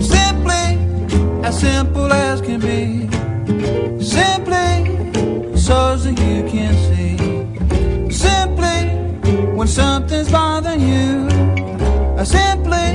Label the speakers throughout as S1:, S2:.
S1: Simply as simple as can be. Simply so that you can see. Simply when something's bothering you. Uh, Simply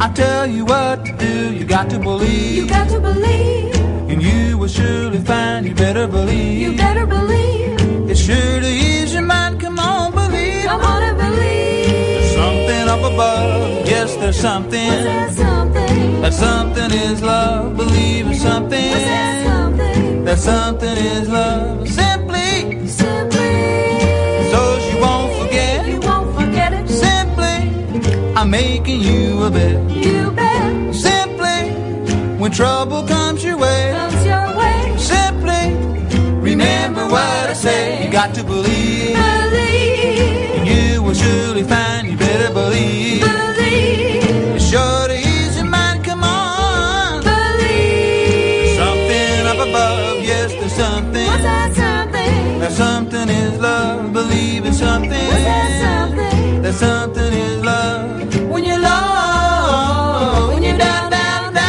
S1: I tell you what to do. You got to believe.
S2: You got to believe,
S1: and you will surely find you better believe.
S2: you better believe.
S1: it's sure to ease your mind. Come on, believe.
S2: Come on and believe.
S1: There's something up above. Yes, there's something.
S2: Is there something?
S1: That something is love. Believe in something.
S2: Is there something?
S1: That something is love simply
S2: Simply,
S1: so she won't
S2: you
S1: forget.
S2: won't forget it.
S1: Simply, I'm making you a bet.
S2: You bet
S1: Simply, when trouble comes your way.
S2: comes your way.
S1: Simply, remember what I say. You got to believe.
S2: Believe,
S1: You will surely find you better believe.
S2: believe,
S1: It's sure to ease your mind. Come on.
S2: believe.
S1: Something up above. Yes, there's something.
S2: Was that something?
S1: That something is love. Believe in
S2: Was that something?
S1: That something is love. When you're low, when you're down, down, down,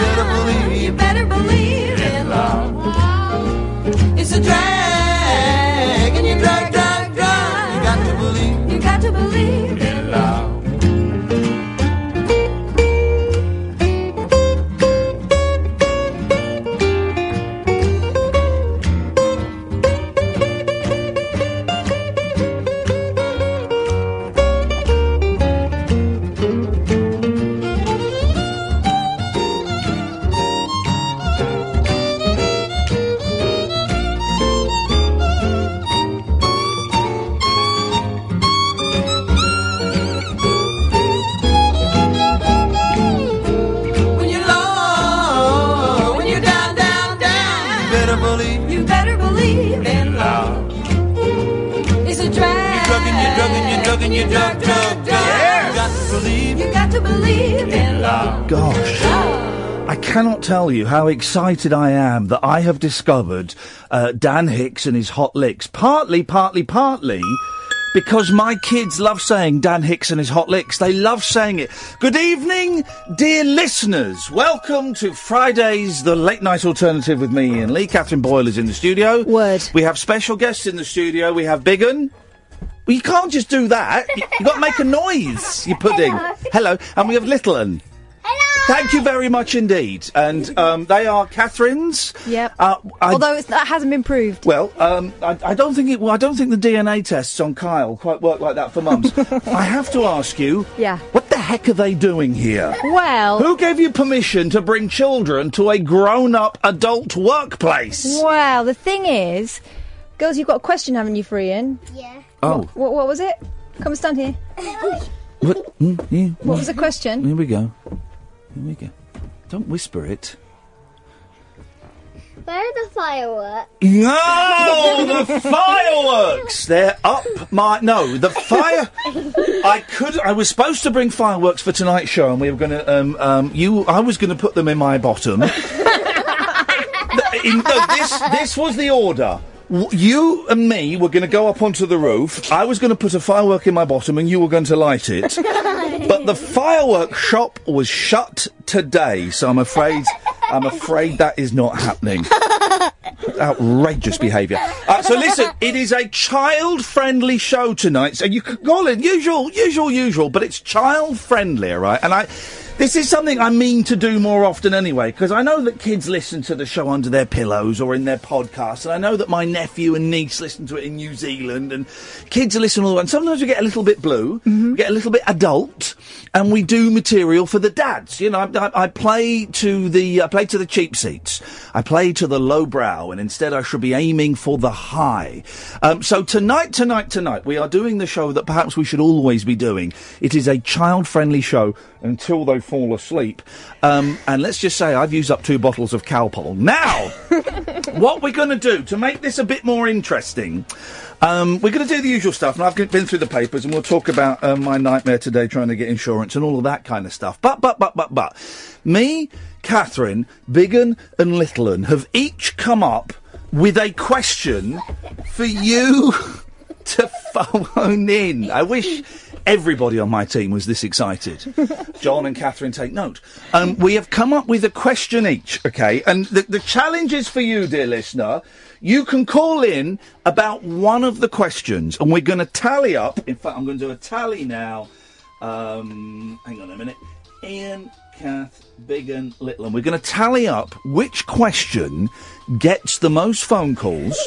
S1: you better
S2: You
S1: believe
S2: better believe in love.
S1: it's a drag. And you drag, drag, drag. You got to believe
S2: You got to believe.
S1: in love. When you're low, when you're down, down, down, you better believe
S2: You better believe it.
S1: in love.
S2: It's a drag.
S1: Drugging, you're drugging, you're drugging, you're drug, drug, drug. You got to believe
S2: You got to believe in love.
S3: Gosh, I cannot tell you how excited I am that I have discovered uh, Dan Hicks and his hot licks. Partly, partly, partly because my kids love saying Dan Hicks and his hot licks. They love saying it. Good evening, dear listeners. Welcome to Friday's The Late Night Alternative with me, Ian Lee. Catherine Boyle is in the studio.
S4: Word.
S3: We have special guests in the studio. We have Biggin. Well, you can't just do that. You- You've got to make a noise, you pudding. Hello. And we have Little Un. Thank you very much indeed. And um, they are Catherine's.
S4: Yep.
S3: Uh, I,
S4: Although it's, that hasn't been proved.
S3: well, um, I, I don't think it. Well, I don't think the DNA tests on Kyle quite work like that for mums. I have to ask you.
S4: Yeah.
S3: What the heck are they doing here?
S4: Well,
S3: Who gave you permission to bring children to a grown-up adult workplace?
S4: well, the thing is, girls, you've got a question, haven't you, for Ian?
S5: Yeah.
S3: Oh,
S4: What, what was it? Come stand here.
S3: what? Mm, yeah,
S4: What was the question?
S3: Here we go. Here we go. Don't whisper it.
S5: Where are the fireworks?
S3: No, the fireworks. They're up my no. The fire. I could. I was supposed to bring fireworks for tonight's show, and we were going to. Um, um, you. I was going to put them in my bottom. The- in- no, this. This was the order. W- You and me were going to go up onto the roof. I was going to put a firework in my bottom, and you were going to light it. But the fireworks shop was shut today, so I'm afraid. I'm afraid that is not happening outrageous behaviour. Uh, so listen, it is a child-friendly show tonight. So you can call it usual, usual, usual, but it's child-friendly, all right? And I, This is something I mean to do more often anyway, because I know that kids listen to the show under their pillows or in their podcasts, and I know that my nephew and niece listen to it in New Zealand, and kids listen all the And sometimes we get a little bit blue, we get a little bit adult, and we do material for the dads. You know, I, I, I play to the I play to the cheap seats, I play to the lowbrow, and instead I should be aiming for the high. Um, so tonight, tonight, tonight, we are doing the show that perhaps we should always be doing. It is a child-friendly show until they fall asleep. Um, and let's just say I've used up two bottles of Calpol. Now, what we're going to do to make this a bit more interesting, um, we're going to do the usual stuff. And I've g- been through the papers, and we'll talk about uh, my nightmare today trying to get insurance and all of that kind of stuff. But, but, but, but, but, me, Catherine, Biggin, and Littleton have each come up with a question for you to phone in. I wish everybody on my team was this excited. John and Catherine, take note. Um, we have come up with a question each, okay? And the, the challenge is for you, dear listener. You can call in about one of the questions, and we're going to tally up. In fact, I'm going to do a tally now. Um, hang on a minute. Ian, Kath, Big and Little. And we're going to tally up which question gets the most phone calls.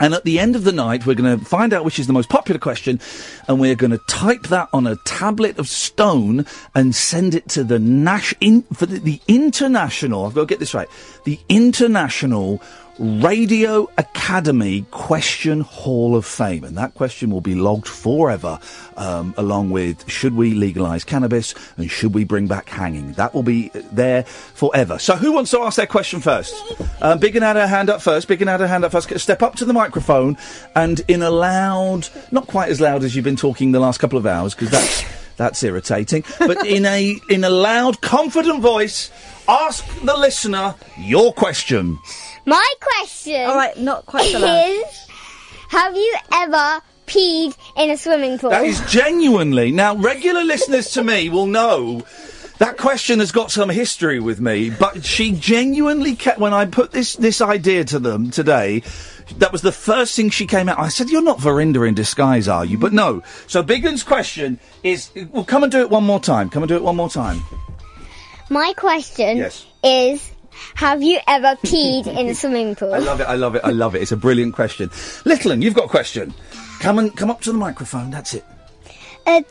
S3: And at the end of the night, we're going to find out which is the most popular question, and we're going to type that on a tablet of stone and send it to the Nash in, for the, the international. I've got to get this right. The International Radio Academy Question Hall of Fame, and that question will be logged forever, um, along with should we legalise cannabis and should we bring back hanging. That will be there forever. So who wants to ask their question first? Um, Big and had her hand up first. Big and had her hand up first. Step up to the microphone and in a loud, not quite as loud as you've been talking the last couple of hours, because that's that's irritating. But in a in a loud, confident voice, ask the listener your question.
S5: My question. All right, not
S4: quite so loud.
S5: Is, have you ever peed in a swimming pool?
S3: That is genuinely. Now, regular listeners to me will know that question has got some history with me, but she genuinely kept, when I put this, this idea to them today, that was the first thing she came out. I said, You're not Verinda in disguise, are you? But no. So, Biggin's question is, well, come and do it one more time. Come and do it one more time.
S5: My question
S3: Yes.
S5: is, have you ever peed in a swimming pool?
S3: I love it. I love it. I love it. It's a brilliant question. Littleton, you've got a question. Come and come up to the microphone. That's it.
S5: Uh,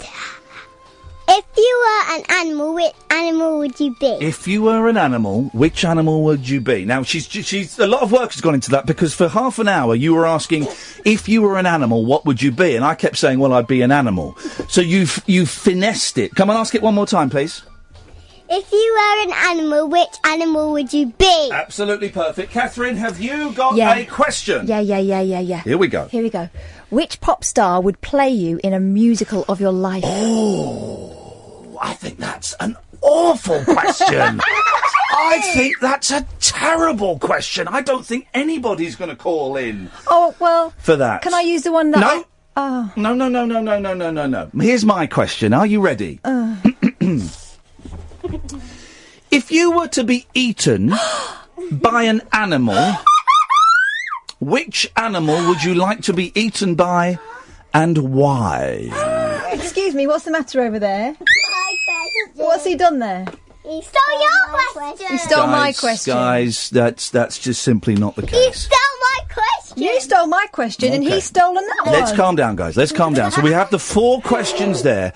S5: if you were an animal, which animal would you be?
S3: If you were an animal, which animal would you be? Now, she's she's a lot of work has gone into that because for half an hour you were asking if you were an animal, what would you be? And I kept saying, well, I'd be an animal. So you've you've finessed it. Come and ask it one more time, please.
S5: If you were an animal, which animal would you be?
S3: Absolutely perfect, Catherine. Have you got
S4: Yeah.
S3: a question?
S4: Yeah, yeah, yeah, yeah, yeah.
S3: Here we go.
S4: Here we go. Which pop star would play you in a musical of your life?
S3: Oh, I think that's an awful question. I think that's a terrible question. I don't think anybody's going to call in
S4: Oh well.
S3: for that.
S4: Can I use the one that?
S3: No.
S4: I- oh,
S3: No, no, no, no, no, no, no, no, no. Here's my question. Are you ready?
S4: Uh.
S3: if you were to be eaten by an animal, which animal would you like to be eaten by and why?
S4: excuse me. What's the matter over there? What's he done there?
S5: He stole your question.
S4: He stole my
S3: Guys,
S4: question.
S3: Guys, that's that's just simply not the
S5: He
S3: case.
S5: stole my question.
S4: You stole my question, and
S3: Okay.
S4: he's stolen that
S3: Let's
S4: one.
S3: calm down, guys. Let's calm down. So we have the four questions there.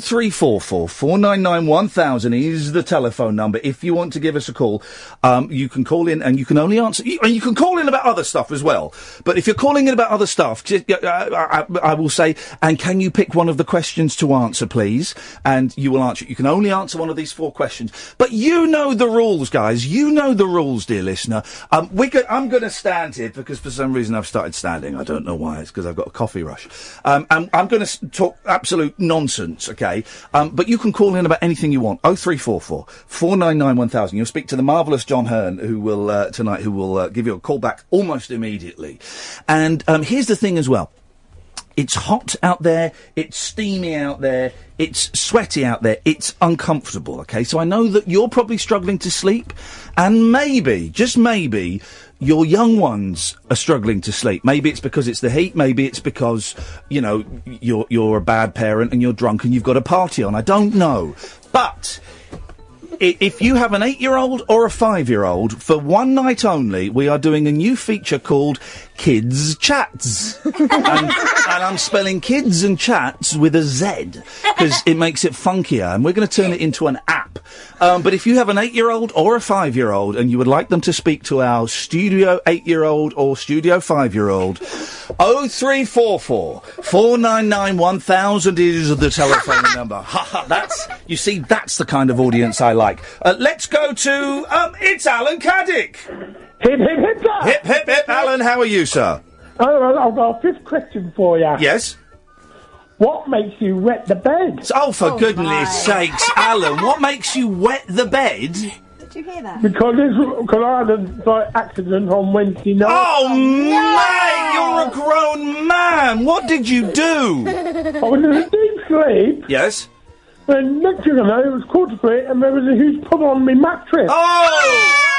S3: 0344 499 1000 is the telephone number. If you want to give us a call, um, you can call in and you can only answer. You, and you can call in about other stuff as well. But if you're calling in about other stuff, just, uh, I, I, I will say, and can you pick one of the questions to answer, please? And you will answer. it. You can only answer one of these four questions. But you know the rules, guys. You know the rules, dear listener. Um, we go- I'm going to stand here because for some reason I've started standing. I don't know why. It's because I've got a coffee rush. Um, and I'm going to talk absolute nonsense, okay? Um, but you can call in about anything you want. 0344 499 1000. You'll speak to the marvellous John Hearn who will, uh, tonight, who will uh, give you a call back almost immediately. And um, here's the thing as well. It's hot out there. It's steamy out there. It's sweaty out there. It's uncomfortable. Okay. So I know that you're probably struggling to sleep and maybe, just maybe, your young ones are struggling to sleep. Maybe it's because it's the heat. Maybe it's because, you know, you're, you're a bad parent and you're drunk and you've got a party on. I don't know. But i- if you have an eight-year-old or a five-year-old, for one night only, we are doing a new feature called Kids Chats, and, and I'm spelling kids and chats with a Z because it makes it funkier, and we're going to turn it into an app. Um, but if you have an eight-year-old or a five-year-old, and you would like them to speak to our studio eight-year-old or studio five-year-old, 0344 499 1000 is the telephone number. Ha ha! That's you see, that's the kind of audience I like. Uh, let's go to um, it's Alan Caddick. Hip hip hip hip hip hip. Alan, how are you, sir?
S6: Oh, I've got a fifth question for you.
S3: Yes.
S6: What makes you wet the bed?
S3: Oh, for goodness sakes, Alan, what makes you wet the bed?
S4: Did you hear that?
S6: Because, it's, because I had a like, accident on Wednesday night.
S3: Oh, mate, you're a grown man. What did you do?
S6: I was in a deep sleep,
S3: Yes.
S6: and next thing I know, it was quarter to eight, and there was a huge pub on my mattress.
S3: Oh!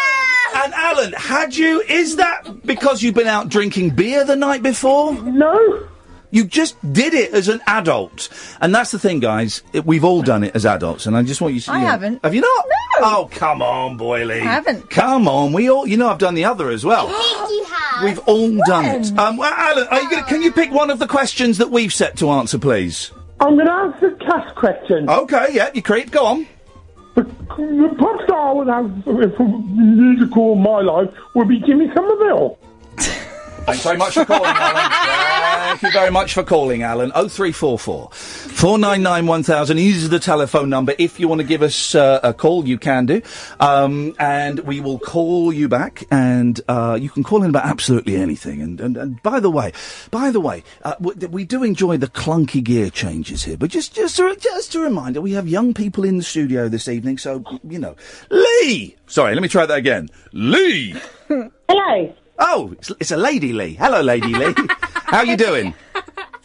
S3: And Alan, had you? Is that because you've been out drinking beer the night before?
S6: No.
S3: You just did it as an adult, and that's the thing, guys. it- We've all done it as adults, and I just want you to.
S4: I
S3: you know-
S4: haven't.
S3: Have you not? No. Oh, come on, Boyley.
S4: I haven't.
S3: Come on, we all. You know, I've done the other as well.
S5: you have.
S3: We've all done it. Um, well, Alan, are you gonna, can you pick one of the questions that we've set to answer, please?
S6: I'm going to answer Cass' question.
S3: Okay, yeah, you creep. Go on.
S6: The pop star I would have for musical in my life would be Jimmy Somerville.
S3: Thanks very much for calling, Alan. Thank you very much for calling, Alan. 0344 499 1000 is the telephone number. If you want to give us uh, a call, you can do. Um, and we will call you back, and uh, you can call in about absolutely anything. And, and, and by the way, by the way, uh, we, we do enjoy the clunky gear changes here, but just, just, a, just a reminder, we have young people in the studio this evening, so, you know. Lee! Sorry, let me try that again. Lee!
S7: Hello.
S3: Oh, it's, it's a lady, Lee. Hello, Lady Lee. How you doing?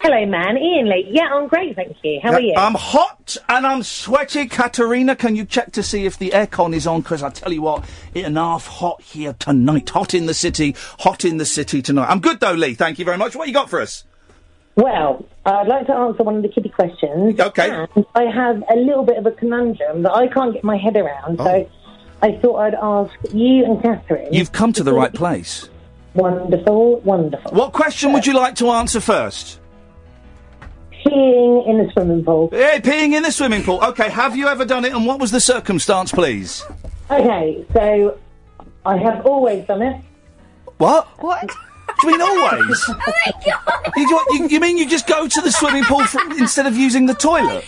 S7: Hello, man. Ian Lee. Yeah, I'm great, thank you. How are you?
S3: I'm hot and I'm sweaty. Katerina, can you check to see if the aircon is on? Because I tell you what, it and half hot here tonight. Hot in the city, hot in the city tonight. I'm good though, Lee. Thank you very much. What you got for us?
S7: well, I'd like to answer one of the kiddie questions.
S3: Okay.
S7: And I have a little bit of a conundrum that I can't get my head around,
S3: Oh.
S7: so I thought I'd ask you and Catherine.
S3: You've come to the right place.
S7: Wonderful, wonderful.
S3: What question would you like to answer first?
S7: Peeing in a swimming pool.
S3: Hey, peeing in the swimming pool. Okay, have you ever done it and what was the circumstance, please?
S7: Okay, so I have always done it.
S3: What?
S4: What?
S3: Do you mean always? you, you, you mean you just go to the swimming pool for, instead of using the toilet?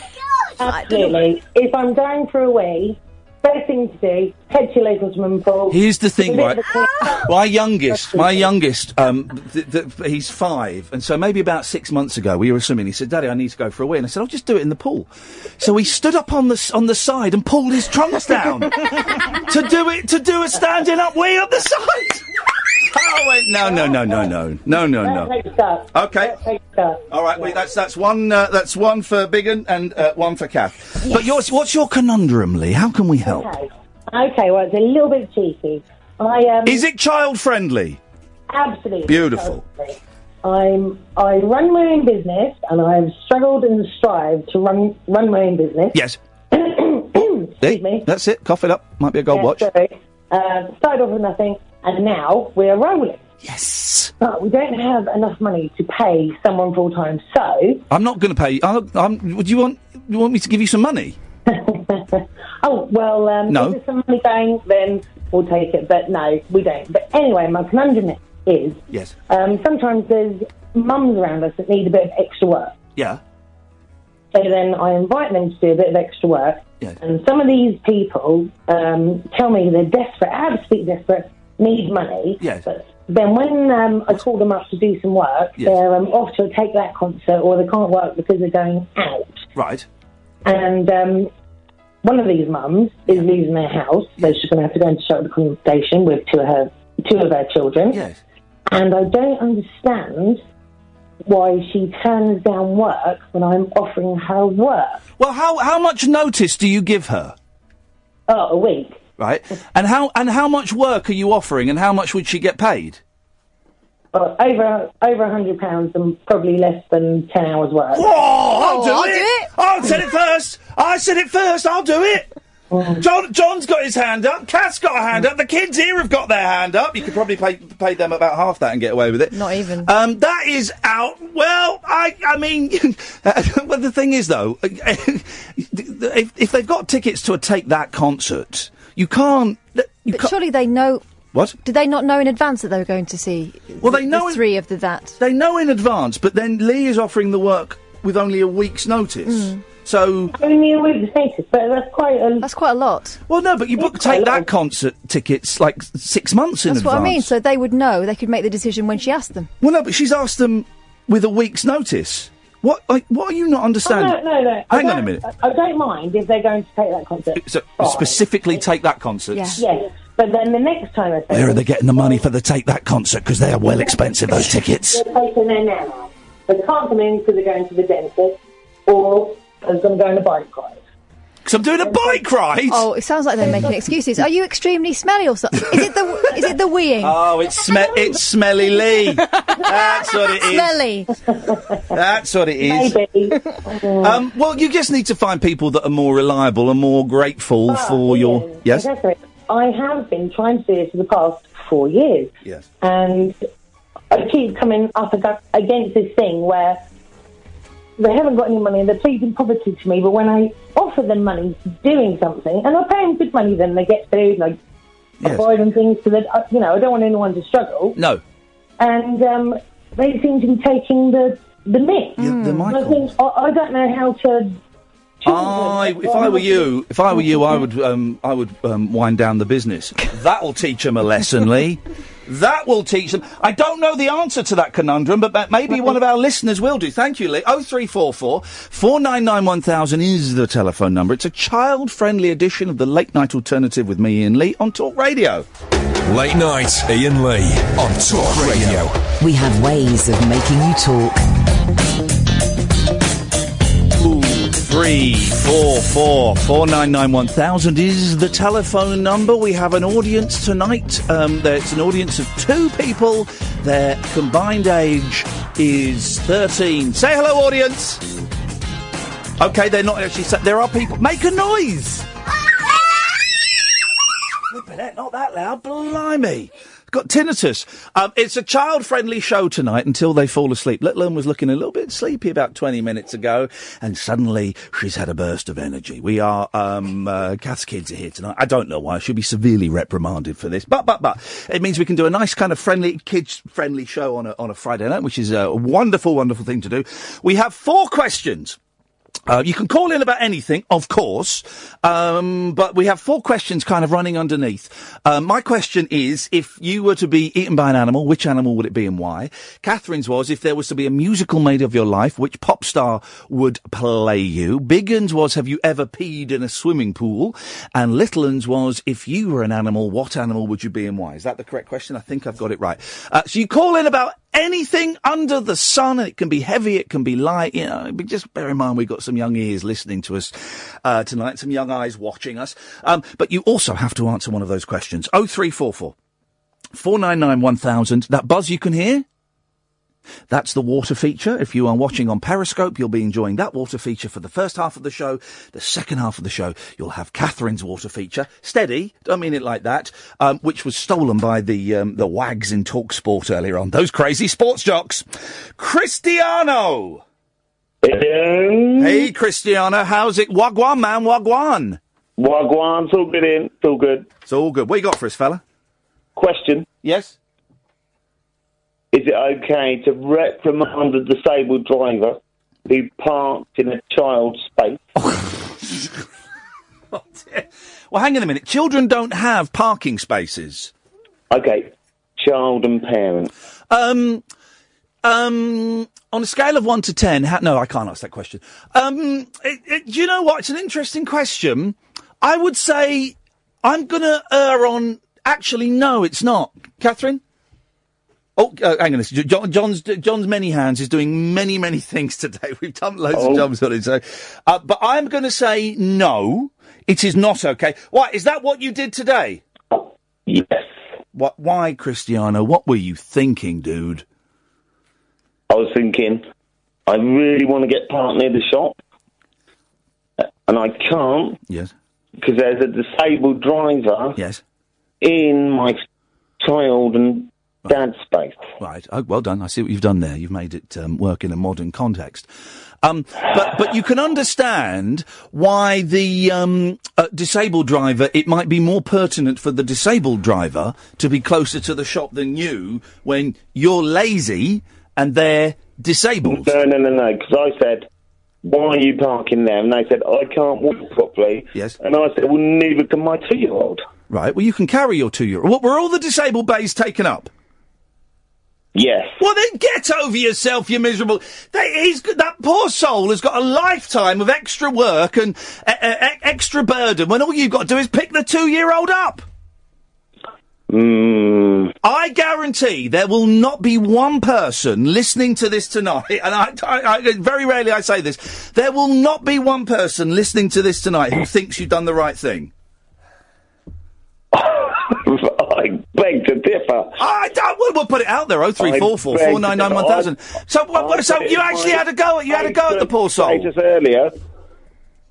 S7: Absolutely. If I'm going for a wee, best thing to do, head to your local swimming pool.
S3: Here's the thing,
S7: Give it
S3: right?
S7: the kick.
S3: My youngest, my youngest, um, th- th- he's five, and so maybe about six months ago, we were swimming. He said, "Daddy, I need to go for a wee," and I said, "I'll just do it in the pool." So he stood up on the s- on the side and pulled his trunks down to do it to do a standing up wee up the side. I went, "No, no, no, no, no, no, no,
S7: That
S3: no."
S7: takes up.
S3: Okay.
S7: That takes up.
S3: All right, well, that's that's one uh, that's one for Biggin and uh, one for Kath. But yours, what's your conundrum, Lee? How can we help?
S7: Okay. Okay, well, it's a little bit cheeky. I um,
S3: Is it child friendly?
S7: absolutely
S3: Beautiful.
S7: totally. I'm. I run my own business, and I've struggled and strived to run run my own business.
S3: Yes.
S7: Excuse
S3: Hey,
S7: me.
S3: That's it. Cough it up. Might be a gold
S7: Yeah,
S3: watch.
S7: sorry. Uh, started off with nothing, and now we're rolling.
S3: Yes.
S7: But we don't have enough money to pay someone full time, so
S3: I'm not going to pay. I'm, I'm, would you want? You want me to give you some money?
S7: Oh, well, um,
S3: No.
S7: if there's some money going, then we'll take it. But no, we don't. But anyway, my conundrum is
S3: Yes.
S7: um, sometimes there's mums around us that need a bit of extra work.
S3: Yeah.
S7: So then I invite them to do a bit of extra work.
S3: Yes.
S7: And some of these people um, tell me they're desperate, absolutely desperate, need money.
S3: Yes.
S7: But then when um, I call them up to do some work,
S3: Yes.
S7: they're um, off to a take that concert or they can't work because they're going out.
S3: Right.
S7: And um, one of these mums is losing their house, so she's going to have to go into shelter accommodation with two of her two of her children.
S3: Yes.
S7: And I don't understand why she turns down work when I'm offering her work.
S3: Well, how how much notice do you give her?
S7: Oh, a week.
S3: Right. And how and how much work are you offering? And how much would she get paid?
S7: Oh, over over a hundred pounds and probably less than ten hours work.
S3: Oh, I'll do
S4: I'll
S3: it.
S4: do it.
S3: I said it first. I said it first. I'll do it. John, John's got his hand up. Cat's got a hand up. The kids here have got their hand up. You could probably pay, pay them about half that and get away with it. Not even. Um, that is out. Well, I, I mean, well, the thing is though, if, if they've got tickets to a Take That concert, you can't.
S8: But surely they know.
S3: What?
S8: Did they not know in advance that they were going to see?
S3: Well, they know
S8: the three of the that.
S3: They know in advance, but then Lee is offering the work with only a week's notice. So
S7: Hmm. only a week's notice, but that's quite a
S8: that's quite a lot.
S3: Well, no, but you book Take That concert tickets like s- six months in
S8: That's
S3: advance.
S8: what I mean. So they would know. They could make the decision when she asked them.
S3: Well, no, but she's asked them with a week's notice. What? Like, what are you not understanding?
S7: Oh, no, no, no. I
S3: Hang on a
S7: don't-
S3: minute.
S7: I don't mind if they're going to take that concert.
S3: So specifically, Take That concert.
S7: Yes, but then the next time I say
S3: Where are they getting the money for the Take That concert? Because they are well expensive. Those tickets.
S7: They're taking their nan out. They can't come in because they're going to the dentist or because I'm going to bike ride.
S3: Because I'm doing a bike ride.
S8: Oh, it sounds like they're making excuses. Are you extremely smelly or something? Is it the is it the weeing?
S3: Oh, it's sme- it's Smelly Lee. That's what it is.
S8: Smelly.
S3: That's what it is.
S7: Maybe.
S3: Um, well, you just need to find people that are more reliable and more grateful for your yes.
S7: Exactly. I have been trying to do this for the past four years.
S3: Yes.
S7: And I keep coming up ag- against this thing where they haven't got any money and they're pleading poverty to me, but when I offer them money doing something, and I pay them good money, then they get food and I
S3: Yes.
S7: buy them things so that, I- you know, I don't want anyone to struggle.
S3: No.
S7: And um, they seem to be taking the, the mick. And I, think, I, I don't know how to.
S3: I, if I were you, if I were you, I would, um, I would um, wind down the business. That will teach them a lesson, Lee. That will teach them. I don't know the answer to that conundrum, but ma- maybe one of our listeners will do. Thank you, Lee. 0344 499 1000 is the telephone number. It's a child friendly edition of the Late Night Alternative with me, Ian Lee, on Talk Radio.
S9: Late night, Ian Lee on Talk Radio.
S10: We have ways of making you talk.
S3: Two, three, four, four, four, nine, nine, one thousand is the telephone number. We have an audience tonight. Um, there- it's an audience of two people. Their combined age is thirteen. Say hello, audience. Okay, they're not actually. Sa- there are people. Make a noise.
S2: Oh,
S3: Flippin' heck, not that loud. Blimey. Got tinnitus. Um, it's a child friendly show tonight until they fall asleep. Little Lynn was looking a little bit sleepy about 20 minutes ago, and suddenly she's had a burst of energy. We are, um, uh, Kath's kids are here tonight. I don't know why. She'll be severely reprimanded for this. But, but, but, it means we can do a nice kind of friendly, kids friendly show on a, on a Friday night, which is a wonderful, wonderful thing to do. We have four questions. Uh, you can call in about anything, of course, um, but we have four questions kind of running underneath. Uh, my question is, if you were to be eaten by an animal, which animal would it be and why? Catherine's was, if there was to be a musical made of your life, which pop star would play you? Biggin's was, have you ever peed in a swimming pool? And Little'un's was, if you were an animal, what animal would you be and why? Is that the correct question? I think I've got it right. Uh, so you call in about anything under the sun, and it can be heavy, it can be light. You know, but just bear in mind we've got some young ears listening to us uh, tonight, some young eyes watching us. Um, but you also have to answer one of those questions. 0344 499 1000. That buzz you can hear? That's the water feature. If you are watching on Periscope, you'll be enjoying that water feature for the first half of the show. The second half of the show, you'll have Catherine's water feature. Steady, don't mean it like that. Um, which was stolen by the um, the wags in Talk Sport earlier on. Those crazy sports jocks. Cristiano. Hey, Cristiano, how's it? Wagwan, man, wagwan.
S11: Wagwan, so good in, so good.
S3: It's all good. What you got for us, fella?
S11: Question.
S3: Yes.
S11: Is it okay to reprimand a disabled driver who parked in a child's space?
S3: Oh, Well, hang on a minute. Children don't have parking spaces.
S11: Okay, child and parent.
S3: Um, um, on a scale of one to ten, how, no, I can't ask that question. Um, it, it, do you know what? It's an interesting question. I would say I'm gonna err on. Actually, no, it's not, Catherine. Oh, uh, hang on. a sec. John, John's John's many hands is doing many many things today. We've done loads of jobs on it, so. Uh, but I'm going to say no. It is not okay. Why is that? What you did today?
S11: Yes.
S3: What? Why, Cristiano? What were you thinking, dude?
S11: I was thinking, I really want to get parked near the shop, uh, and I can't
S3: Yes.
S11: because there's a disabled driver.
S3: Yes.
S11: In my child and dad space.
S3: Right. Oh, well done. I see what you've done there. You've made it um, work in a modern context. Um, but but you can understand why the um, uh, disabled driver. It might be more pertinent for the disabled driver to be closer to the shop than you when you're lazy and they're disabled.
S11: No, no, no, no. Because I said, "Why are you parking there?" And they said, "I can't walk properly."
S3: Yes.
S11: And I said, "Well, neither can my two-year-old."
S3: Right. Well, you can carry your two year. What were all the disabled bays taken up?
S11: Yes.
S3: Well, then get over yourself, you miserable. They, he's, got- that poor soul has got a lifetime of extra work and e- e- e- extra burden when all you've got to do is pick the two year old up.
S11: Mm.
S3: I guarantee there will not be one person listening to this tonight, and I, I, I very rarely I say this. There will not be one person listening to this tonight who thinks you've done the right thing.
S11: I beg to differ.
S3: I don't, we'll, we'll put it out there. Oh three four four four nine nine one thousand. So, what- what- so you actually had a go at you had a go at the poor soul.
S11: Just earlier,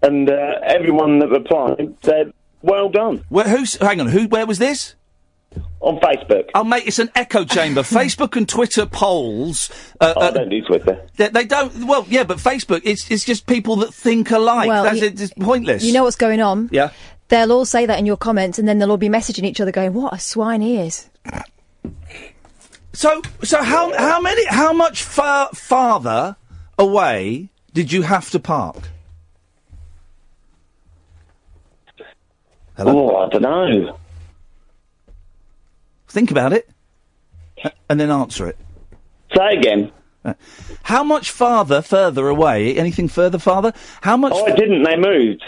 S11: and uh, everyone that replied said, "Well done."
S3: Where, who's, hang on, who? Where was this?
S11: On Facebook.
S3: Oh, mate, it's an echo chamber. Facebook and Twitter polls. Uh,
S11: I Oh, don't do Twitter.
S3: They, they don't. Well, yeah, but Facebook, it's it's just people that think alike.
S8: Well,
S3: That's
S8: you-
S3: it, it's pointless.
S8: You know what's going on?
S3: Yeah.
S8: They'll all say that in your comments, and then they'll all be messaging each other, going, "What a swine he is."
S3: So so how how many how much far, farther away did you have to park?
S11: Oh, I don't know.
S3: Think about it, a- and then answer it.
S11: Say again.
S3: How much farther, further away? Anything further, farther? How much?
S11: Oh, I didn't. They moved.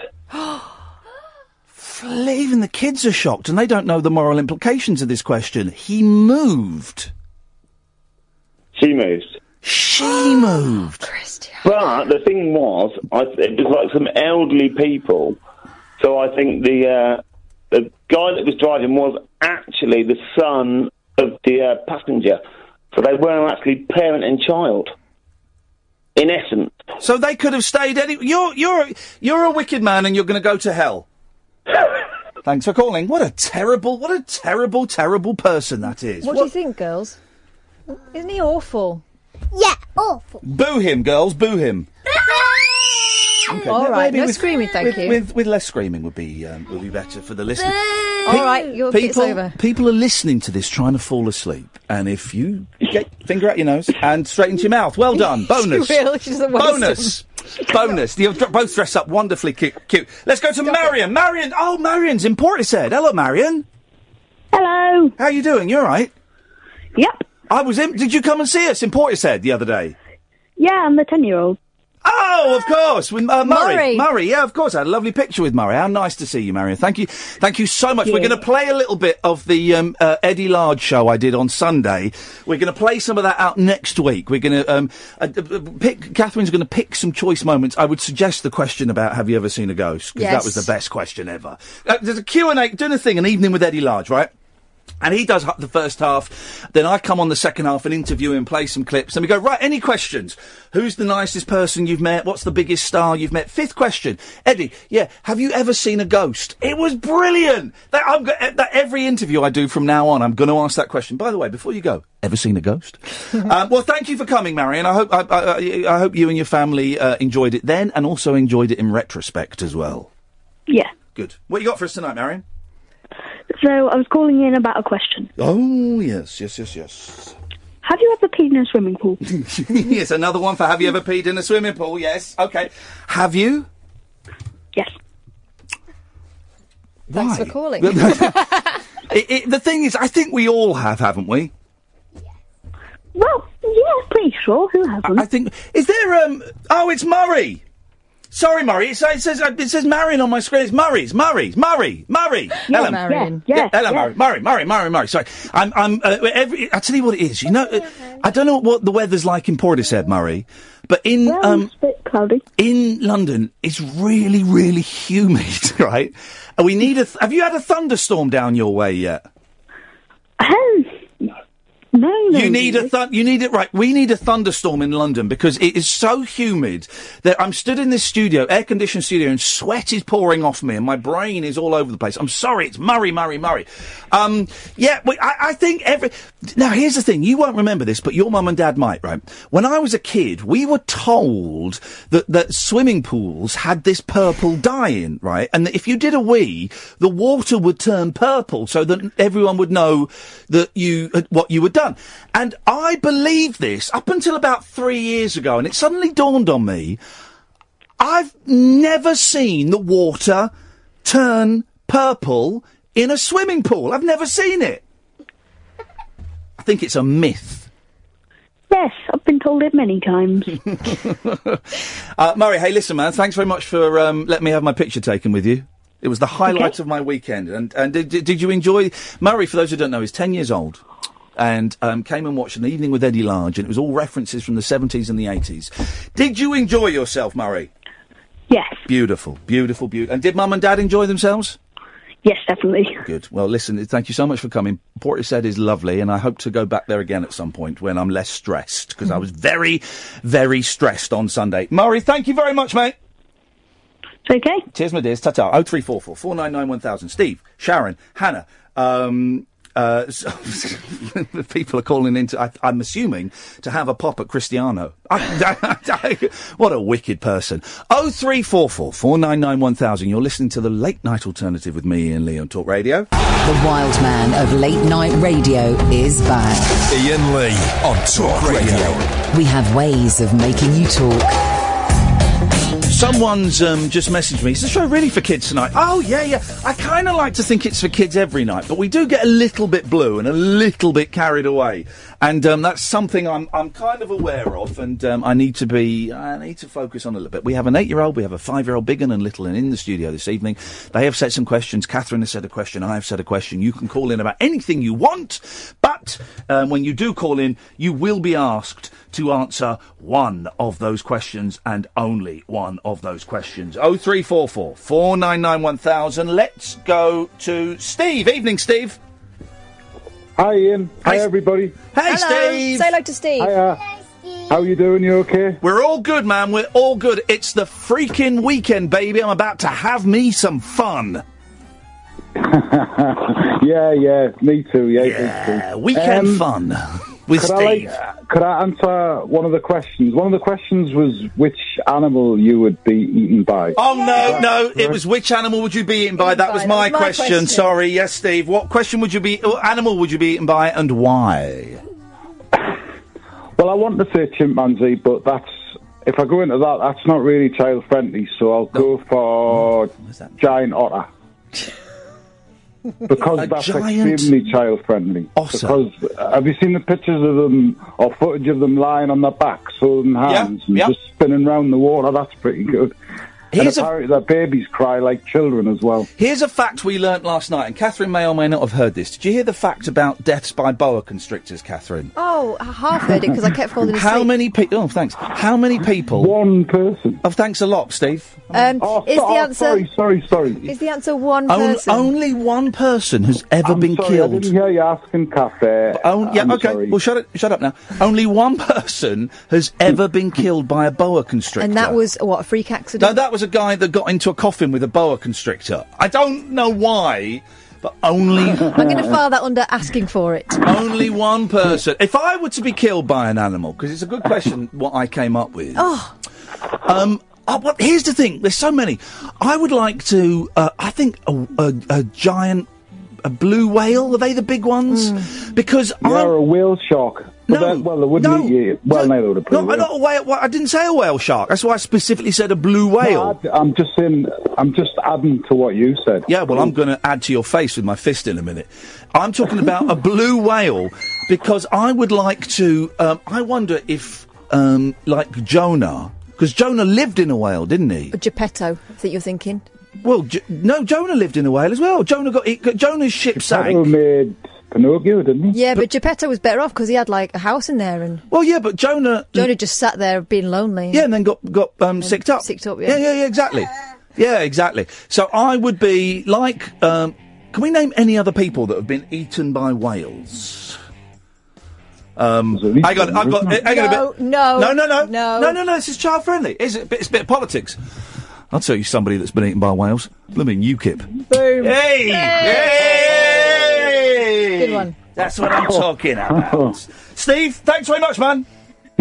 S3: Fl- Even the kids are shocked, and they don't know the moral implications of this question. He moved.
S11: She moved.
S3: She moved.
S11: But the thing was, I, it was like some elderly people. So I think the uh, the guy that was driving was actually the son of the uh, passenger. So they were actually parent and child, in essence.
S3: So they could have stayed any. You're you're you're a wicked man, and you're going to go to hell. Thanks for calling. What a terrible, what a terrible, terrible person that is.
S8: What, do you think, girls? Isn't he awful?
S5: Yeah, awful.
S3: Boo him, girls. Boo him. Okay,
S8: Mm. All
S3: m-
S8: right,
S3: maybe
S8: no
S3: with-
S8: screaming, thank
S3: with,
S8: you.
S3: With, with less screaming would be um, would be better for the listeners.
S8: All right, your bit's
S3: people,
S8: over.
S3: people are listening to this trying to fall asleep, and if you get finger out your nose and straight into your mouth, well done, bonus,
S8: She will, she doesn't waste
S3: bonus, bonus. You're dr- both dressed up wonderfully cu- cute. Let's go to Marion. Marion, oh, Marion's in Portishead. Hello, Marion.
S12: Hello.
S3: How you doing? You all right?
S12: Yep.
S3: I was in. Did you come and see us in Portishead the other day?
S12: Yeah, I'm the 10 year old.
S3: Oh, of course, with uh, Murray.
S12: Murray.
S3: yeah, of course. I had a lovely picture with Murray. How nice to see you, Marion. Thank you, thank you so much. We're
S12: Yeah.
S3: going to play a little bit of the um, uh, Eddie Large show I did on Sunday. We're going to play some of that out next week. We're going to um, uh, uh, pick. Catherine's going to pick some choice moments. I would suggest the question about have you ever seen a ghost because that
S13: Yes.
S3: was the best question ever. Uh, there's a Q and A doing a thing, an evening with Eddie Large, right? And he does h- the first half. Then I come on the second half and interview him, play some clips. And we go, right, any questions? Who's the nicest person you've met? What's the biggest star you've met? Fifth question. Eddie, yeah, have you ever seen a ghost? It was brilliant. That, I'm go- eh, that every interview I do from now on, I'm going to ask that question. By the way, before you go, ever seen a ghost? um, well, thank you for coming, Marion. I hope, I, I, I- I hope you and your family uh, enjoyed it then and also enjoyed it in retrospect as well.
S12: Yeah.
S3: Good. What you got for us tonight, Marion?
S12: So I was calling in about a question.
S3: Oh, yes, yes, yes, yes.
S12: Have you ever peed in a swimming pool?
S3: yes, another one for have you ever peed in a swimming pool? Yes. Okay. Have you?
S12: Yes.
S8: Thanks for
S3: Why?
S8: calling.
S3: It- it- the thing is, I think we all have, haven't we?
S12: Well, yeah, pretty sure. Who hasn't?
S3: I, I think. Is there um? Oh, it's Murray. Sorry, Murray. It says it says, uh, it says Marion on my screen. It's Murray's. Murray's. Murray. Murray.
S12: Yeah,
S3: Ellen.
S12: Marion. Yeah, yeah,
S3: Ellen.
S12: yeah.
S3: Murray. Murray. Murray. Murray. Murray. Sorry. I'm. I'm. Uh, every, I tell you what it is. You know. Uh, I don't know what the weather's like in Portishead, Murray, but in um.
S12: It's a bit cloudy.
S3: in London, it's really, really humid, right? And we
S12: Um,
S3: need a. Th- have you had a thunderstorm down your way yet?
S12: Ahem. no, no.
S3: You need a thun- you need it right. We need a thunderstorm in London because it is so humid that I'm stood in this studio, air conditioned studio, and sweat is pouring off me, and my brain is all over the place. I'm sorry, it's Murray, Murray, Murray. Um, yeah, we, I, I think every. Now here's the thing: you won't remember this, but your mum and dad might, right? When I was a kid, we were told that that swimming pools had this purple dye in, right? And that if you did a wee, the water would turn purple, so that everyone would know that you had, what you had done. And I believed this up until about three years ago, and it suddenly dawned on me: I've never seen the water turn purple in a swimming pool. I've never seen it. I think it's a myth.
S12: Yes, I've been told it many times.
S3: Uh, Murray, hey, listen, man, thanks very much for um, letting me have my picture taken with you. It was the highlight of my weekend. And, and did, did did you enjoy? Murray, for those who don't know, is 10 years old and um, came and watched an evening with Eddie Large, and it was all references from the 70s and the 80s. Did you enjoy yourself, Murray?
S12: Yes.
S3: Beautiful, beautiful, beautiful. And did mum and dad enjoy themselves?
S12: Yes, definitely.
S3: Good. Well, listen, thank you so much for coming. Portishead is lovely, and I hope to go back there again at some point when I'm less stressed, because
S12: Mm-hmm.
S3: I was very, very stressed on Sunday. Murray, thank you very much, mate.
S12: It's okay.
S3: Cheers, my dears. Ta-ta. 0344 499 1000. Steve, Sharon, Hannah, um... Uh, so people are calling in to, I, I'm assuming, to have a pop at Cristiano. I, I, I, what a wicked person. 0344 499 1000. You're listening to the Late Night Alternative with me, Ian Lee, on Talk Radio.
S10: The wild man of late night radio is back.
S9: Ian Lee on Talk Radio.
S10: We have ways of making you talk.
S3: Someone's um, just messaged me. Is the show really for kids tonight? Oh, yeah, yeah. I kind of like to think it's for kids every night, but we do get a little bit blue and a little bit carried away. And um, that's something I'm, I'm kind of aware of, and um, I need to be, I need to focus on a little bit. We have an eight year old, we have a five year old, big 'un and little 'un in the studio this evening. They have said some questions. Catherine has said a question. I have said a question. You can call in about anything you want, but um, when you do call in, you will be asked to answer one of those questions and only one of those questions. 0344 499 1000. Let's go to Steve. Evening, Steve.
S13: Hi, Ian. Hi, everybody.
S3: Hey,
S4: Hello.
S3: Steve.
S4: Say hello to Steve.
S13: Hiya. How you doing? You okay?
S3: We're all good, man. We're all good. It's the freaking weekend, baby. I'm about to have me some fun.
S13: yeah, yeah. Me too. Yeah, yeah.
S3: weekend fun with
S13: could
S3: Steve.
S13: I, like, could I answer one of the questions? One of the questions was which animal you would be eaten by.
S3: Oh no, no! It was which animal would you be eaten by? That was my,
S13: that was my
S3: question.
S13: question.
S3: Sorry, yes, Steve. What question would you be? What animal would you be eaten by, and why?
S13: Well, I want to say chimpanzee, but that's if I go into that, that's not really child friendly. So I'll go for giant otter. Because
S3: A
S13: that's
S3: giant
S13: extremely child friendly. Because uh, have you seen the pictures of them or footage of them lying on their backs holding hands and
S3: yeah.
S13: just spinning round the water? That's pretty good.
S3: Here's a-
S13: and apparently their babies cry like children as well.
S3: Here's a fact we learnt last night, and Catherine may or may not have heard this. Did you hear the fact about deaths by boa constrictors, Catherine?
S8: Oh, I half heard it because I kept falling asleep.
S3: How many people? Oh, thanks. How many people?
S13: One person.
S3: Oh, thanks a lot, Steve.
S8: Um, is the answer?
S13: Oh, sorry, sorry.
S8: Is the answer one
S3: On-
S8: person?
S3: only one person has ever been
S13: sorry, I
S3: killed.
S13: didn't hear you asking, Cafe.
S3: Oh, yeah, okay. Well, shut it, shut up now. Only one person has
S13: Mm.
S3: ever been killed by a boa constrictor.
S8: and that was what a freak accident.
S3: No, that was a guy that got into a coffin with a boa constrictor. I don't know why, but only
S8: I'm going to file that under asking for it.
S3: only one person. If I were to be killed by an animal, because it's a good question, what I came up with.
S8: Oh,
S3: Um, oh, well, here's the thing. There's so many. I would like to. Uh, I think a, a, a giant, a blue whale. Are they the big ones? Because
S13: You're Hmm. a whale shark. But no, well, they wouldn't eat you. Well, no, they would have
S3: No,
S13: probably
S3: not a whale. well, I didn't say a whale shark. That's why I specifically said a blue whale.
S13: No, I- I'm just saying. I'm just adding to what you said.
S3: yeah, well, I'm going to add to your face with my fist in a minute. I'm talking about a blue whale because I would like to. Um, I wonder if, um, like Jonah, because Jonah lived in a whale, didn't he?
S8: Geppetto, I think you're thinking.
S3: Well, J- no, Jonah lived in a whale as well. Jonah got, he, got Jonah's ship
S13: Geppetto
S3: sank.
S13: made Pinocchio, didn't he?
S8: Yeah, but, Geppetto was better off because he had like a house in there, and
S3: Well, yeah, but Jonah.
S8: Jonah just sat there being lonely.
S3: Yeah, and then got got um, sicked up.
S8: sicked up, yeah.
S3: yeah, yeah, yeah, exactly. Yeah, exactly. So I would be like. Um, can we name any other people that have been eaten by whales? Um, I got, I've got, I got a bit.
S4: No,
S3: no, no, no,
S4: no.
S3: no, no, no. This is child friendly. Is it? It's a bit of politics. I'll tell you somebody that's been eaten by whales. Blooming UKIP.
S4: Boom.
S3: Hey! Hey!
S4: Good one.
S3: That's what I'm talking about. Steve, thanks very much, man.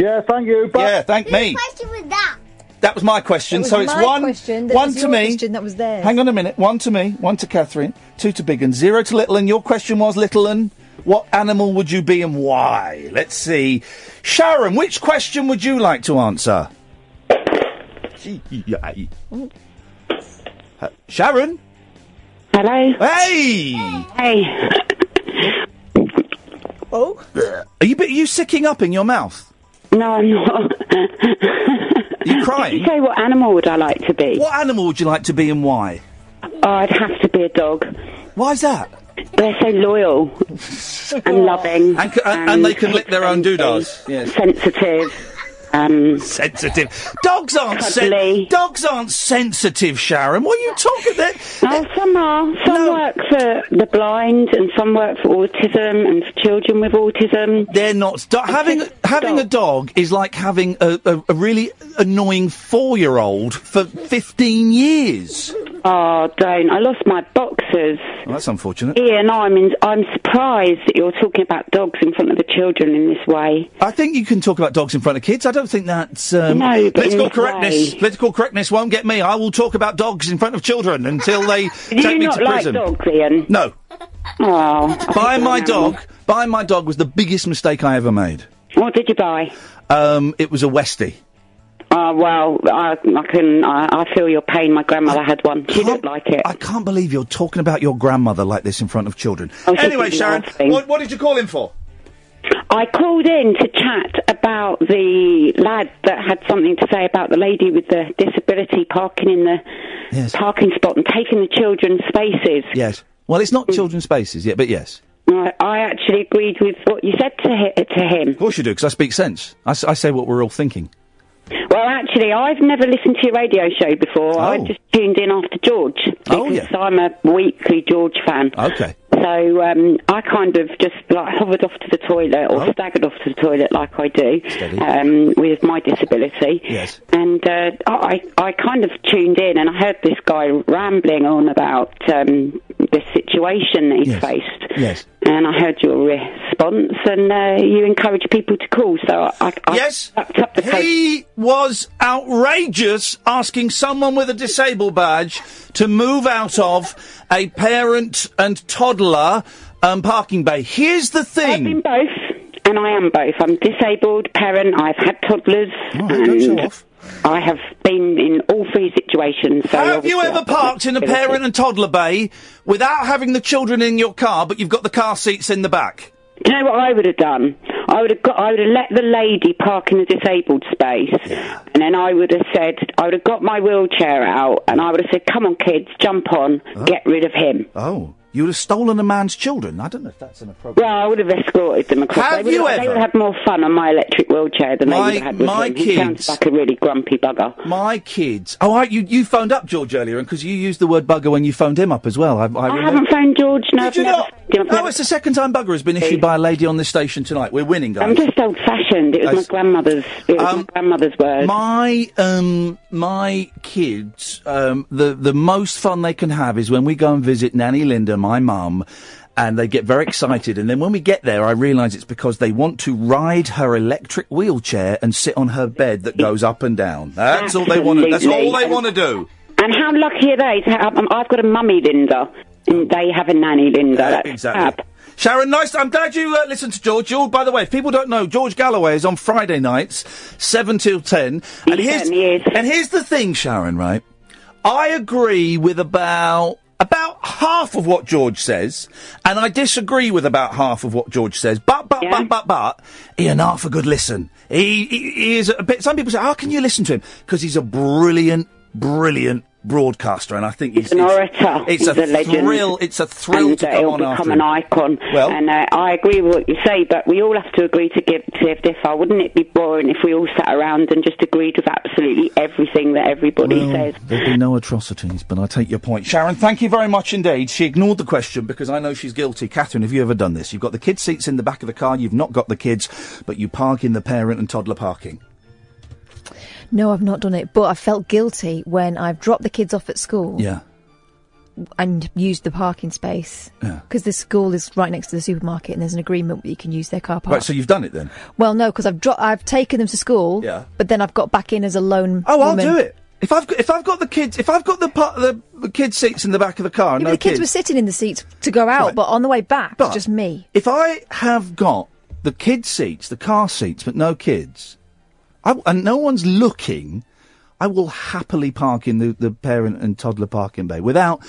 S13: Yeah, thank you.
S3: yeah, thank me.
S5: question was that?
S3: That was my question.
S4: That was
S3: so it's
S4: my
S3: one,
S4: question, that
S3: one
S4: was
S3: to
S4: your
S3: me.
S4: question, that was theirs.
S3: Hang on a minute. One to me, one to Catherine, two to Big and zero to Little. And your question was Little and what animal would you be and why? Let's see. Sharon, which question would you like to answer? Uh, Sharon.
S14: Hello.
S3: Hey.
S14: Hey.
S4: Oh.
S3: Are you? Are you sicking up in your mouth?
S14: No, I'm not.
S3: Are you crying?
S14: you say what animal would I like to be?
S3: What animal would you like to be and why?
S14: Oh, I'd have to be a dog.
S3: Why's that? Oh.
S14: They're so loyal and loving.
S3: And, c- and, and they can lick their own doodahs. Yes.
S14: um, Sensitive. Um,
S3: sensitive. Dogs aren't sen- dogs aren't sensitive, Sharon. What are you talking about?
S14: Oh, some are. Some work for the blind, and some work for autism, and for children with autism.
S3: They're not do- having having a dog is like having a, a, a really annoying four year old for fifteen years.
S14: Oh, don't! I lost my E boxers.
S3: Well, that's unfortunate.
S14: Ian, I'm in, I'm surprised that you're talking about dogs in front of the children in this way.
S3: I think you can talk about dogs in front of kids. I don't think that's um,
S14: No, but in
S3: political
S14: this
S3: correctness.
S14: way-
S3: Political correctness won't get me. I will talk about dogs in front of children until they
S14: Do
S3: take
S14: you
S3: me
S14: not
S3: to
S14: like
S3: prison.
S14: dogs, Ian?
S3: No.
S14: Oh,
S3: Buying my
S14: know.
S3: dog. Buying my dog was the biggest mistake I ever made.
S14: What did you buy?
S3: Um, it was a Westie.
S14: Oh, well, I, I can. I, I feel your pain. My grandmother had one. She didn't like it.
S3: I can't believe you're talking about your grandmother like this in front of children.
S14: Oh, she's
S3: anyway, Sharon,
S14: laughing.
S3: what, what did you call him for?
S14: I called in to chat about the lad that had something to say about the lady with the disability parking in the parking spot and taking the children's spaces.
S3: Yes. Well, it's not children's spaces yet, but yes.
S14: I, I actually agreed with what you said to, hi- to him.
S3: Of course you do, because I speak sense. I, s- I say what we're all thinking.
S14: Well, actually, I've never listened to your radio show before. I just tuned in after George because
S3: Oh, yeah.
S14: I'm a weekly George fan.
S3: Okay.
S14: So um, I kind of just like hovered off to the toilet
S3: Oh.
S14: or staggered off to the toilet like I do um, with my disability.
S3: Yes.
S14: And uh, I, I kind of tuned in and I heard this guy rambling on about um, this situation that he's faced.
S3: Yes.
S14: And I heard your response, and uh, you encourage people to call. So I, I
S3: Yes.
S14: sucked up the
S3: He was outrageous asking someone with a disabled badge to move out of a parent and toddler um, parking bay. Here's the thing. I've been
S14: both, and I am both. I'm disabled parent. I've had toddlers.
S3: Oh,
S14: and I have been in all three situations. So
S3: Have you ever parked in a parent and toddler bay without having the children in your car, but you've got the car seats in the back?
S14: Do you know what I would have done? I would have got. I would have let the lady park in the disabled space, and then I would have said, I would have got my wheelchair out, and I would have said, "Come on, kids, jump on, get rid of him."
S3: Oh, you would have stolen a man's children. I don't know if that's an appropriate.
S14: Well, I would have escorted them across.
S3: Have
S14: they would
S3: you
S14: have, They
S3: ever?
S14: would have had more fun on my electric wheelchair than
S3: My-
S14: they would have had with
S3: my
S14: him. He sounds
S3: kids-
S14: like a really grumpy bugger.
S3: My kids. Oh, I, you you phoned up George earlier, and because you used the word bugger when you phoned him up as well.
S14: I,
S3: I, I, remember-
S14: haven't phoned George. No, I've
S3: Did you
S14: never phoned
S3: not?
S14: him. I've
S3: No, it's the second time bugger has been issued by a lady on this station tonight. We're winning, guys.
S14: I'm just old fashioned. It was
S3: I
S14: my
S3: s-
S14: grandmother's. It was my grandmother's word.
S3: Um, My um my kids um the the most fun they can have is when we go and visit Nanny Linda, my mum, and they get very excited. And then when we get there, I realise it's because they want to ride her electric wheelchair and sit on her bed that goes up and down. That's all they want. to That's all they
S14: Absolutely.
S3: want to do.
S14: and how lucky are they? To have, um, I've got a mummy Linda, and they have a nanny Linda. That's fab.
S3: Exactly. Sharon, nice. I'm glad you uh, listened to George. You, by the way, if people don't know, George Galloway is on Friday nights, seven till ten. And here's and here's the thing, Sharon. Right, I agree with about about half of what George says, and I disagree with about half of what George says. But but but but but Ian Arthur, good listen. "Oh, He, he, he is a bit. Some people say, how can you listen to him? Because he's a brilliant, brilliant broadcaster, and I think he's,
S14: He's an
S3: it's-
S14: orator.
S3: It's
S14: He's a
S3: a,
S14: legend.
S3: thrill. It's a thrill
S14: and
S3: to
S14: that
S3: come
S14: he'll
S3: on
S14: become
S3: after
S14: an
S3: him.
S14: icon.
S3: Well-
S14: and uh, I agree with what you say, but we all have to agree to give to Diffa. Wouldn't it be boring if we all sat around and just agreed with absolutely everything that everybody says?
S3: There'd be no atrocities, but I take your point. Sharon, thank you very much indeed. She ignored the question because I know she's guilty. Catherine, have you ever done this? You've got the kids' seats in the back of the car, you've not got the kids, but you park in the parent and toddler parking.
S8: No, I've not done it, but I felt guilty when I've dropped the kids off at school
S3: Yeah.
S8: and used the parking space
S3: Yeah.
S8: because the school is right next to the supermarket and there's an agreement that you can use their car park.
S3: Right, so you've done it then?
S8: Well, no, because I've dro- I've taken them to school,
S3: Yeah.
S8: but then I've got back in as a lone.
S3: Oh, I'll
S8: woman.
S3: do it. If I've, got- if I've got the kids, if I've got the, par- the, the kids' seats in the back of the car, and
S8: Yeah, but
S3: no
S8: the kids were sitting in the seats to go out, but on the way back,
S3: But-
S8: it's just me.
S3: If I have got the kids' seats, the car seats, but no kids, I, and no one's looking, I will happily park in the, the parent and toddler parking bay without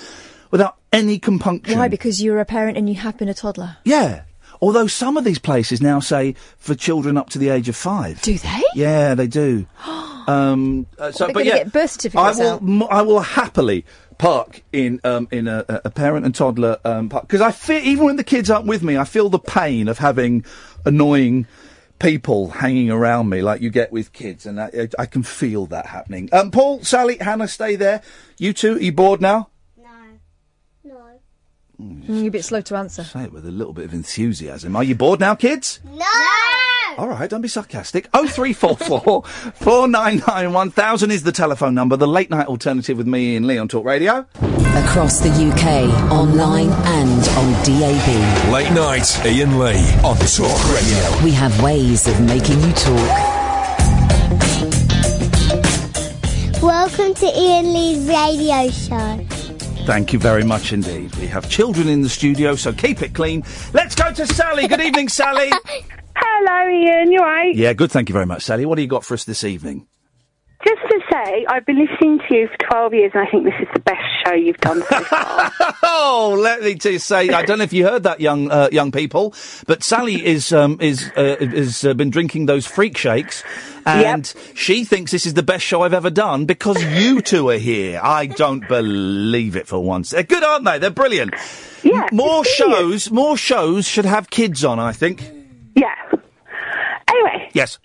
S3: without any compunction.
S8: Why? Because you're a parent and you have been a toddler.
S3: Yeah. Although some of these places now say for children up to the age of five.
S8: Do they?
S3: Yeah, they do. um, uh, so,
S8: They're gonna
S3: but yeah,
S8: get birth certificates
S3: I will.
S8: out.
S3: m- I will happily park in um, in a, a a parent and toddler um, park because I feel even when the kids aren't with me, I feel the pain of having annoying people hanging around me like you get with kids, and I, I, I can feel that happening. Um, Paul, Sally, Hannah, stay there. You two, are you bored now?
S8: Mm, you're a bit slow to answer.
S3: Say it with a little bit of enthusiasm. Are you bored now, kids? All right, don't be sarcastic. 0344 499 1000 is the telephone number. The late night alternative with me and Lee on Talk Radio.
S10: Across the UK, online and on DAB.
S9: Late night, Ian Lee on Talk Radio.
S10: We have ways of making you talk.
S5: Welcome to Ian Lee's radio show.
S3: Thank you very much indeed. We have children in the studio, so keep it clean. Let's go to Sally. Good evening, Sally.
S15: Hello, Ian. You alright?
S3: Yeah, good. Thank you very much, Sally. What do you got for us this evening?
S15: Just to say, I've been listening to you for 12 years, and I think this is the best show you've done so far.
S3: Oh, let me just say, I don't know if you heard that, young uh, young people, but Sally is um, is uh, has uh, been drinking those freak shakes, and she thinks this is the best show I've ever done because you two are here. I don't believe it for once. They're good, aren't they? They're brilliant. Yeah. More shows, more shows should have kids on. I think.
S15: yeah. Anyway,
S3: Yes.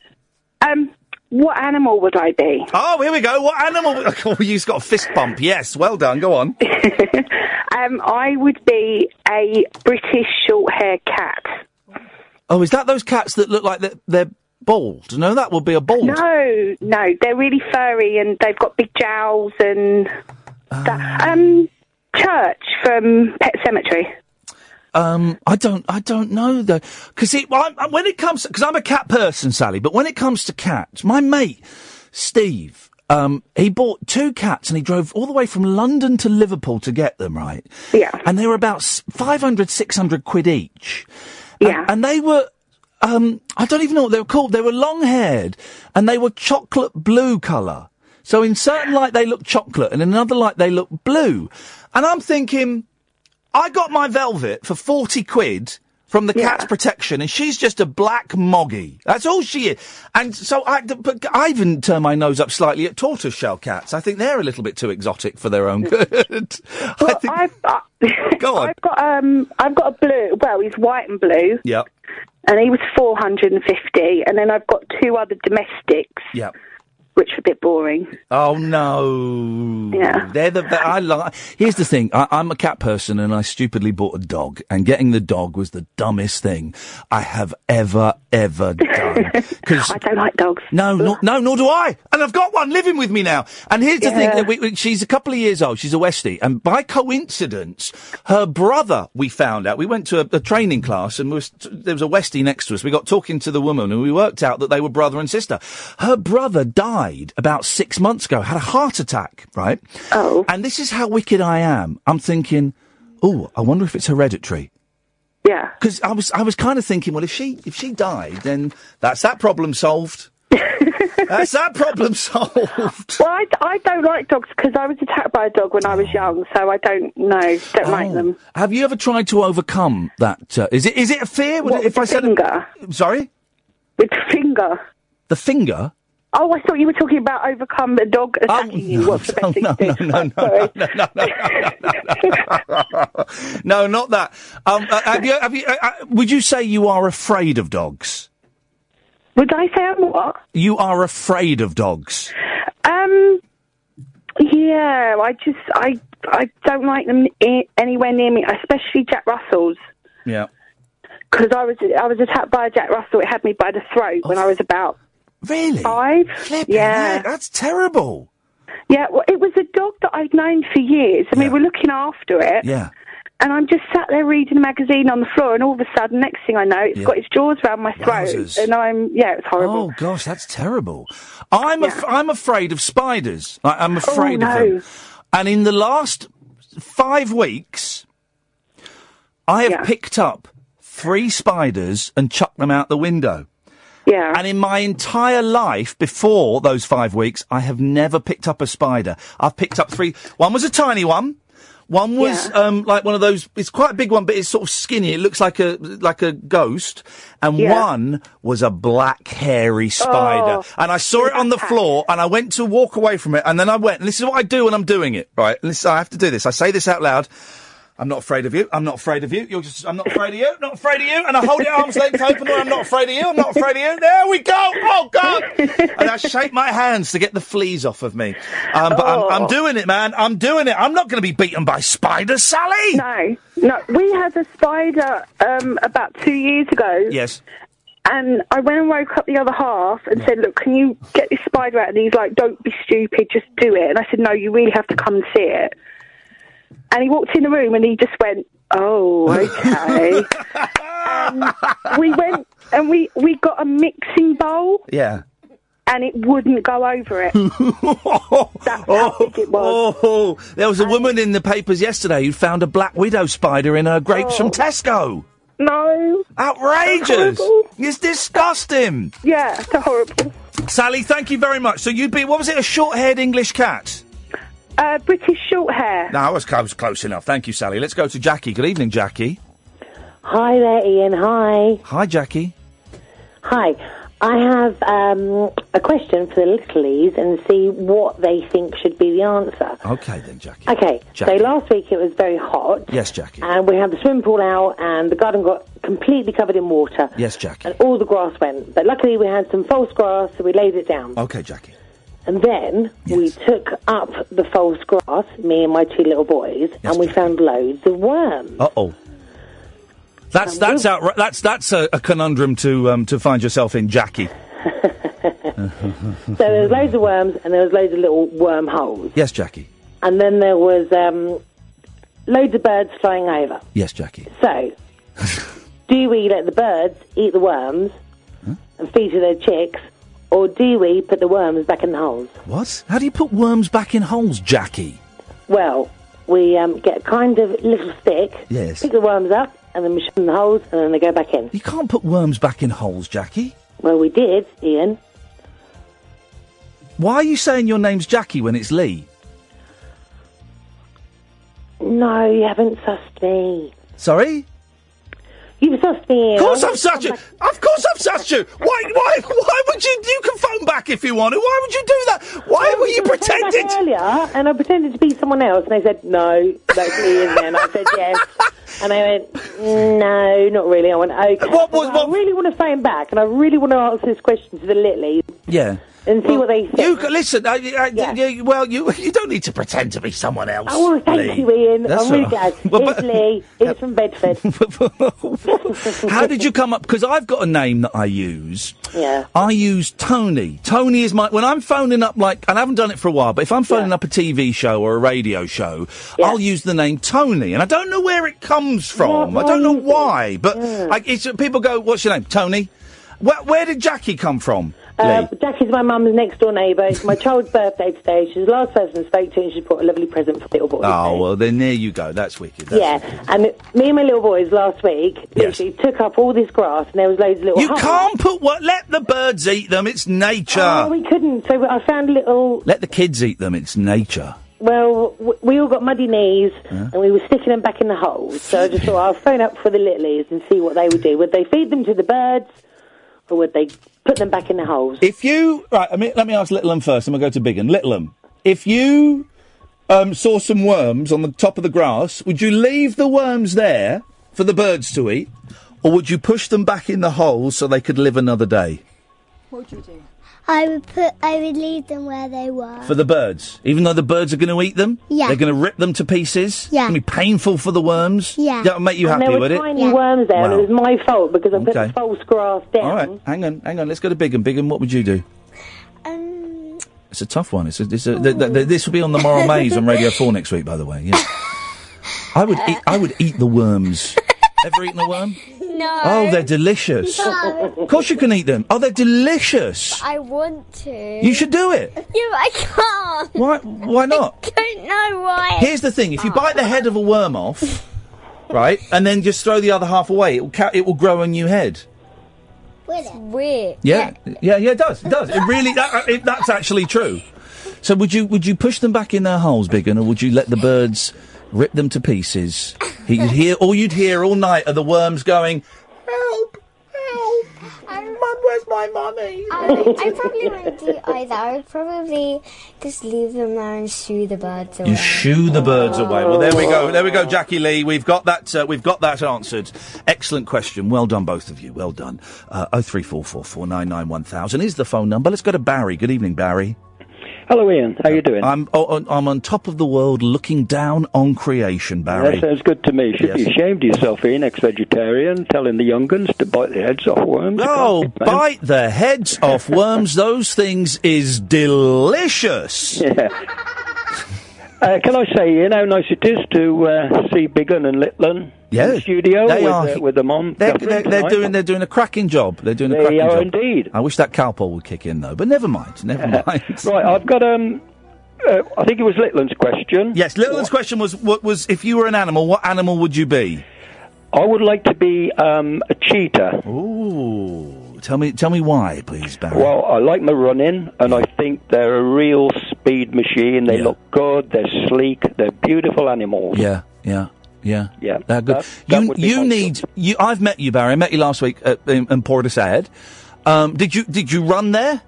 S15: um, what animal would I be?
S3: Oh, here we go. What animal? Oh, you've got a fist bump. Yes. Well done. Go on.
S15: Um, I would be a British short-haired cat.
S3: Oh, is that those cats that look like they're, they're bald? No, that would be a bald.
S15: No, no, they're really furry, and they've got big jowls and that.
S3: Ah.
S15: Um, Church from Pet Cemetery.
S3: Um, I don't, I don't know though, because it well, I, I- when it comes because I'm a cat person, Sally. But when it comes to cats, my mate Steve, um, he bought two cats and he drove all the way from London to Liverpool to get them. Right? Yeah. And they were about s- 500, 600 quid each. Yeah. And, and they were. Um, I don't even know what they were called. They were long haired and they were chocolate blue colour. So in certain light they look chocolate and in another light they look blue. And I'm thinking, I got my velvet for 40 quid from the cat's protection and she's just a black moggy. That's all she is. And so I, but I even turn my nose up slightly at tortoiseshell cats. I think they're a little bit too exotic for their own good. I think, go on.
S15: I've got um, I've got a blue. Well, he's white and blue,
S3: Yep.
S15: and he was 450, and then I've got two other domestics,
S3: Yep.
S15: which are a bit boring.
S3: Oh no!
S15: Yeah.
S3: they're the. They, I like. Here's the thing. I, I'm a cat person, and I stupidly bought a dog. And getting the dog was the dumbest thing I have ever ever done. Because I
S15: don't like dogs.
S3: No, nor, no, nor do I. And I've got one living with me now. And here's the thing.
S15: Yeah.
S3: That we, we, she's a couple of years old. She's a Westie, and by coincidence, her brother. We found out. We went to a, a training class, and we was, there was a Westie next to us. We got talking to the woman, and we worked out that they were brother and sister. Her brother died about six months ago. Had a heart attack, right?
S15: Oh.
S3: And this is how wicked I am. I'm thinking, oh, I wonder if it's hereditary.
S15: Yeah.
S3: Because I was, I was kind of thinking, well, if she, if she died, then that's that problem solved. that's that problem solved.
S15: Well, I, I don't like dogs because I was attacked by a dog when I was young, so I don't know, don't like them.
S3: Oh. Have you ever tried to overcome that? Uh, is it, is it a fear? Would
S15: What,
S3: it- if
S15: with
S3: I
S15: the
S3: said,
S15: finger?
S3: sorry,
S15: with the finger,
S3: the finger. Oh,
S16: Oh, I thought you were talking about overcome a dog attacking you. What's the best thing to do?
S3: no, no, no, no, no, no, no, no, not that. Um, uh, have you, have you, uh, uh, would you say you are afraid of dogs?
S16: Would I say I'm what?
S3: You are afraid of dogs.
S16: Um, yeah, I just I I don't like them i- anywhere near me, especially Jack Russells,
S3: Yeah.
S16: because I was I was attacked by a Jack Russell. It had me by the throat when I was about
S3: really
S16: five. yeah,
S3: that's terrible.
S16: Yeah, well, it was a dog that I'd known for years, and we were looking after it.
S3: Yeah.
S16: And I'm just sat there reading a magazine on the floor, and all of a sudden, next thing I know, it's
S3: Yeah.
S16: got its jaws round my throat,
S3: Wowzers.
S16: and I'm yeah, it's horrible.
S3: Oh gosh, that's terrible. I'm af- I'm afraid of spiders. I- I'm afraid
S16: Oh, no.
S3: of them. And in the last five weeks, I have picked up three spiders and chucked them out the window.
S16: Yeah.
S3: And in my entire life before those five weeks, I have never picked up a spider. I've picked up three. One was a tiny one. One was um, like one of those. It's quite a big one, but it's sort of skinny. It looks like a like a ghost. And
S2: Yeah.
S3: one was a black hairy spider.
S2: Oh.
S3: and I saw it on the floor, and I went to walk away from it, and then I went. And this is what I do when I'm doing it, right? This, I have to do this. I say this out loud. I'm not afraid of you. I'm not afraid of you. You're just. I'm not afraid of you. Not afraid of you. And I hold it at arm's length open. Or I'm not afraid of you. I'm not afraid of you. There we go. Oh God! And I shake my hands to get the fleas off of me. Um, but I'm, I'm doing it, man. I'm doing it. I'm not going to be beaten by spiders, Sally.
S16: No, no. We had a spider um, about two years ago.
S3: Yes.
S16: And I went and woke up the other half and said, "Look, can you get this spider out?" And he's like, "Don't be stupid, just do it." And I said, "No, you really have to come and see it." And he walked in the room and he just went, "Oh, okay." and we went and we we got a mixing bowl
S3: Yeah.
S16: and it wouldn't go over it.
S3: That's how big it was. Oh, there was a woman in the papers yesterday who found a black widow spider in her grapes from Tesco.
S16: No.
S3: Outrageous. It's disgusting.
S16: Yeah, it's horrible.
S3: Sally, thank you very much. So you'd be, what was it, a short haired English cat?
S16: Uh, British short hair.
S3: No, I was, I was close enough. Thank you, Sally. Let's go to Jackie. Good evening, Jackie.
S7: Hi there, Ian. Hi.
S3: Hi, Jackie.
S7: Hi. I have um, a question for the littlies and see what they think should be the answer.
S3: Okay, then, Jackie.
S7: Okay,
S3: Jackie.
S7: so last week it was very hot,
S3: Yes, Jackie.
S7: and we had the swimming pool out, and the garden got completely covered in water,
S3: Yes, Jackie.
S7: and all the grass went. But luckily, we had some false grass, so we laid it down.
S3: Okay, Jackie.
S7: And then we took up the false grass, me and my two little boys, and we found loads of worms.
S3: Uh oh. That's that's outra- that's that's a, a conundrum to um, to find yourself in, Jackie. Uh-huh.
S7: So there was loads of worms, and there was loads of little wormholes.
S3: yes, Jackie.
S7: and then there was um, loads of birds flying over.
S3: Yes, Jackie.
S7: So, do we let the birds eat the worms and feed to their chicks, or do we put the worms back in the holes?
S3: What? How do you put worms back in holes, Jackie?
S7: Well, we um, get a kind of little stick,
S3: Yes.
S7: pick the worms up, and then we shove them in the holes, and then they go back in.
S3: You can't put worms back in holes, Jackie.
S7: Well, we did, Ian.
S3: Why are you saying your name's Jackie when it's Lee?
S7: No, you haven't sussed me.
S3: Sorry?
S7: You've sussed me. Ian.
S3: Of course I've sussed you. Of course I've sussed you. Why? Why? Why would you? You can phone back if you want to. Why would you do that? Why were you pretending?
S7: back earlier, and I pretended to be someone else, and they said no, that's me, and then I said yes, and they went no, not really. I went okay. What was? I really want to phone back, and I really want to answer this question to the Litleys
S3: Yeah.
S7: and see what they think.
S3: You c- listen. I, I, you- well, you you don't need to pretend to be someone else.
S7: Oh, well, thank
S3: Lee.
S7: you, Ian.
S3: That's
S7: I'm really
S3: all
S7: glad.
S3: right. Well,
S7: it's Lee. It's from Bedford.
S3: How did you come up? Because I've got a name that I use.
S7: Yeah.
S3: I use Tony. Tony is my when I'm phoning up like and I haven't done it for a while, but if I'm phoning up a TV show or a radio show, I'll use the name Tony, and I don't know where it comes from. I don't know why, but like it's, people go, "What's your name, Tony?" Where, where did Jackie come from?
S7: Uh,
S3: Lee?
S7: Jackie's my mum's next door neighbour. It's my child's birthday today. She's the last person I spoke to, and she's brought a lovely present for the little boy.
S3: Oh well, then there you go. That's wicked. That's
S7: Yeah, and me and my little boys last week
S3: Yes.
S7: literally took up all this grass, and there was loads of little.
S3: You
S7: holes.
S3: can't put what? Let the birds eat them. It's nature.
S7: Oh, we couldn't. So I found little.
S3: Let the kids eat them. It's nature.
S7: Well, w- we all got muddy knees,
S3: Huh?
S7: and we were sticking them back in the holes. So I just thought I'll phone up for the littlies and see what they would do. Would they feed them to the birds,
S16: or would they put them back in the holes?
S3: If you right, I mean, let me ask Littleham first, and we'll go to Bigham. Littleham, if you um, saw some worms on the top of the grass, would you leave the worms there for the birds to eat, or would you push them back in the holes so they could live another day
S5: What would you do? I would put. I would leave them where they were.
S3: for the birds? Even though the birds are going to eat them,
S5: Yeah.
S3: they're going to rip them to pieces.
S5: Yeah.
S3: it's going to be painful for the worms.
S5: Yeah.
S3: that would make you
S5: And
S3: happy,
S5: there were
S3: would it?
S5: tiny Yeah.
S16: worms there, and it
S3: Wow.
S16: was my fault because I put
S3: Okay.
S16: the false grass down.
S3: All right, hang on, hang on. Let's go to Bigham. Bigham, what would you do?
S17: Um,
S3: It's a tough one. It's a, it's a, th- th- th- this will be on the Moral Maze on Radio Four next week, by the way. Yeah. I would eat, I would eat the worms. Ever eaten a worm?
S17: No.
S3: Oh, they're delicious.
S17: No.
S3: Of course you can eat them. Oh, they're delicious.
S17: I want to.
S3: You should do it.
S17: Yeah, but I can't.
S3: Why? Why not?
S17: Don't know why.
S3: Here's the thing: if you bite the head of a worm off, right, and then just throw the other half away, it will ca- it will grow a new head.
S17: It's weird.
S3: Yeah, yeah, yeah. It does. It does. It really. That, uh, it, that's actually true. So would you would you push them back in their holes, Biggin, or would you let the birds rip them to pieces? You'd hear all you'd hear all night are the worms going. Help! Help! Mum, where's my mummy?
S17: I, would- I probably wouldn't do either. I would probably just leave them there and shoo the birds away.
S3: You shoo the birds away. Well, there we go. There we go, Jackie Lee. We've got that. Uh, we've got that answered. Excellent question. Well done, both of you. Well done. Oh three four four four nine nine one thousand is the phone number. Let's go to Barry. Good evening, Barry.
S18: Hello, Ian. How you doing?
S3: I'm oh, on- I'm on top of the world, looking down on creation, Barry.
S18: That sounds good to me. You should be
S3: Yes.
S18: ashamed of yourself, Ian, ex-vegetarian, telling the young uns to bite their heads off worms.
S3: Oh, bite the heads off worms. Those things is delicious.
S18: Yeah. Uh, can I say, Ian, how nice it is to uh, see Biggin and Littlin in
S3: Yeah.
S18: the studio
S3: They
S18: with,
S3: are-
S18: uh, with the mom.
S3: They're,
S18: Catherine,
S3: they're, they're
S18: tonight?
S3: doing they're doing a cracking job. They're doing a
S18: They
S3: cracking
S18: are
S3: job. Indeed. I wish that cow poll would kick in though, but never mind. Never
S18: Yeah.
S3: mind.
S18: Right, I've got, um, uh, I think it was Littlin's question.
S3: Yes, Littleton's question was what was if you were an animal, what animal would you be?
S18: I would like to be um, a cheetah.
S3: Ooh, tell me, tell me why, please, Barry.
S18: Well, I like my running, and I think they're a real speed machine. They look good, they're sleek, they're beautiful animals.
S3: Yeah, yeah, yeah.
S18: Yeah.
S3: They're good.
S18: That- that
S3: you
S18: would be
S3: you
S18: my
S3: need you. I've met you, Barry. I met you last week at, in, in Port Said. Um, did you did you run there?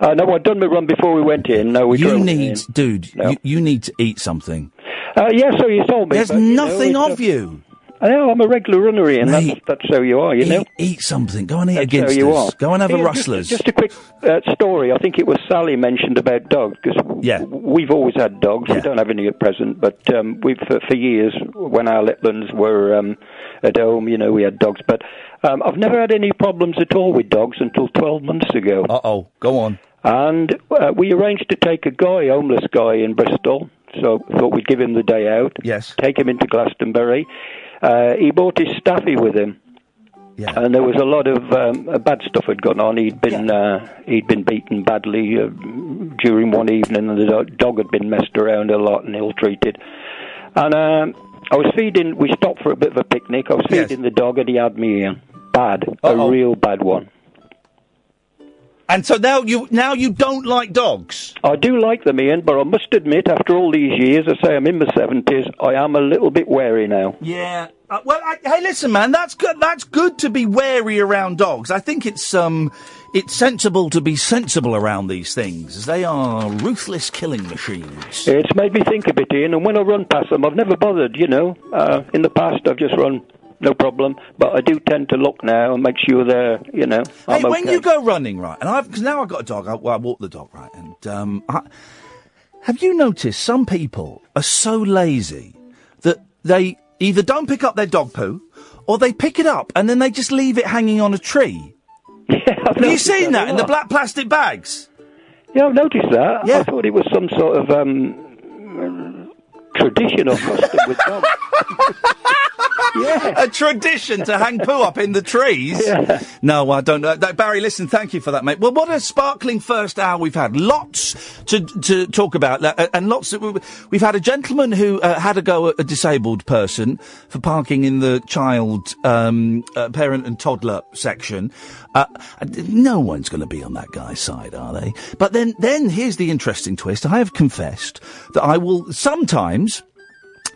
S18: Uh, no, I'd done my run before we went in. No, we
S3: You
S18: drove
S3: need,
S18: in.
S3: dude. You, you need to eat something.
S18: Uh, yeah, so you told me.
S3: There's
S18: but, you know,
S3: nothing
S18: it's
S3: of
S18: not-
S3: you.
S18: I know, I'm a regular runner, Ian.
S3: Mate,
S18: that's, that's how you are, you know.
S3: Eat, eat something. Go and eat
S18: That's
S3: against
S18: how you
S3: us.
S18: are.
S3: Go and have
S18: Ian,
S3: a
S18: just-
S3: rustlers.
S18: Just, a quick uh, story. I think it was Sally mentioned about dogs because we've always had dogs. We don't have any at present, but um, we for, for years when our Litlands were um, at home, you know, we had dogs. But um, I've never had any problems at all with dogs until 12 months ago.
S3: Uh oh, go on.
S18: And uh, we arranged to take a guy, homeless guy in Bristol. So thought we'd give him the day out.
S3: Yes.
S18: Take him into Glastonbury. Uh, he brought his staffy with him.
S3: Yeah.
S18: And there was a lot of um, uh, bad stuff had gone on. He'd been uh, he'd been beaten badly uh, during one evening, and the do- dog had been messed around a lot and ill-treated. And um I was feeding. We stopped for a bit of a picnic. I was
S3: Yes.
S18: feeding the dog, and he had me in bad, a real bad one.
S3: And so now you now you don't like dogs.
S18: I do like them, Ian, but I must admit, after all these years, I say I'm in my seventies. I am a little bit wary now.
S3: Yeah. Uh, well, I, hey, listen, man. That's good. That's good to be wary around dogs. I think it's um, it's sensible to be sensible around these things. as They are ruthless killing machines.
S18: It's made me think a bit, Ian, and when I run past them, I've never bothered, you know. Uh, in the past, I've just run, no problem, but I do tend to look now and make sure they're, you know, I'm
S3: hey, when
S18: okay.
S3: you go running, right? And I've because now I've got a dog. I, well, I walk the dog, right? And um, I, have you noticed some people are so lazy that they either don't pick up their dog poo, or they pick it up and then they just leave it hanging on a tree. Have you seen that in the black plastic bags?
S18: Yeah, I've noticed that. I thought it was some sort of um, tradition or custom with dogs.
S3: a tradition to hang poo up in the trees. No, I don't know. No, Barry, listen, thank you for that, mate. Well, what a sparkling first hour we've had. Lots to to talk about, uh, and lots that we, we've had a gentleman who uh, had a go at a disabled person for parking in the child, um, uh, parent, and toddler section. Uh, no one's going to be on that guy's side, are they? But then, then here's the interesting twist. I have confessed that I will sometimes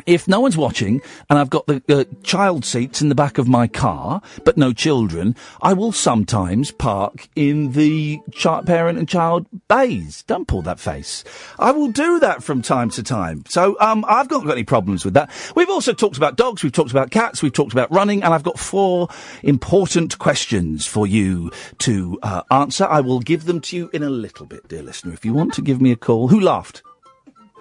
S3: if no one's watching and I've got the uh, child seats in the back of my car, but no children, I will sometimes park in the chi- parent and child bays. Don't pull that face. I will do that from time to time. So um, I've not got any problems with that. We've also talked about dogs, we've talked about cats, we've talked about running, and I've got four important questions for you to uh, answer. I will give them to you in a little bit, dear listener. If you want to give me a call, who laughed?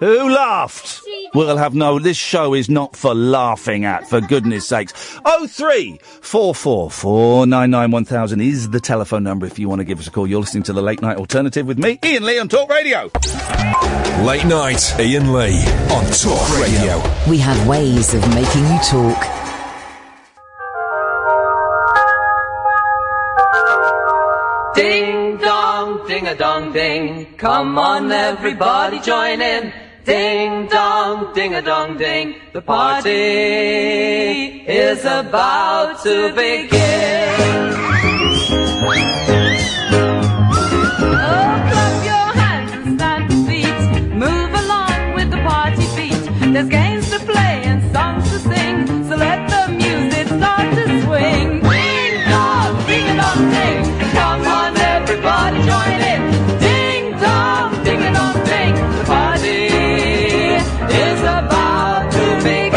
S3: Who laughed? We'll have no. This show is not for laughing at, for goodness sakes. Oh three four four four nine nine one thousand is the telephone number if you want to give us a call. You're listening to the Late Night Alternative with me, Ian Lee, on Talk Radio.
S9: Late night, Ian Lee on Talk Radio.
S10: We have ways of making you talk.
S19: Ding dong, ding a dong ding. Come on, everybody, join in. Ding dong, ding a dong ding. The party is about to begin.
S2: your hands and stand to feet. Move along with the party beat. There's games to play and songs to sing. So let the music start to swing. Ding dong, ding a dong ding. Come on, everybody, join in. Ding dong, ding a dong ding. The party is about to begin.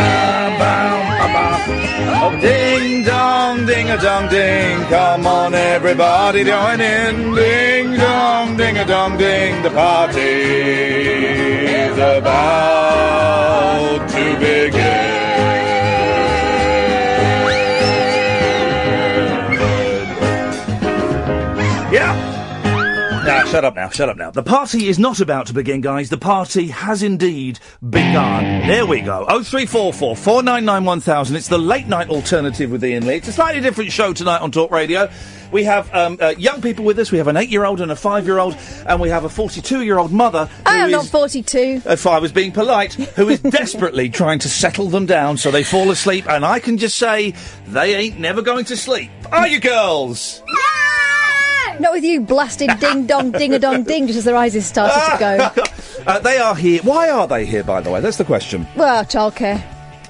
S3: Oh, ding dong, ding a dong ding. Come on, everybody, join in. Ding dong, ding a dong ding. The party is about to begin. Yeah. Now, shut up now, shut up now. The party is not about to begin, guys. The party has indeed begun. There we go. 0344 499 1000. It's the late night alternative with Ian Lee. It's a slightly different show tonight on Talk Radio. We have um, uh, young people with us. We have an eight year old and a five year old, and we have a 42 year old mother. who
S8: I am not
S3: is-
S8: 42.
S3: if I was being polite, who is desperately trying to settle them down so they fall asleep, and I can just say they ain't never going to sleep. Are you girls?
S8: Not with you blasted ding dong ding a dong ding just as their eyes have started to go.
S3: Uh, they are here. Why are they here, by the way? That's the question.
S8: Well, childcare.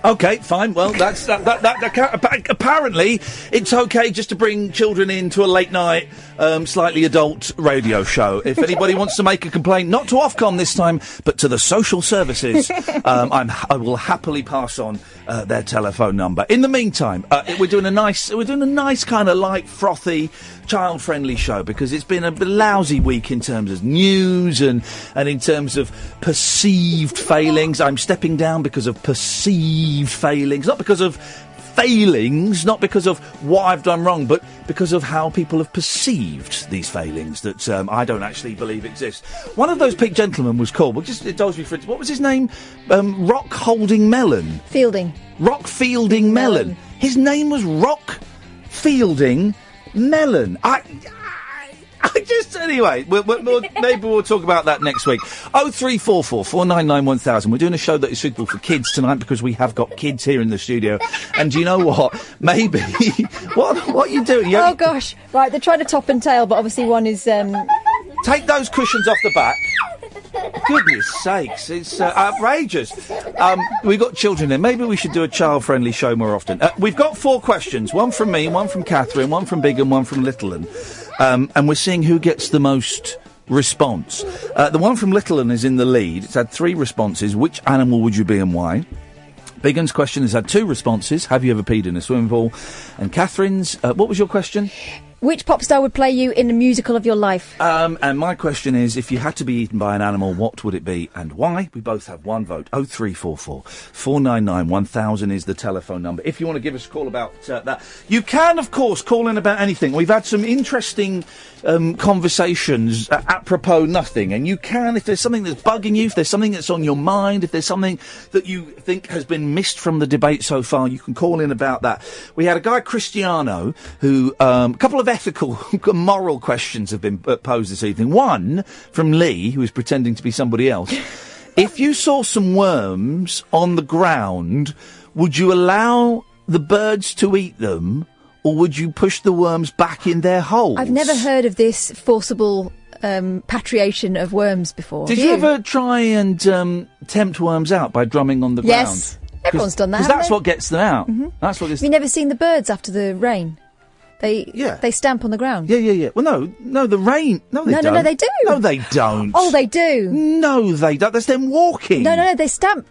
S3: Okay, fine. Well, that's that. that, that, that ca- appa- apparently, it's okay just to bring children into a late night, um, slightly adult radio show. If anybody wants to make a complaint, not to Ofcom this time, but to the social services, um, I'm, I will happily pass on uh, their telephone number. In the meantime, uh, it- we're doing a nice, we're doing a nice kind of light, frothy, child-friendly show because it's been a b- lousy week in terms of news and and in terms of perceived failings. I'm stepping down because of perceived failings, not because of failings, not because of what I've done wrong, but because of how people have perceived these failings that um, I don't actually believe exist. One of those pink gentlemen was called. Well, just indulge me for what was his name? Um, Rock Holding Melon.
S8: Fielding.
S3: Rock Fielding Melon. His name was Rock Fielding Melon. I. I- I Just anyway, we'll, we'll, we'll- maybe we'll talk about that next week. Oh three four four four nine nine one thousand. We're doing a show that is suitable for kids tonight because we have got kids here in the studio. And do you know what? Maybe what what are you doing? You-
S8: Oh gosh, right, they're trying to top and tail, but obviously one is. Um...
S3: Take those cushions off the back. Goodness sakes, it's uh, outrageous. Um, we've got children here. Maybe we should do a child friendly show more often. Uh, we've got four questions one from me, one from Catherine, one from Big, and one from Little Un. Um, and we're seeing who gets the most response. Uh, the one from Little Un is in the lead. It's had three responses. Which animal would you be and why? Biggin's question has had two responses. Have you ever peed in a swimming pool? And Catherine's, uh, what was your question?
S8: Which pop star would play you in the musical of your life?
S3: Um, and my question is, if you had to be eaten by an animal, what would it be and why? We both have one vote. 0344 499 1000 is the telephone number. If you want to give us a call about uh, that, you can, of course, call in about anything. We've had some interesting um, conversations uh, apropos nothing. And you can, if there's something that's bugging you, if there's something that's on your mind, if there's something that you think has been missed from the debate so far, you can call in about that. We had a guy, Cristiano, who um, a couple of ethical, moral questions have been uh, posed this evening. One from Lee, who is pretending to be somebody else. if you saw some worms on the ground, would you allow the birds to eat them, or would you push the worms back in their holes?
S8: I've never heard of this forcible um, patriation of worms before.
S3: Did
S8: Have
S3: you ever try and um, tempt worms out by drumming on the ground?
S8: Yes. Everyone's done that,
S3: Because
S8: haven't
S3: that's
S8: they?
S3: what gets them out.
S8: Mhm.
S3: That's what gets.
S8: Have you never seen the birds after the rain? They
S3: Yeah.
S8: they stamp on the ground.
S3: Yeah, yeah, yeah. Well, no, no, the rain. No, they
S8: No, no,
S3: don't.
S8: no, they do.
S3: No, they don't.
S8: Oh, they do.
S3: No, they don't. That's them walking.
S8: No, no, no, they stamp.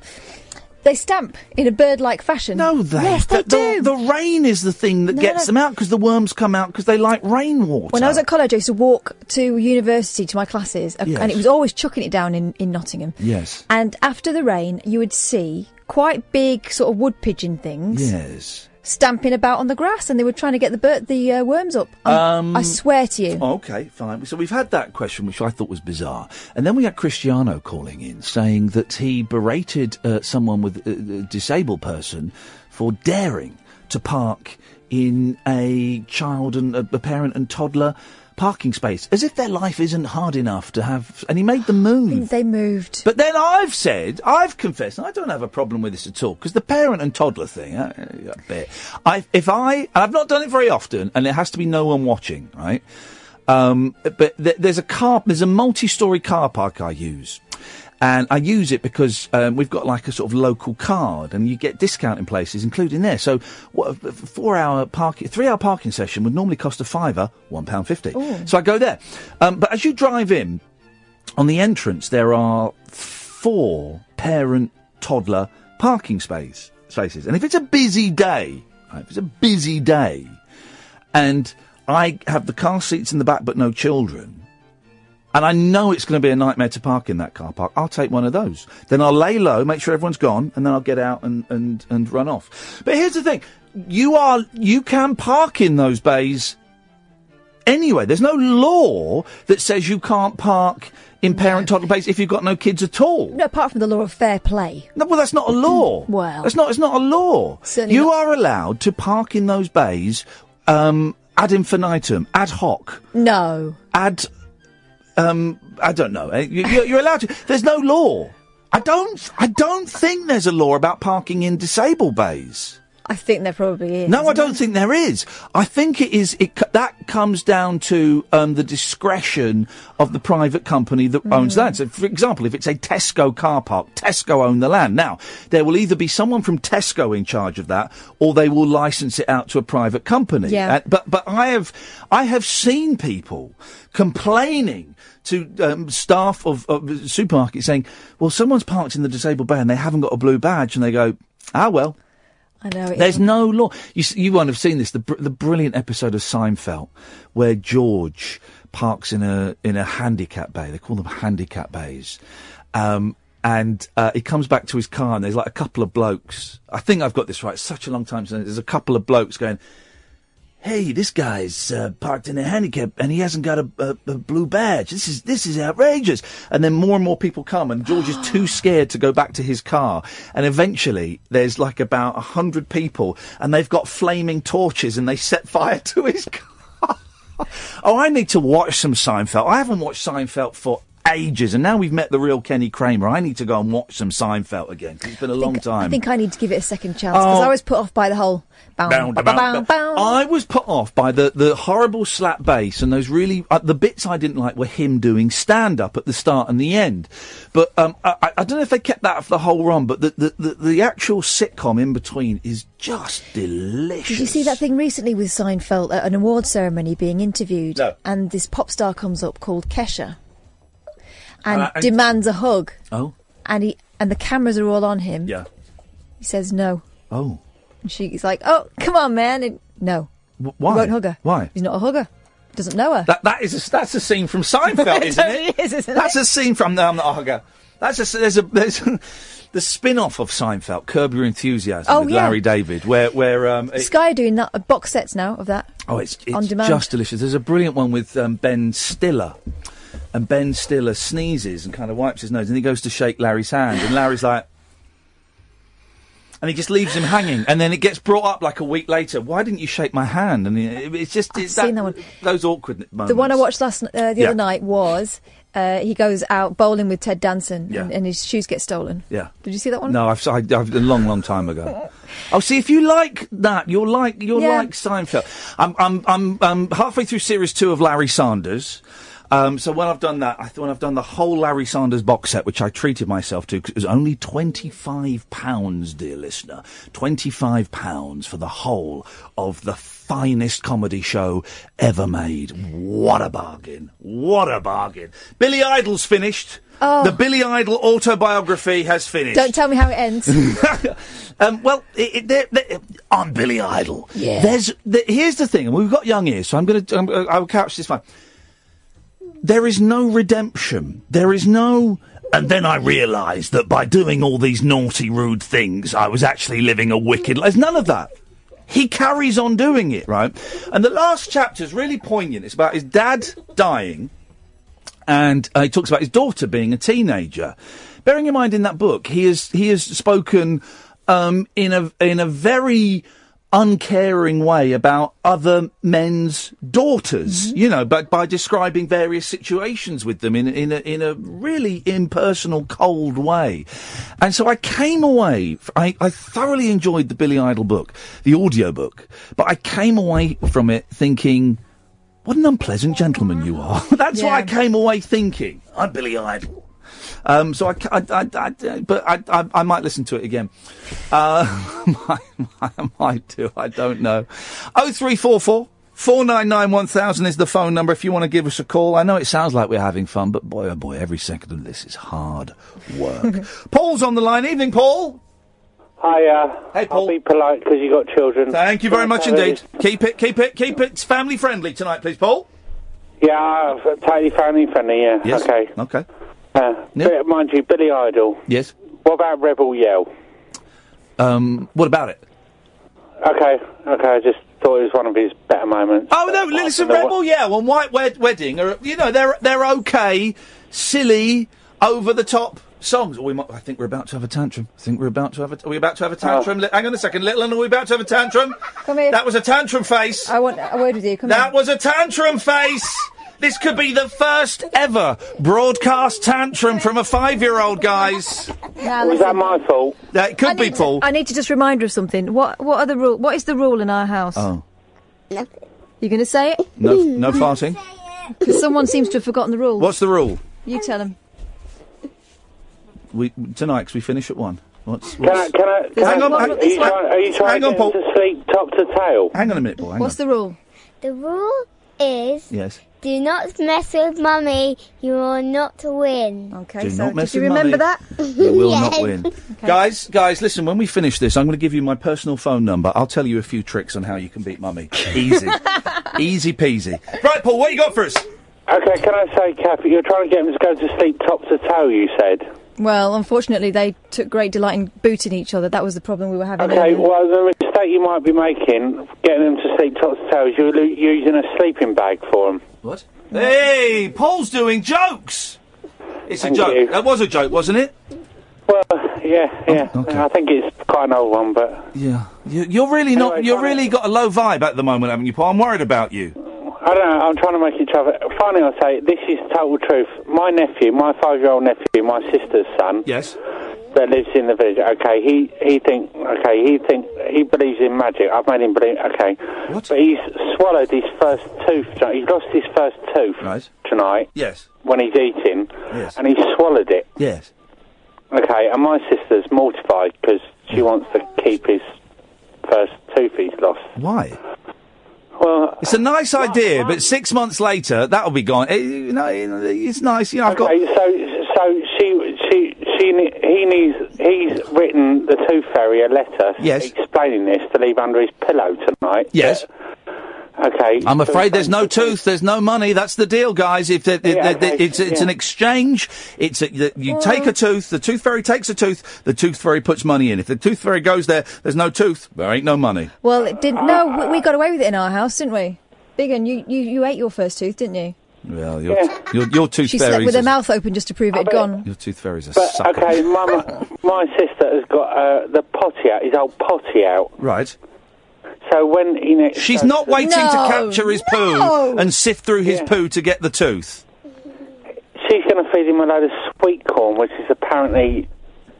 S8: They stamp in a bird-like fashion. No,
S3: they.
S8: Yes, they
S3: The- the,
S8: do.
S3: The rain is the thing that
S8: No,
S3: gets
S8: no.
S3: them out because the worms come out because they like rainwater.
S8: When I was at college, I used to walk to university to my classes, ac-
S3: Yes.
S8: and it was always chucking it down in, in Nottingham.
S3: Yes.
S8: And after the rain, you would see quite big sort of wood pigeon things
S3: Yes.
S8: stamping about on the grass, and they were trying to get the bir- the uh, worms up.
S3: Um,
S8: I swear to you.
S3: Oh, okay, fine. So we've had that question, which I thought was bizarre, and then we had Cristiano calling in saying that he berated uh, someone with a, a disabled person for daring to park in a child and a, a parent and toddler parking space, as if their life isn't hard enough to have. And he made them move.
S8: They moved.
S3: But then I've said, I've confessed, and I don't have a problem with this at all, because the parent and toddler thing, uh, uh, a bit. I, if I, and I've not done it very often, and there has to be no one watching, right? Um, but th- there's a car, there's a multi-story car park I use. And I use it because um, we've got like a sort of local card, and you get discount in places, including there. So, what, a four-hour park, three-hour parking session would normally cost a fiver, one pound fifty.
S9: Ooh.
S3: So I go there. Um, but as you drive in, on the entrance, there are four parent toddler parking space spaces. And if it's a busy day, right, if it's a busy day, and I have the car seats in the back but no children, and I know it's going to be a nightmare to park in that car park, I'll take one of those. Then I'll lay low, make sure everyone's gone, and then I'll get out and, and, and run off. But here's the thing you are you can park in those bays anyway. There's no law that says you can't park in parent toddler bays if you've got no kids at all.
S8: No, apart from the law of fair play. Mm,
S3: No, well, that's not a law.
S8: Well.
S3: that's not. It's not a law.
S8: Certainly
S3: you
S8: not.
S3: are allowed to park in those bays um, ad infinitum, ad hoc,
S8: No.
S3: ad. Um, I don't know. Eh, you- You're, you're allowed to. There's no law. I don't. I don't think there's a law about parking in disabled bays.
S8: I think there probably is.
S3: No, I don't think there is. I think it is. It co- that comes down to um, the discretion of the private company that owns that. So, for example, if it's a Tesco car park, Tesco own the land. Now, there will either be someone from Tesco in charge of that, or they will license it out to a private company.
S9: Yeah.
S3: Uh, but but I have I have seen people complaining. To um, staff of, of supermarkets saying, "Well, someone's parked in the disabled bay and they haven't got a blue badge," and they go, "Ah, well,
S8: I know it
S3: there's no law. You, s- you won't have seen this. The, br- the brilliant episode of Seinfeld, where George parks in a in a handicap bay. They call them handicap bays. Um, and uh, he comes back to his car, and there's like a couple of blokes. I think I've got this right. Such a long time since there's a couple of blokes going. Hey, this guy's uh, parked in a handicap, and he hasn't got a, a, a blue badge. This is this is outrageous. And then more and more people come, and George is too scared to go back to his car. And eventually, there's like about a hundred people, and they've got flaming torches, and they set fire to his car. Oh, I need to watch some Seinfeld. I haven't watched Seinfeld for ages, and now we've met the real Kenny Kramer. I need to go and watch some Seinfeld again. 'cause it's been a long time.
S8: I think I need to give it a second chance because
S3: Oh.
S8: I was put off by the whole bound,
S3: Bound,
S8: bound,
S3: bound,
S8: bound,
S3: bound. I was put off by the, the horrible slap bass and those really uh, the bits I didn't like were him doing stand up at the start and the end. But um, I, I- I don't know if they kept that for the whole run, but the the, the, the actual sitcom in between is just delicious.
S8: Did you see that thing recently with Seinfeld at an award ceremony being interviewed?
S3: No.
S8: And this pop star comes up called Kesha and
S3: Uh, I-
S8: demands a hug.
S3: Oh,
S8: And he and the cameras are all on him.
S3: yeah.
S8: He says no.
S3: Oh,
S8: And she's like, oh, come on, man. And no.
S3: Wh- why?
S8: He won't hug her.
S3: Why?
S8: He's not a hugger. Doesn't know her.
S3: That that is a, that's a scene from Seinfeld,
S8: Uh. It
S3: isn't
S8: totally
S3: it?
S8: is, isn't
S3: that's
S8: it?
S3: a scene from No, I'm not a hugger. That's a s- there's a there's the spin-off of Seinfeld, Curb Your Enthusiasm
S8: Oh,
S3: with
S8: yeah.
S3: Larry David, where where um it-
S8: Sky are doing that uh, box sets now of that.
S3: oh it's
S8: on
S3: it's
S8: demand.
S3: just delicious. There's a brilliant one with um, Ben Stiller. And Ben Stiller sneezes and kind of wipes his nose, and he goes to shake Larry's hand, and Larry's like, and he just leaves him hanging, and then it gets brought up like a week later. Why didn't you shake my hand? And it- it's just it's
S8: seen that one.
S3: Those awkward moments.
S8: The one I watched last n- uh, the
S3: Yeah.
S8: other night was uh, he goes out bowling with Ted Danson
S3: Yeah.
S8: and, and his shoes get stolen.
S3: Yeah.
S8: Did you see that one?
S3: No, I've, I, I've a long, long time ago. oh, see, if you like that, you'll like you'll
S8: Yeah.
S3: like Seinfeld. I'm I'm I'm um, halfway through series two of Larry Sanders. Um, so when I've done that, I th- when I've done the whole Larry Sanders box set, which I treated myself to, 'cause it was only twenty-five pounds, dear listener, twenty-five pounds for the whole of the finest comedy show ever made. What a bargain! What a bargain! Billy Idol's finished.
S8: Oh.
S3: The Billy Idol autobiography has finished.
S8: Don't tell me how it ends.
S3: Um, well, it, it, there- there- I'm Billy Idol.
S8: Yeah.
S3: There's the, here's the thing, and we've got young ears, so I'm going to I will couch this fine. There is no redemption. There is no. And then I realised that by doing all these naughty, rude things, I was actually living a wicked. li-" There's none of that. He carries on doing it, right? And the last chapter is really poignant. It's about his dad dying and uh, he talks about his daughter being a teenager. Bearing in mind, in that book, he has he has spoken um, in a in a very uncaring way about other men's daughters, you know, but by describing various situations with them in in a, in a really impersonal, cold way. And so I came away. f- I, I thoroughly enjoyed the Billy Idol book, the audio book, but I came away from it thinking. What an unpleasant gentleman you are. That's what I came away thinking. I'm Billy Idol. Um, so I, ca- I, I, I- I- but I, I, I might listen to it again. Uh, I, I might do. I don't know. Oh three four four four nine nine one thousand is the phone number if you want to give us a call. I know it sounds like we're having fun, but boy oh boy, every second of this is hard work. Paul's on the line. Evening, Paul.
S20: Hiya. Hey, Paul. uh, I'll be polite because you got children.
S3: Thank you very much indeed. Keep it, keep it, keep it family friendly tonight, please, Paul.
S20: Yeah, uh, totally family friendly, yeah.
S3: Yes.
S20: Okay.
S3: Okay.
S20: Uh, but Mind you, Billy Idol.
S3: Yes.
S20: What about Rebel Yell?
S3: Um, what about it?
S20: Okay, okay, I just thought it was one of his better moments.
S3: Oh no, listen, Rebel Yell and White Wed- Wedding are you know they're they're okay, silly, over the top songs. We might, I think we're about to have a tantrum. I think we're about to have a. Are we about to have
S20: Oh.
S3: a tantrum? Li- Hang on a second, little one. Are we about to have a tantrum?
S4: Come here.
S3: That was a tantrum face.
S4: I want a word with you. Come
S3: That was a tantrum face. This could be the first ever broadcast tantrum from a five-year-old, guys.
S4: here. Now, listen.
S20: my fault?
S3: That could be Paul.
S8: I need to just remind her of something. What what are the rule? What is the rule in our house?
S3: Oh
S8: You going to say it?
S3: no, no farting.
S8: Because someone seems to have forgotten the rule.
S3: What's the rule?
S8: You tell him.
S3: We tonight 'cause we finish at one. What's,
S20: Can I,
S3: what's
S20: can I, can
S3: Hang
S20: I-
S3: on, hang-
S20: are you trying, are you trying
S3: hang on,
S20: to, get him to sleep top to tail?
S3: Hang on a minute, Paul. Hang
S20: What's
S3: on.
S8: the rule?
S17: The rule is
S3: Yes.
S17: do not mess with mummy. You will not win. Okay,
S3: Do so not did mess you with remember mummy. You will not win. Guys, guys, listen, when we finish this, I'm going to give you my personal phone number. I'll tell you a few tricks on how you can beat mummy. Easy. Easy peasy. Right, Paul, what you got for us?
S20: Okay, can I say, Kathy, you're trying to get him to go to sleep top to tail, you said?
S8: Well, unfortunately, they took great delight in booting each other. That was the problem we were having.
S20: Okay,
S8: earlier.
S20: well, the mistake you might be making, getting him to sleep top to tail, is you're lo- using a sleeping bag for him.
S3: What? Hey, Paul's doing jokes. It's a
S20: Thank
S3: joke.
S20: you.
S3: That was a joke, wasn't it?
S20: Well, yeah,
S3: Oh,
S20: yeah. I think it's quite an old one, but
S3: Yeah. You, you're really not. You're really got a low vibe at the moment, haven't you, Paul? I'm worried about you.
S20: I don't know. I'm trying to make it travel. Finally, I'll say this is total truth. My nephew, my five-year-old nephew, my sister's son.
S3: Yes.
S20: That lives in the village. Okay, he he think. Okay, he think he believes in magic. I've made him believe. Okay, what? but he's swallowed his first tooth. tonight. He's lost his first tooth tonight
S3: Yes.
S20: when he's eating,
S3: Yes.
S20: and he swallowed it.
S3: Yes.
S20: Okay, and my sister's mortified because
S3: Mm.
S20: she wants to keep his first tooth he's lost.
S3: Why?
S20: Well,
S3: it's a nice idea, but six months later, that'll be gone. Eh, you know, it's nice. You know, I've
S20: okay, so so she she she ne- he needs he's written the Tooth Fairy a letter
S3: Yes.
S20: explaining this to leave under his pillow tonight.
S3: Yes.
S20: Okay.
S3: I'm
S20: so-
S3: afraid there's no tooth, there's no money. That's the deal, guys. If the, the-
S20: Yeah,
S3: the- the-
S20: okay,
S3: it's it's an
S20: yeah.
S3: exchange. It's a, the, you take a tooth. The tooth fairy takes a tooth. The tooth fairy puts money in. If the tooth fairy goes there, there's no tooth. There ain't no money.
S8: Well, it didn't. No, we, we got away with it in our house, didn't we? Big and you, you, you ate your first tooth, didn't you?
S3: Well, your your, your tooth
S8: she slept
S3: fairies.
S8: with her
S3: is-
S8: mouth open just to prove it had gone.
S3: Your tooth fairies are
S20: But
S3: suck.
S20: okay, my my sister has got uh, the potty out, his old potty out.
S3: Right.
S20: So when he next
S3: She's
S20: goes
S3: not
S20: to-
S3: waiting to capture his poo and sift through his poo to get the tooth.
S20: She's going to feed him a load of sweet corn, which is apparently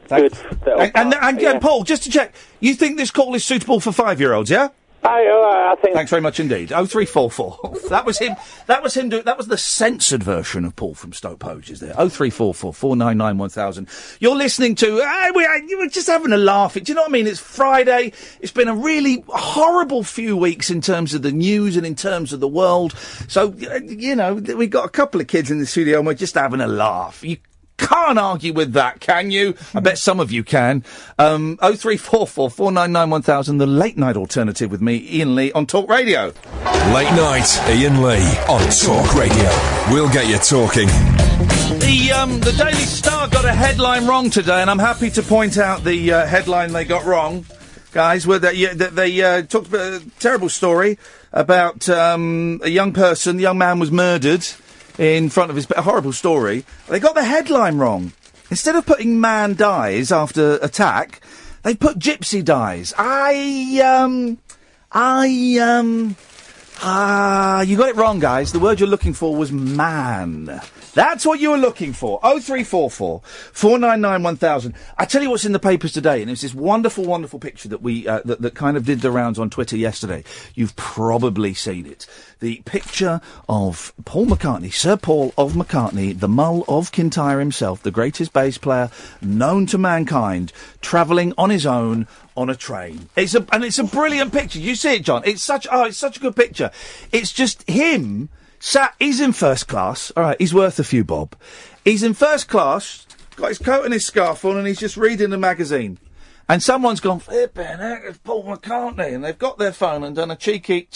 S20: good. For the
S3: And and, and, and Paul, just to check, you think this call is suitable for five year olds? Yeah. Aye, all right, I think. Thanks very much indeed. Oh three four four. that was him. That was him. Do, that was the censored version of Paul from Stoke Poges. There. Oh three four four four nine nine one thousand. You're listening to. Ah, we, ah, you we're just having a laugh. Do you know what I mean? It's Friday. It's been a really horrible few weeks in terms of the news and in terms of the world. So y- you know we've got a couple of kids in the studio and we're just having a laugh. You can't argue with that, can you? I bet some of you can. Um, 0344 499 1000, the late night alternative with me, Ian Lee, on Talk Radio.
S9: Late night, Ian Lee on Talk Radio. We'll get you talking.
S3: The, um, the Daily Star got a headline wrong today, and I'm happy to point out the uh, headline they got wrong. Guys, where they, yeah, that they uh, talked about a terrible story about um, a young person, the young man was murdered in front of his. A horrible story. They got the headline wrong. Instead of putting man dies after attack, they put gypsy dies. Ah, I, um. I, um. Ah, you got it wrong, guys. The word you're looking for was man. That's what you were looking for. 0344 499 1000. I tell you what's in the papers today, and it's this wonderful, wonderful picture that we, uh, that, that kind of did the rounds on Twitter yesterday. You've probably seen it. The picture of Paul McCartney, Sir Paul of McCartney, the mull of Kintyre himself, the greatest bass player known to mankind, travelling on his own on a train. It's a and it's a brilliant picture. You see it, John. It's such oh, it's such a good picture. It's just him sat. He's in first class. All right, he's worth a few bob. He's in first class. Got his coat and his scarf on, and he's just reading the magazine. And someone's gone flipping heck, it's Paul McCartney, and they've got their phone and done a cheeky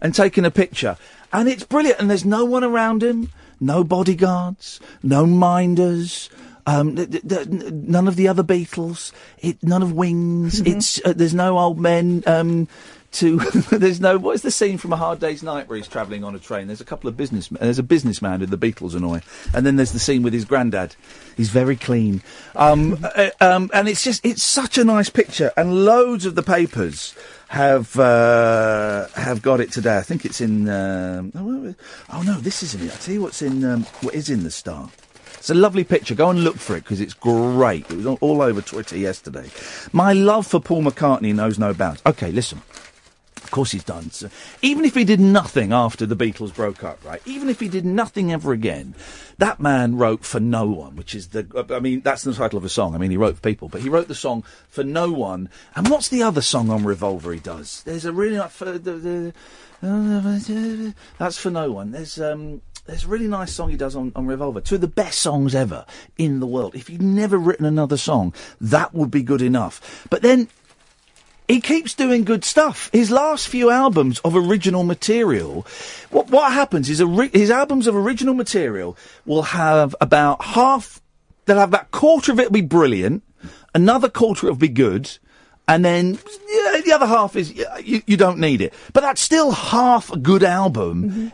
S3: and taken a picture. And it's brilliant. And there's no one around him, no bodyguards, no minders, um, th- th- th- n- none of the other Beatles, it, none of Wings. It's uh, there's no old men. Um, to there's no what is the scene from A Hard Day's Night where he's travelling on a train? There's a couple of businessmen. There's a businessman who the Beatles annoy, and then there's the scene with his granddad. He's very clean, um, uh, um, and it's just it's such a nice picture. And loads of the papers have uh, have got it today. I think it's in. Um, oh, where was- oh no, this isn't it. I will tell you what's in. Um, what is in the Star? It's a lovely picture. Go and look for it because it's great. It was all, all over Twitter yesterday. My love for Paul McCartney knows no bounds. Okay, listen. Of course he's done. So, even if he did nothing after the Beatles broke up, right? Even if he did nothing ever again, that man wrote for no one, which is the. uh, I mean, that's the title of a song. I mean, he wrote for people, but he wrote the song for no one. And what's the other song on Revolver he does? There's a really nice. For the, the, that's for no one. There's um. There's a really nice song he does on, on Revolver. Two of the best songs ever in the world. If he'd never written another song, that would be good enough. But then he keeps doing good stuff. His last few albums of original material, what, what happens is ori- his albums of original material will have about half, they'll have about quarter of it will be brilliant, another quarter it will be good, and then yeah, the other half is yeah, you, you don't need it. But that's still half a good album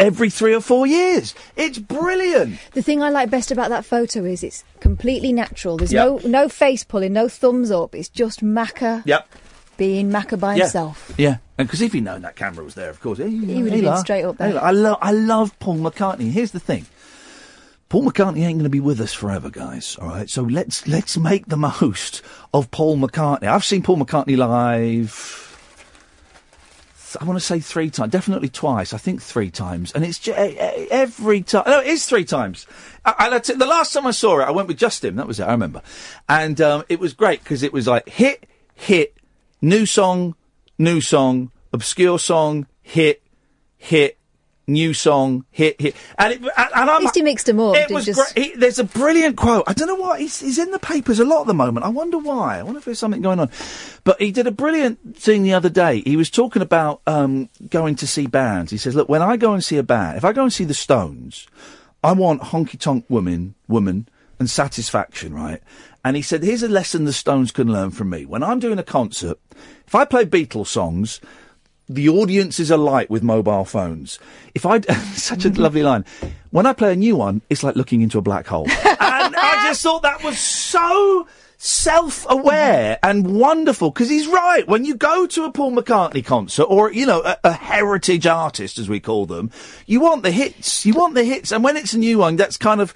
S3: every three or four years. It's brilliant.
S8: The thing I like best about that photo is it's completely natural. There's
S3: Yeah.
S8: no no face pulling, no thumbs up. It's just Macca
S3: Yep.
S8: being Macca by
S3: Yeah.
S8: himself.
S3: Yeah, because if he'd known that camera was there, of course, he,
S8: He would have been straight up there.
S3: I love, I love Paul McCartney. Here's the thing: Paul McCartney ain't going to be with us forever, guys. All right, so let's let's make the most of Paul McCartney. I've seen Paul McCartney live. th- I want to say three times, definitely twice. I think three times, and it's ju- e- e- every time. No, it is three times. I, I, that's it. the last time I saw it, I went with Justin. That was it. I remember, and um, it was great because it was like hit, hit, new song, new song, obscure song, hit, hit, new song, hit, hit, and it, and, and I'm
S8: At least he mixed them up.
S3: it
S8: didn't
S3: was
S8: just...
S3: great. He, there's a brilliant quote. I don't know why he's, he's in the papers a lot at the moment. I wonder why. I wonder if there's something going on. But he did a brilliant thing the other day. He was talking about um, going to see bands. He says, "Look, when I go and see a band, if I go and see the Stones, I want honky tonk woman, woman, and satisfaction, right?" And he said, "Here's a lesson the Stones can learn from me. When I'm doing a concert, if I play Beatles songs." the audience is alight with mobile phones. If I such a lovely line, when I play a new one, it's like looking into a black hole. and I just thought that was so self-aware and wonderful because he's right. When you go to a Paul McCartney concert or you know a, a heritage artist as we call them, you want the hits. You want the hits, and when it's a new one, that's kind of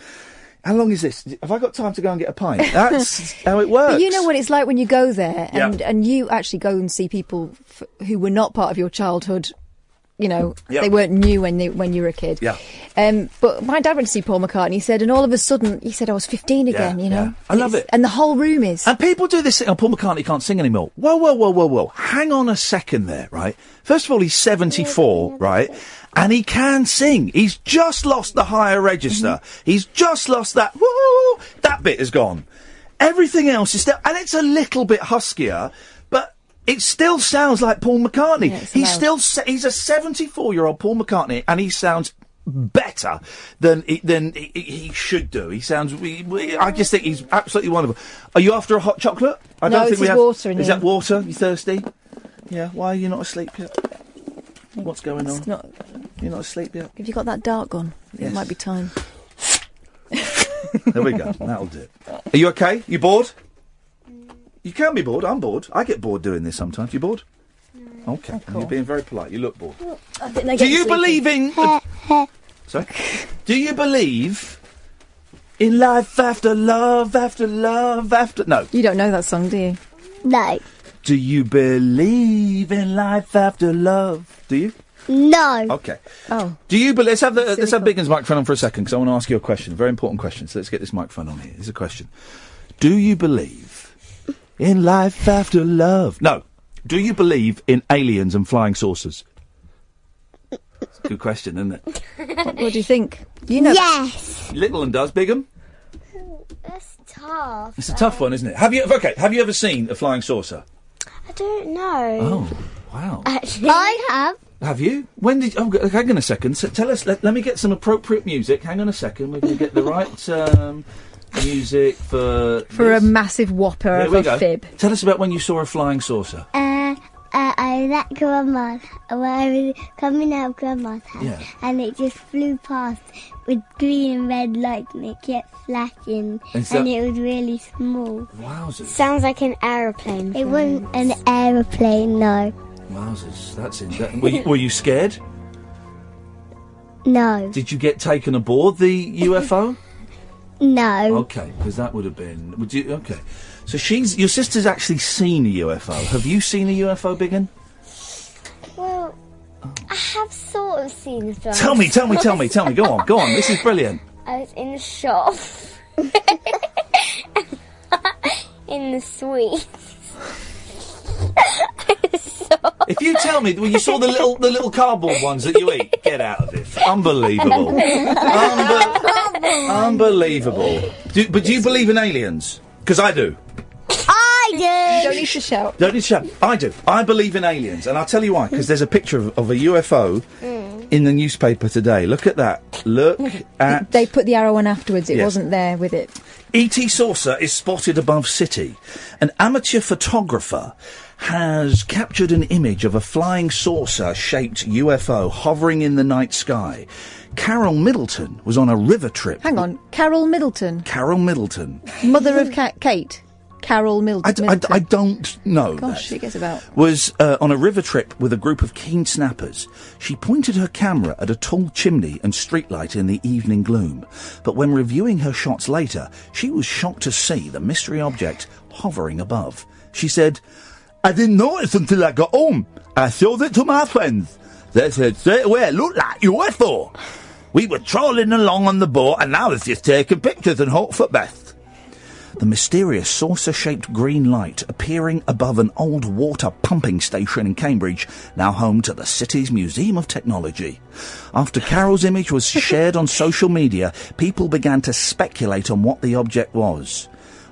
S3: How long is this? Have I got time to go and get a pint? That's how it works.
S8: But you know what it's like when you go there and,
S3: Yeah.
S8: and you actually go and see people f- who were not part of your childhood. You know,
S3: Yeah.
S8: they weren't new when they, when you were a kid.
S3: Yeah.
S8: Um, but my dad went to see Paul McCartney. He said, and all of a sudden, he said I was 15 again.
S3: Yeah,
S8: you know,
S3: yeah. I love it.
S8: And the whole room is.
S3: And people do this thing. Oh, Paul McCartney can't sing anymore. Whoa, whoa, whoa, whoa, whoa. Hang on a second there, right? First of all, he's 74, right? And he can sing. He's just lost the higher register. He's just lost that. Woo! That bit is gone. Everything else is still, and it's a little bit huskier, but it still sounds like Paul McCartney. he's
S21: loud.
S3: still, se- he's a 74 year old Paul McCartney, and he sounds better than he, than he, he- he should do. He sounds. we- we- I just think he's absolutely wonderful. Are you after a hot chocolate? I
S8: No, this is water in
S3: Is
S8: here.
S3: that water? You thirsty? Yeah. Why are you not asleep yet? What's going on?
S8: It's not-
S3: You're not asleep yet.
S8: Have you got that dark on?
S3: Yes.
S8: It might be time.
S3: There we go. That'll do. Are you okay? You bored? You can be bored. I'm bored. I get bored doing this sometimes. You bored? Okay. You're being very polite. You look bored. Do you believe in? Sorry. Do you believe in life after love after love after? No.
S8: You don't know that song, do you?
S17: No.
S3: Do you believe in life after love? Do you?
S17: No.
S3: Okay.
S8: Oh.
S3: Do you? But let's have the, let's have Biggin's microphone on for a second because I want to ask you a question, very important question. So let's get this microphone on here. Here's a question: Do you believe in life after love? No. Do you believe in aliens and flying saucers? It's a good question, isn't it?
S8: what, what do you think? You know.
S17: Yes.
S3: Little and does Bigham.
S17: That's tough.
S3: It's a tough one, isn't it? Have you okay? Have you ever seen a flying saucer?
S17: I don't know.
S3: Oh, wow.
S17: Actually, I have.
S3: Have you? When did? Oh, g- hang on a second. So tell us. Let, let me get some appropriate music. Hang on a second. We're going to get the right um, music for
S8: For a
S3: this.
S8: massive whopper
S3: There
S8: of
S3: we
S8: a
S3: go.
S8: fib.
S3: Tell us about when you saw a flying saucer.
S17: Uh, uh, I let grandma when I was coming out of grandma's house,
S3: Yeah.
S17: and it just flew past with green and red lights, and it kept flashing,
S3: Is that-
S17: and it was really small.
S3: Wowzers!
S17: Sounds like an aeroplane. It wasn't an aeroplane, no,
S3: Wowzers! That's in. That, were, you, were you scared?
S17: no,
S3: Did you get taken aboard the UFO?
S17: no.
S3: Okay, because that would have been. Would you? Okay. So she's your sister's actually seen a UFO. Have you seen a UFO, Biggin?
S17: Well, I have sort of seen a flying.
S3: Tell me, tell me, tell me, tell me. Go on, go on. This is brilliant.
S17: I was in the shop. in the suite.
S3: If you tell me, well, you saw the little the little cardboard ones that you eat. Get out of it! Unbelievable, unbelievable. Do, but do you believe in aliens? Because I do.
S17: I do.
S8: You don't need to shout.
S3: Don't need to shout. I do. I believe in aliens, and I'll tell you why. Because there's a picture of, of a UFO in the newspaper today. Look at that. Look Mm. at
S8: They put the arrow on afterwards. It
S3: Yeah.
S8: wasn't there with it.
S3: ET E saucer is spotted above city. An amateur photographer has captured an image of a flying saucer shaped UFO hovering in the night sky. Carol Middleton was on a river trip.
S8: Hang on, Carol Middleton,
S3: Carol Middleton.
S8: mother of Ca- Kate. Carol Mil-
S3: I, d- I d-
S8: Middleton.
S3: I don't know.
S8: Gosh,
S3: that.
S8: she gets about.
S3: was uh, on a river trip with a group of keen snappers. She pointed her camera at a tall chimney and streetlight in the evening gloom. But when reviewing her shots later, she was shocked to see the mystery object hovering above. She said, I didn't notice until I got home. I showed it to my friends. They said straight away it looked like UFO. We were trawling along on the boat and I was just taking pictures and hope for best the mysterious saucer shaped green light appearing above an old water pumping station in Cambridge, now home to the city's Museum of Technology. After Carol's image was shared on social media, people began to speculate on what the object was.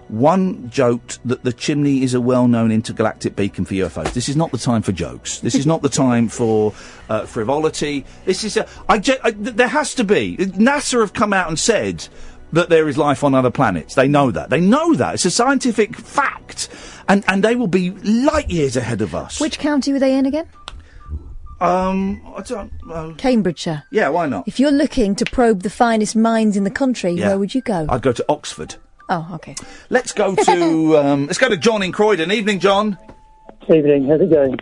S3: One joked that the chimney is a well-known intergalactic beacon for UFOs. This is not the time for jokes. This is not the time for uh, frivolity. This is. A, I, ge- I, th- there has to be. NASA have come out and said that there is life on other planets. They know that. They know that. It's a scientific fact, and and they will be light years ahead of us.
S8: Which county were they in again?
S3: Um, I don't know.
S8: Cambridgeshire.
S3: Yeah, why not?
S8: If you're looking to probe the finest minds in the country,
S3: Yeah.
S8: where would you go?
S3: I'd go to Oxford.
S8: oh, okay.
S3: Let's go to um, let's go to John in Croydon. Evening, John.
S22: Evening, how's it going?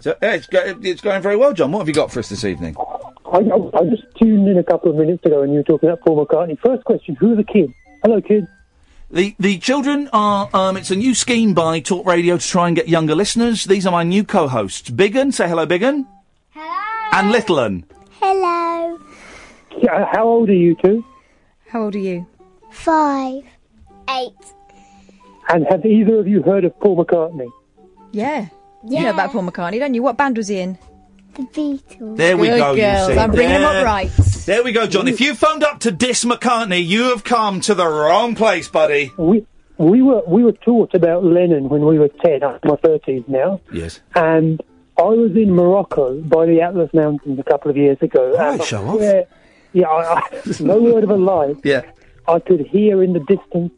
S3: So, yeah, it's, go- it's going very well, John. What have you got for us this evening?
S22: I, I, I just tuned in a couple of minutes ago and you were talking about Paul McCartney. First question, who are the kids?
S3: Hello, kid. The the children are. Um, it's a new scheme by Talk Radio to try and get younger listeners. These are my new co-hosts. Biggin, say hello, Biggin. Hello. And Little Un.
S17: Hello.
S22: Yeah, how old are you two?
S8: How old are you?
S17: Five. Eight.
S22: And have either of you heard of Paul McCartney?
S8: Yeah. You know about Paul McCartney, don't you? What band was he in?
S17: The Beatles.
S3: There we
S8: Good
S3: go.
S8: Girls.
S3: You see.
S8: I'm bringing them
S3: There-
S8: up right.
S3: There we go, John. If you phoned up to diss McCartney, you have come to the wrong place, buddy.
S22: We we were we were taught about Lennon when we were ten. I'm in my thirties now,
S3: Yes.
S22: and I was in Morocco by the Atlas Mountains a couple of years ago.
S3: Right,
S22: and I
S3: show off.
S22: swear- Yeah, I, I, no word of a lie.
S3: Yeah.
S22: I could hear in the distance,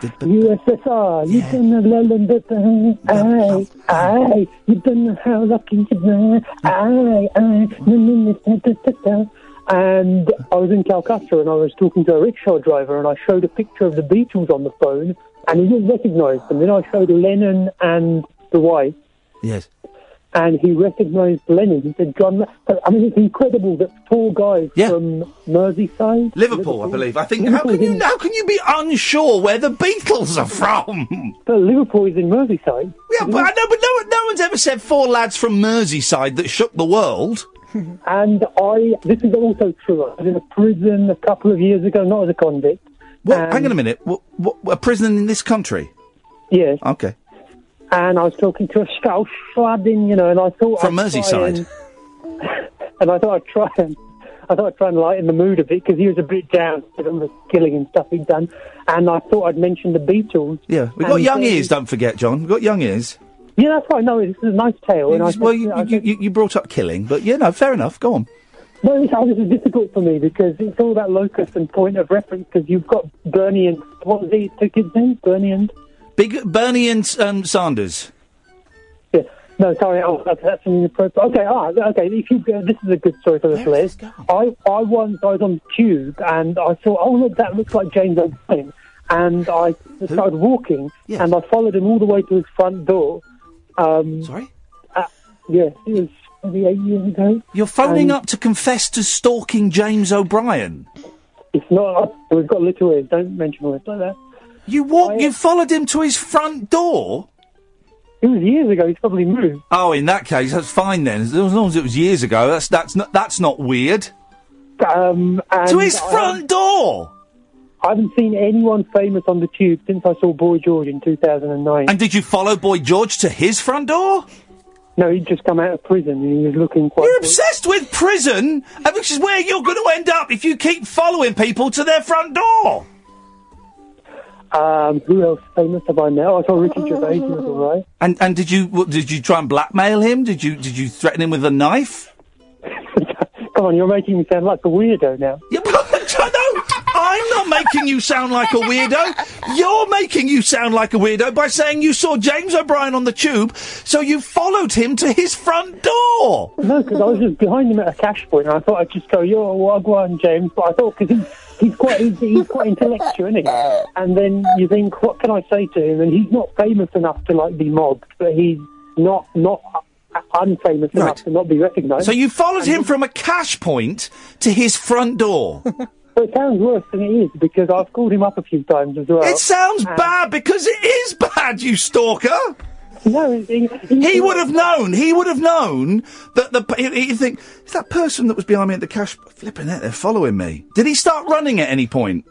S22: USSR, you don't know London, but, uh, I, I, you don't know how lucky you are, I, I, no, no, no, da, da, da, da. and I was in Calcutta and I was talking to a rickshaw driver and I showed a picture of the Beatles on the phone and he didn't recognise them. Then I showed Lennon and the wife
S3: Yes.
S22: and he recognised Lennon. He said, John, Le-" I mean, it's incredible that four guys from Merseyside,
S3: Liverpool, I believe. I think. How can you? How can you be unsure where the Beatles are from?
S22: But Liverpool is in Merseyside.
S3: Yeah, but I know, but no, no one's ever said four lads from Merseyside that shook the world.
S22: and I, this is also true. I was in a prison a couple of years ago, not as a convict.
S3: Well, hang on a minute. What, what, a prison in this country?
S22: Yes.
S3: Okay.
S22: And I was talking to a Scouse sladding, you know, and I thought
S3: From
S22: I'd try
S3: Merseyside.
S22: and- and I thought I'd try and I thought I'd try and lighten the mood a bit because he was a bit down with all the killing and stuff he'd done, and I thought I'd mention the Beatles.
S3: Yeah, we've got
S22: And
S3: young
S22: so-
S3: ears. Don't forget, John. We've got young ears.
S22: Yeah, that's right. No, it's a nice tale. And I
S3: well,
S22: think-
S3: you,
S22: I
S3: you, you, you brought up killing, but yeah, no, fair enough. Go on.
S22: No, this, oh, this is difficult for me because it's all about locus and point of reference because you've got Bernie and what was the two kids' names? Bernie and
S3: Big Bernie and um, Sanders.
S22: yeah. No, sorry, oh, that- that's an inappropriate. Okay, ah, okay. If you go, this is a good story for this list. I, I once I was on the tube and I thought, oh look, that looks like James O'Brien, and I started walking and I followed him all the way to his front door. Um,
S3: sorry.
S22: Uh, yes, it was maybe eight years ago.
S3: You're phoning
S22: Um,
S3: up to confess to stalking James O'Brien.
S22: It's not. We've got little ears. Don't mention words like that.
S3: You walked. You followed him to his front door.
S22: It was years ago. He's probably moved.
S3: Oh, in that case, that's fine then. As long as it was years ago, that's that's not that's not weird.
S22: Um, and
S3: To his
S22: I
S3: front door.
S22: I haven't seen anyone famous on the tube since I saw Boy George in 2009.
S3: And did you follow Boy George to his front door?
S22: No, he'd just come out of prison and he was looking quite.
S3: You're obsessed with prison, uh, which is where you're going to end up if you keep following people to their front door.
S22: Um, who else famous have I met? Oh, I saw Ricky Gervais. He was all right.
S3: And and did you what, did you try and blackmail him? Did you did you threaten him with a knife?
S22: Come on, you're making me sound like a weirdo now.
S3: I'm not making you sound like a weirdo. You're making you sound like a weirdo by saying you saw James O'Brien on the tube, so you followed him to his front door.
S22: No, because I was just behind him at a cash point, and I thought I'd just go, "Yo, Wagwan, James." But I thought because he, he's quite he's, he's quite intellectual, isn't he? And then you think, what can I say to him? And he's not famous enough to like be mobbed, but he's not not uh, unfamous enough to not be recognised.
S3: So you followed him from a cash point to his front door.
S22: But it sounds worse than it is because I've called him up a few times as well.
S3: It sounds
S22: And-
S3: bad because it is bad, you stalker.
S22: No, he,
S3: would have known. He would have known that the p- he- he'd think it's that person that was behind me at the cash flipping it. They're following me. Did he start running at any point?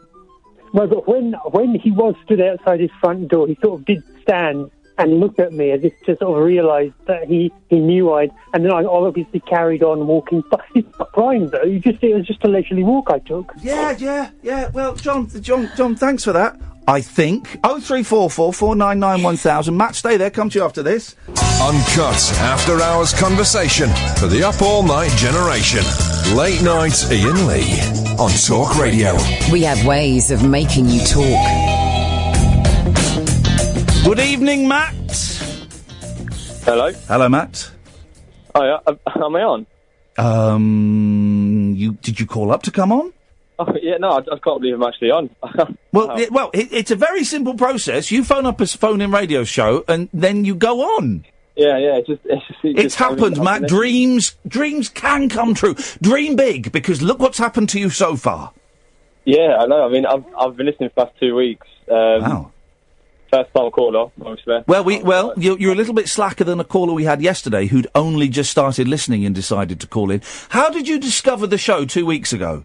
S22: No, but when when he was stood outside his front door, he sort of did stand and look at me as if to sort of realise that he, he knew I'd. And then I obviously carried on walking. But he's not crying though. You just it was just a leisurely walk I took.
S3: Yeah, yeah, yeah. Well, John, John, John, thanks for that. I think oh three four four four nine nine one thousand. Matt, stay there. Come to you after this.
S9: Uncut after hours conversation for the up all night generation. Late night Ian Lee on Talk Radio.
S10: We have ways of making you talk.
S3: Good evening, Matt.
S1: Hello.
S3: Hello, Matt.
S1: Oh, yeah. Am I on?
S3: Um, you did you call up to come on?
S1: Oh, yeah, no, I, I can't believe I'm actually on.
S3: Well, it, well, it, it's a very simple process. You phone up a phone-in radio show, and then you go on.
S1: yeah, yeah, it's just, it's just, it
S3: It's
S1: just
S3: happened, Matt. Dreams, dreams can come true. Dream big, because look what's happened to you so far.
S1: Yeah, I know. I mean, I've I've been listening for the past two weeks. Um, wow. First time caller, obviously.
S3: Well, we well, you're, you're a little bit slacker than a caller we had yesterday, who'd only just started listening and decided to call in. How did you discover the show two weeks ago?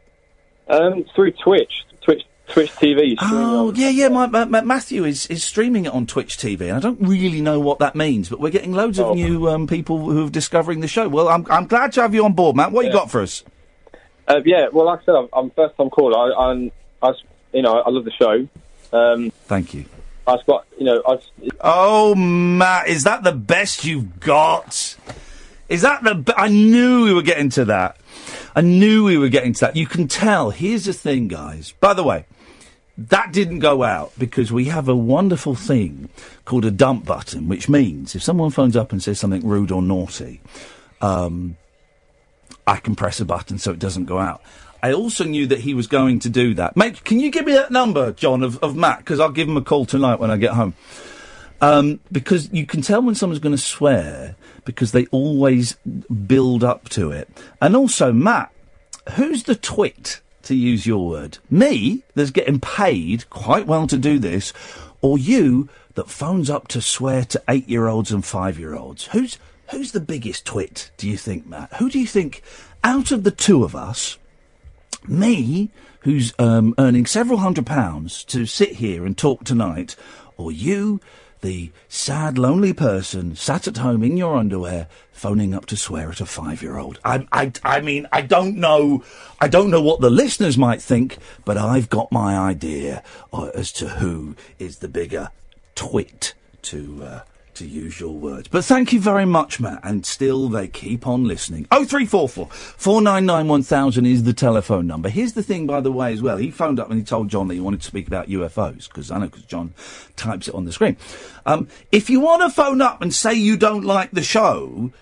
S1: Um, through Twitch, Twitch, Twitch TV.
S3: Oh, yeah, yeah. My, my, my- Matthew is, is streaming it on Twitch TV, and I don't really know what that means, but we're getting loads
S1: Oh.
S3: of new um, people who are discovering the show. Well, I'm I'm glad to have you on board, Matt. What you
S1: Yeah.
S3: got for us?
S1: Uh, yeah, well, like I said, I'm, I'm first time caller. I, I'm, I, s- you know, I love the show. Um,
S3: Thank you.
S1: I've got, you know, I've,
S3: Oh, Matt, is that the best you've got? Is that the? Be- I knew we were getting to that. I knew we were getting to that. You can tell. Here's the thing, guys. By the way, that didn't go out because we have a wonderful thing called a dump button, which means if someone phones up and says something rude or naughty, um, I can press a button so it doesn't go out. I also knew that he was going to do that. Mate, can you give me that number, John, of, of Matt? Because I'll give him a call tonight when I get home. Um, because you can tell when someone's going to swear because they always build up to it. And also, Matt, who's the twit, to use your word? Me, that's getting paid quite well to do this, or you, that phones up to swear to eight year olds and five year olds? Who's, who's the biggest twit, do you think, Matt? Who do you think, out of the two of us, me, who's um, earning several hundred pounds to sit here and talk tonight, or you, the sad, lonely person sat at home in your underwear, phoning up to swear at a five-year-old. I, I, I mean, I don't know, I don't know what the listeners might think, but I've got my idea uh, as to who is the bigger twit to. Uh, to use your words. But thank you very much, Matt. And still, they keep on listening. 0344 499 1000 is the telephone number. Here's the thing, by the way, as well. He phoned up and he told John that he wanted to speak about UFOs, because I know, because John types it on the screen. Um, if you want to phone up and say you don't like the show,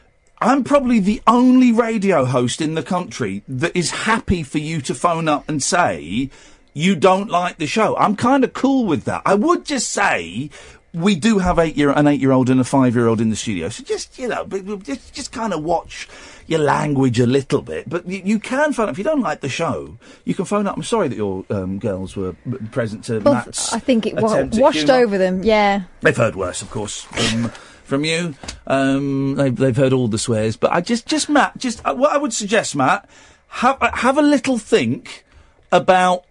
S3: I'm probably the only radio host in the country that is happy for you to phone up and say you don't like the show. I'm kind of cool with that. I would just say we do have eight year an eight year old and a five year old in the studio, so just you know, b- b- just just kind of watch your language a little bit. But you, you can phone up if you don't like the show. You can phone up. I'm sorry that your um, girls were b- present to
S8: Well,
S3: Matt's.
S8: I think it wa-
S3: attempt at
S8: washed
S3: humour.
S8: over them. Yeah.
S3: They've heard worse, of course, from, from you. Um, they've, they've heard all the swears, but I just, just Matt, just uh, what I would suggest, Matt, have uh, have a little think about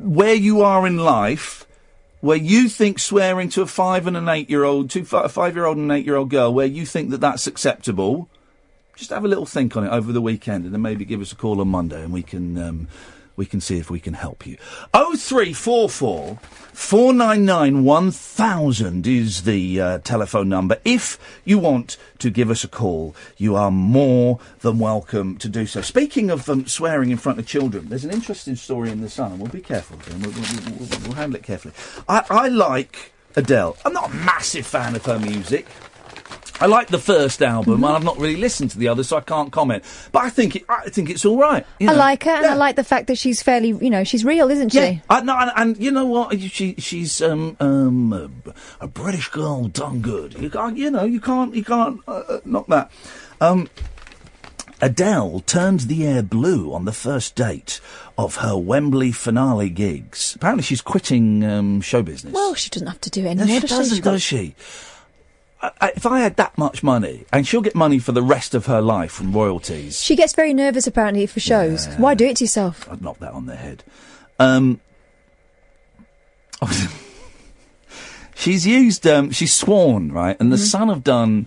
S3: where you are in life, where you think swearing to a five and an eight year old, to a five year old and an eight year old girl, where you think that that's acceptable. Just have a little think on it over the weekend, and then maybe give us a call on Monday, and we can um, we can see if we can help you. Oh three four four four nine nine one thousand is the uh, telephone number. If you want to give us a call, you are more than welcome to do so. Speaking of um, swearing in front of children, there's an interesting story in the Sun, and we'll be careful. Jim. We'll, we'll, we'll, we'll handle it carefully. I, I like Adele. I'm not a massive fan of her music. I like the first album,
S8: Mm-hmm.
S3: and I've not really listened to the others, so I can't comment. But I think it, I think it's all right. you
S8: I
S3: know.
S8: like her, and I like the fact that she's fairly, you know, she's real, isn't she?
S3: Yeah, I, no, and, and you know what? She she's um um a, a British girl done good. You can't, you know, you can't you can't uh, uh, knock that. Um, Adele turned the air blue on the first date of her Wembley finale gigs. Apparently, she's quitting um, show business.
S8: Well, she doesn't have to do it
S3: No,
S8: anymore.
S3: she
S8: does
S3: doesn't,
S8: She's got-
S3: does she? I, I, if I had that much money, and she'll get money for the rest of her life from royalties.
S8: She gets very nervous apparently for shows. Why do it to yourself?
S3: I'd knock that on the head. Um, she's used, um, she's sworn, right? And the Sun have done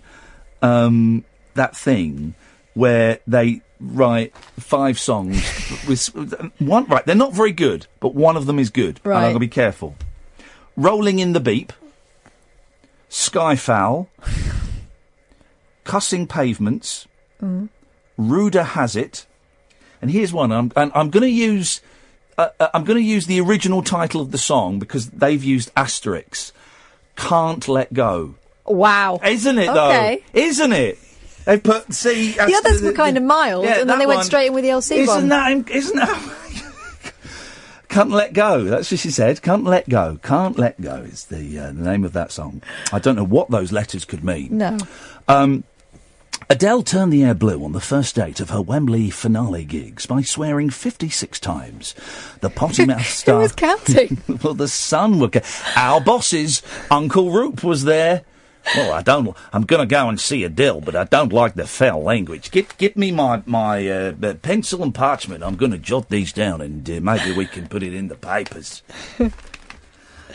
S3: um, that thing where they write five songs with one. Right, they're not very good, but one of them is good. And I'm
S8: Right.
S3: gonna be careful. Rolling in the beep, Skyfowl, cussing pavements.
S8: Mm.
S3: Ruder has it, and here's one. I'm, and I'm going to use uh, uh, I'm going to use the original title of the song because they've used asterisks. Can't let go.
S8: Wow.
S3: Isn't it
S8: Okay.
S3: though? Isn't it? They put see
S8: The others were kind of mild, and then they went straight in with the LC
S3: isn't
S8: one.
S3: That, isn't that? Can't let go. That's what she said. Can't let go. Can't let go is the, uh, the name of that song. I don't know what those letters could mean.
S8: No.
S3: Um, Adele turned the air blue on the first date of her Wembley finale gigs by swearing 56 times. The potty mouth star.
S8: was counting?
S3: well, the sun were. Ca- Our bosses, Uncle Roop was there. Well, I don't. I'm going to go and see Adele, but I don't like the foul language. Get get me my my uh, uh, pencil and parchment. I'm going to jot these down, and uh, maybe we can put it in the papers.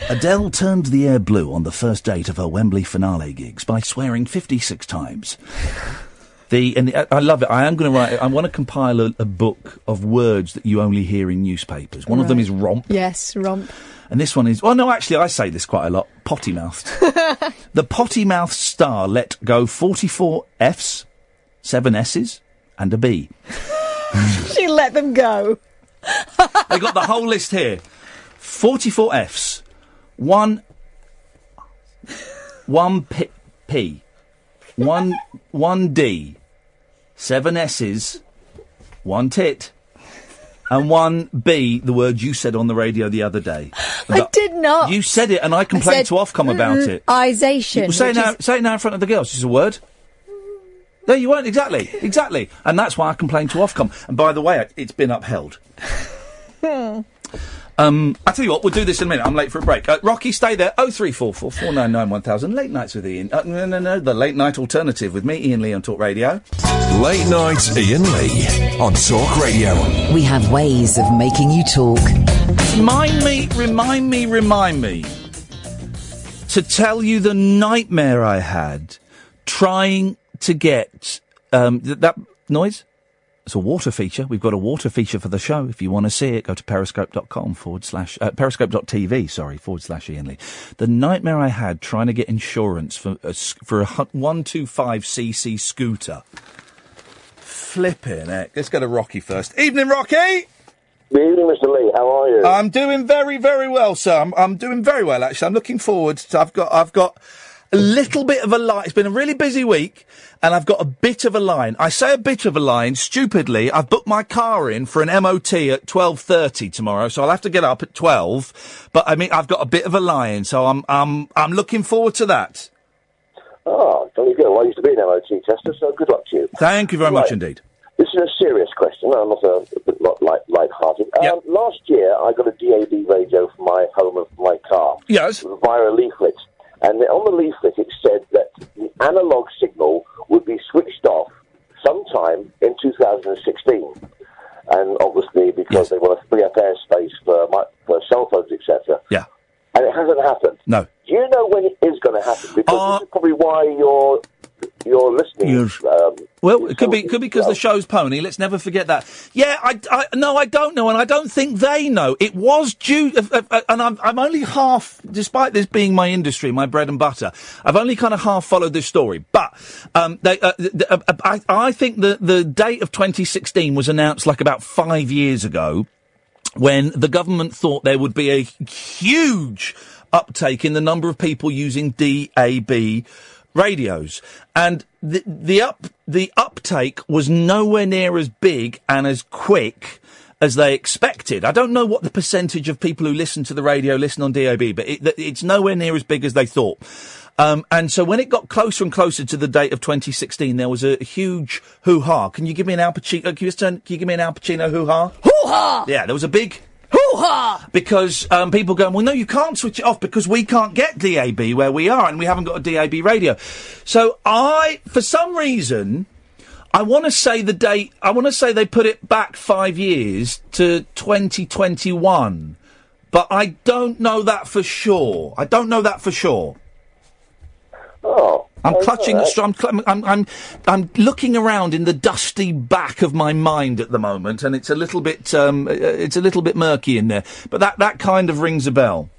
S3: Adele turned the air blue on the first date of her Wembley finale gigs by swearing 56 times. The and the, I love it. I am going to write. I want to compile a, a book of words that you only hear in newspapers. One of them
S8: Right.
S3: is romp,
S8: Yes, romp.
S3: and this one is. Well, no, actually, I say this quite a lot. Potty mouthed. the potty mouthed star let go 44 Fs, seven Ss, and a B.
S8: she let them go.
S3: I got the whole list here. 44 Fs, one, one P, P one, one D, seven S's, one tit, and one B, the word you said on the radio the other day.
S8: I did not.
S3: You said it, and I complained to Ofcom about it.
S8: Isation.
S3: Well, say, it
S8: which
S3: now,
S8: is-
S3: say it now in front of the girls. It's a word. No, you weren't. Exactly. Exactly. And that's why I complained to Ofcom. And by the way, it's been upheld. Um, I tell you what, we'll do this in a minute. I'm late for a break. Uh, Rocky, stay there. Oh three four four four nine nine one thousand. Late nights with Ian. Uh, no, no, no. The late night alternative with me, Ian Lee on Talk Radio.
S9: Late night Ian Lee on Talk Radio.
S10: We have ways of making you talk.
S3: Remind me, remind me, remind me to tell you the nightmare I had trying to get um, th- that noise. It's a water feature. We've got a water feature for the show. If you want to see it, go to periscope.com forward slash, uh, periscope.tv, sorry, forward slash Ian Lee. The nightmare I had trying to get insurance for a, sc- for a hu- 125cc scooter. Flipping heck. Let's go to Rocky first. Evening, Rocky!
S6: Good evening, Mr. Lee. How are you?
S3: I'm doing very, very well, sir. I'm, I'm doing very well, actually. I'm looking forward to. I've got, I've got a little bit of a line. It's been a really busy week, and I've got a bit of a line. I say a bit of a line. Stupidly, I've booked my car in for an MOT at twelve thirty tomorrow, so I'll have to get up at twelve. But I mean, I've got a bit of a line, so I'm, I'm, I'm looking forward to that.
S6: Ah, jolly good. Well, I used to be an MOT tester, so good luck to you.
S3: Thank you very much indeed.
S6: This is a serious question. I'm not a, a bit lot light, light-hearted. Um, last year, I got a DAB radio for my home and for my car.
S3: Yes.
S6: Via a leaflet. And on the leaflet, it said that the analog signal would be switched off sometime in 2016. And obviously, because they want to free up airspace for, my, for cell phones, etc.
S3: Yeah.
S6: And it hasn't happened.
S3: No.
S6: Do you know when it is going to happen? Because this is probably why you're you're listening. Um,
S3: Well, it could be, it could be because the show's pony. Let's never forget that. Yeah, I, I, no, I don't know, and I don't think they know. It was due, uh, uh, and I'm, I'm only half, despite this being my industry, my bread and butter. I've only kind of half followed this story, but um, they, uh, th- th- uh, uh, I, I think the the date of 2016 was announced like about five years ago when the government thought there would be a huge uptake in the number of people using DAB radios, and the the up the uptake was nowhere near as big and as quick as they expected. I don't know what the percentage of people who listen to the radio listen on DAB, but it, it's nowhere near as big as they thought. Um, and so when it got closer and closer to the date of 2016, there was a huge hoo ha. Can you give me an Al Pacino? Can you, just turn, can you give me an Al Pacino hoo ha? Hoo ha! Yeah, there was a big hoo ha because um, people going, well, no, you can't switch it off because we can't get DAB where we are, and we haven't got a DAB radio. So I, for some reason, I want to say the date. I want to say they put it back five years to 2021, but I don't know that for sure. I don't know that for sure.
S6: Oh,
S3: I'm
S6: oh,
S3: clutching
S6: all
S3: at
S6: right.
S3: straw. I'm, cl- I'm, I'm, I'm looking around in the dusty back of my mind at the moment, and it's a little bit, um, uh, it's a little bit murky in there. But that, that kind of rings a bell.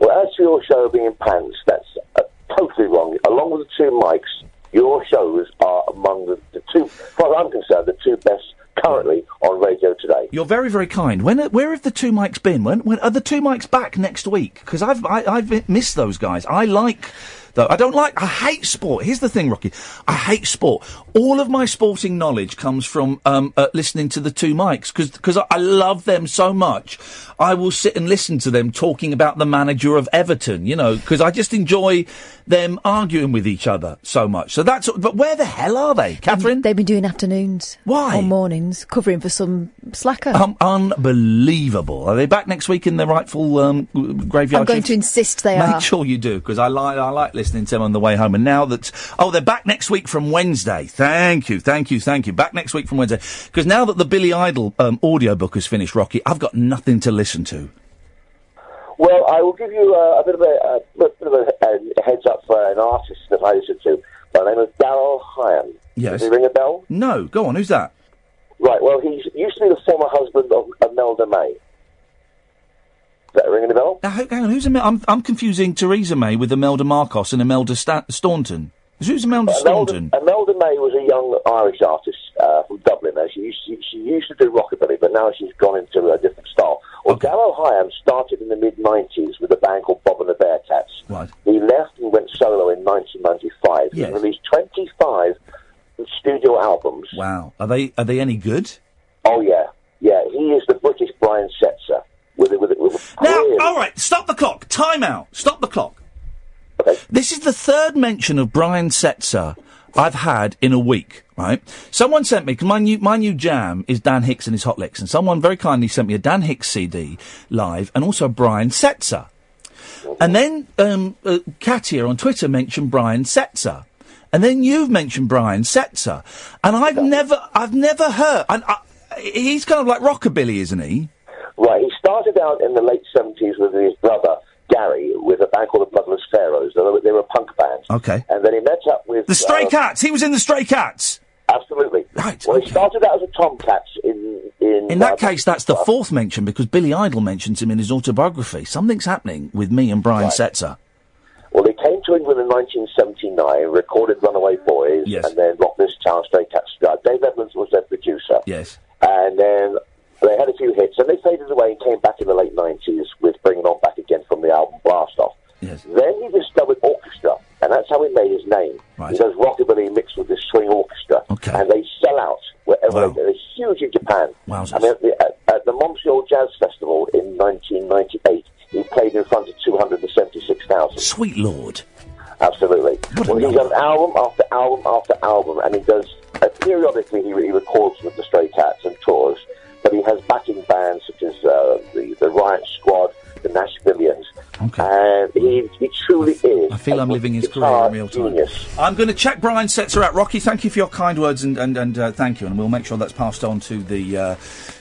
S6: Well, as for your show being pants, that's uh, totally wrong. Along with the two mics, your shows are among the, the two, as far as I'm concerned, the two best currently on radio today.
S3: You're very, very kind. When, where have the two mics been? When, when are the two mics back next week? Because I've, I, I've missed those guys. I like though. I don't like. I hate sport. Here's the thing, Rocky. I hate sport. All of my sporting knowledge comes from um, uh, listening to the two mics because I, I love them so much. I will sit and listen to them talking about the manager of Everton. You know, because I just enjoy them arguing with each other so much. So that's. But where the hell are they, Catherine?
S8: They've been doing afternoons.
S3: Why?
S8: Or mornings, covering for some slacker.
S3: Um, unbelievable. Are they back next week in their rightful um, g- graveyard?
S8: I'm going
S3: shift?
S8: to insist they
S3: Make
S8: are.
S3: sure you do because I like I like listening to them on the way home. And now that oh, they're back next week from Wednesday. Thank you, thank you, thank you. Back next week from Wednesday because now that the Billy Idol um, audiobook has finished, Rocky, I've got nothing to listen to.
S6: Well, I will give you uh, a bit of a, a bit of a, a heads up for an artist that I listen to by the name of Daryl Hyam.
S3: Yes.
S6: Does he ring a bell?
S3: No, go on. Who's that?
S6: Right. Well, he used to be the former husband of Imelda May. Is that ringing a bell?
S3: Now, ho- hang on, who's Amel- I'm I'm confusing Theresa May with Imelda Marcos and Imelda Sta- Staunton. Who's Imelda Staunton?
S6: Imelda May was a young Irish artist uh, from Dublin. Now she used she, she used to do rockabilly, but now she's gone into a different style. Well, Daryl Hyam started in the mid '90s with a band called Bob and the Bear Cats.
S3: Right.
S6: He left and went solo in 1995.
S3: Yes.
S6: He released 25 studio albums.
S3: Wow, are they are they any good?
S6: Oh yeah, yeah. He is the British Brian Setzer. With, with, with,
S3: Now, all right, stop the clock. Time out. Stop the clock. This is the third mention of Brian Setzer I've had in a week, right? Someone sent me, because my new, my new jam is Dan Hicks and his Hot Licks, and someone very kindly sent me a Dan Hicks CD live and also Brian Setzer. And then um, uh, Katia on Twitter mentioned Brian Setzer. And then you've mentioned Brian Setzer. And I've never, I've never heard, and I, he's kind of like rockabilly, isn't he?
S6: Right, he started out in the late 70s with his brother, Gary, with a band called the Bloodless Pharaohs. They were, they were a punk band.
S3: Okay.
S6: And then he met up with...
S3: The Stray
S6: uh,
S3: Cats. He was in the Stray Cats.
S6: Absolutely.
S3: Right.
S6: Well, he started out as a Tomcats in... In,
S3: In
S6: uh,
S3: that case, that's the fourth mention because Billy Idol mentions him in his autobiography. Something's happening with me and Brian Setzer.
S6: Well, he came to England in 1979, recorded Runaway Boys,
S3: Yes.
S6: and then Rock This Town, Stray Cats. Uh, Dave Evans was their producer.
S3: Yes.
S6: And then they had a few hits, and they faded away and came back in the late 90s with Bringing On Back Again from the album Blast Off. Then he discovered orchestra, and that's how he made his name. He does rockabilly mixed with the swing orchestra, and they sell out wherever they go. They're huge in Japan. I mean, at the, at, at the Montreal Jazz Festival in 1998, he played in front of 276,000.
S3: Sweet Lord.
S6: Absolutely. Well, he's done album after album after album, and he does uh, periodically he, he records with the Stray Cats and tours, but he has backing bands such as uh, the the Riot Squad, the Nashvillians, and he he truly is.
S3: I feel I'm living his career in real time. I'm going to check Brian Setzer out. Rocky, thank you for your kind words and, and, and uh, thank you. And we'll make sure that's passed on to the. Uh,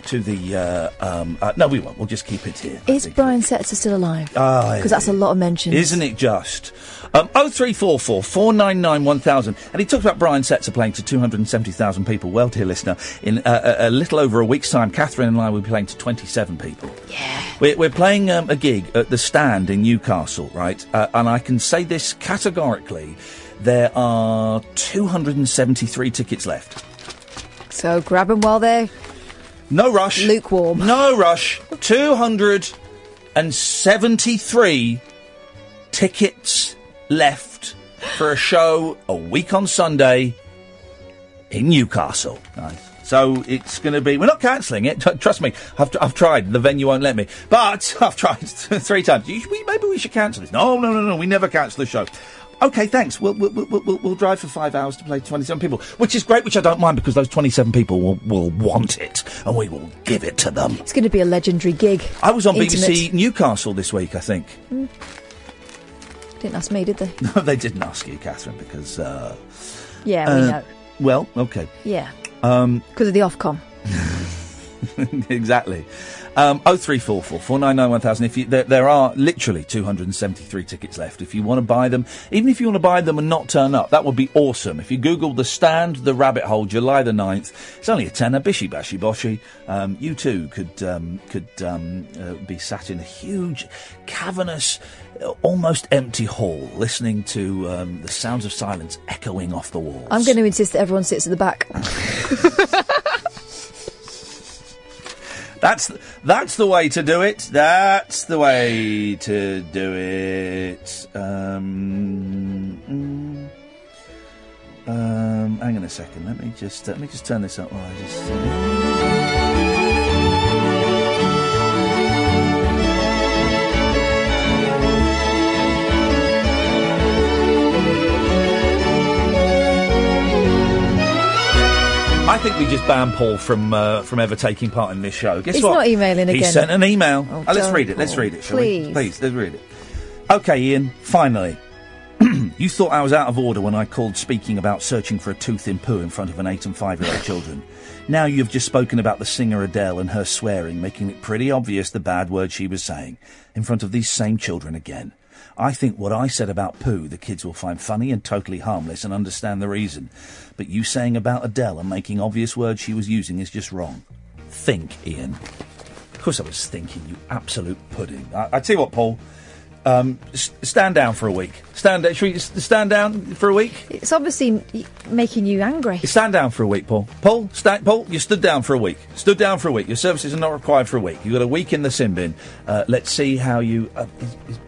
S3: to the uh, um, uh, no, we won't. We'll just keep it here.
S8: Is Brian Setzer still alive?
S3: Ah,
S8: Because that's a lot of mentions.
S3: Isn't it just? Um, 0344 499 1000. And he talks about Brian Setzer playing to 270,000 people. Well, dear listener, in uh, a, a little over a week's time, Catherine and I will be playing to 27 people. Yeah. We're, we're playing um, a gig at the stand in Newcastle, right? Uh, and I can say this categorically there are 273 tickets left.
S8: So grab them while they're
S3: No rush. Lukewarm. No rush. 273 tickets left for a show a week on Sunday in Newcastle. Nice. So it's going to be. We're not cancelling it. Tr- Trust me. I've, tr- I've tried. The venue won't let me. But I've tried three times. You, sh- we, maybe we should cancel this. No, no, no, no. We never cancel the show. Okay, thanks. We'll, we'll, we'll, we'll, we'll drive for five hours to play 27 people, which is great, which I don't mind because those 27 people will, will want it and we will give it to them.
S8: It's going to be a legendary gig.
S3: I was on
S8: Intimate. Hmm.
S3: BBC Newcastle this week, I think.
S8: Didn't ask me, did they?
S3: No, they didn't ask you, Catherine, because. Uh,
S8: Yeah, we
S3: uh,
S8: know.
S3: Well, okay.
S8: Yeah,
S3: Um,
S8: because of the Ofcom.
S3: exactly. Um, 0344 499 1000. If you, there, there are literally 273 tickets left. If you want to buy them, even if you want to buy them and not turn up, that would be awesome. If you Google The Stand, The Rabbit Hole, July the 9th, it's only a tenner, bishy bashy boshy. Um, you too could, um, could um, uh, be sat in a huge, cavernous, uh, almost empty hall, listening to um, the sounds of silence echoing off the walls.
S8: I'm going to insist that everyone sits at the back.
S3: That's th- that's the way to do it. That's the way to do it. Um, Um, hang on a second. Let me just let me just turn this up. While I just. I think we just ban Paul from uh, from ever taking part in this show. Guess
S8: He's
S3: what?
S8: not emailing
S3: He
S8: again.
S3: sent an email.
S8: Oh,
S3: Oh, let's
S8: don't,
S3: read it. Let's
S8: Paul.
S3: read it, shall we?
S8: Please.
S3: Please, let's read it. Okay, Ian. Finally, you thought I was out of order when I called speaking about searching for a tooth in poo in front of an eight and five year old children. Now you have just spoken about the singer Adele and her swearing, making it pretty obvious the bad word she was saying in front of these same children again. I think what I said about poo, the kids will find funny and totally harmless and understand the reason. But you saying about Adele and making obvious words she was using is just wrong. Think, Ian. Of course, I was thinking, you absolute pudding. I, I tell you what, Paul. Um, s- stand down for a week. Stand. Should we s- stand down for a week?
S8: It's obviously y- making you angry.
S3: Stand down for a week, Paul. Paul, stand, Paul, you stood down for a week. Stood down for a week. Your services are not required for a week. You've got a week in the sin bin. Uh, let's see how you. Uh, is- is-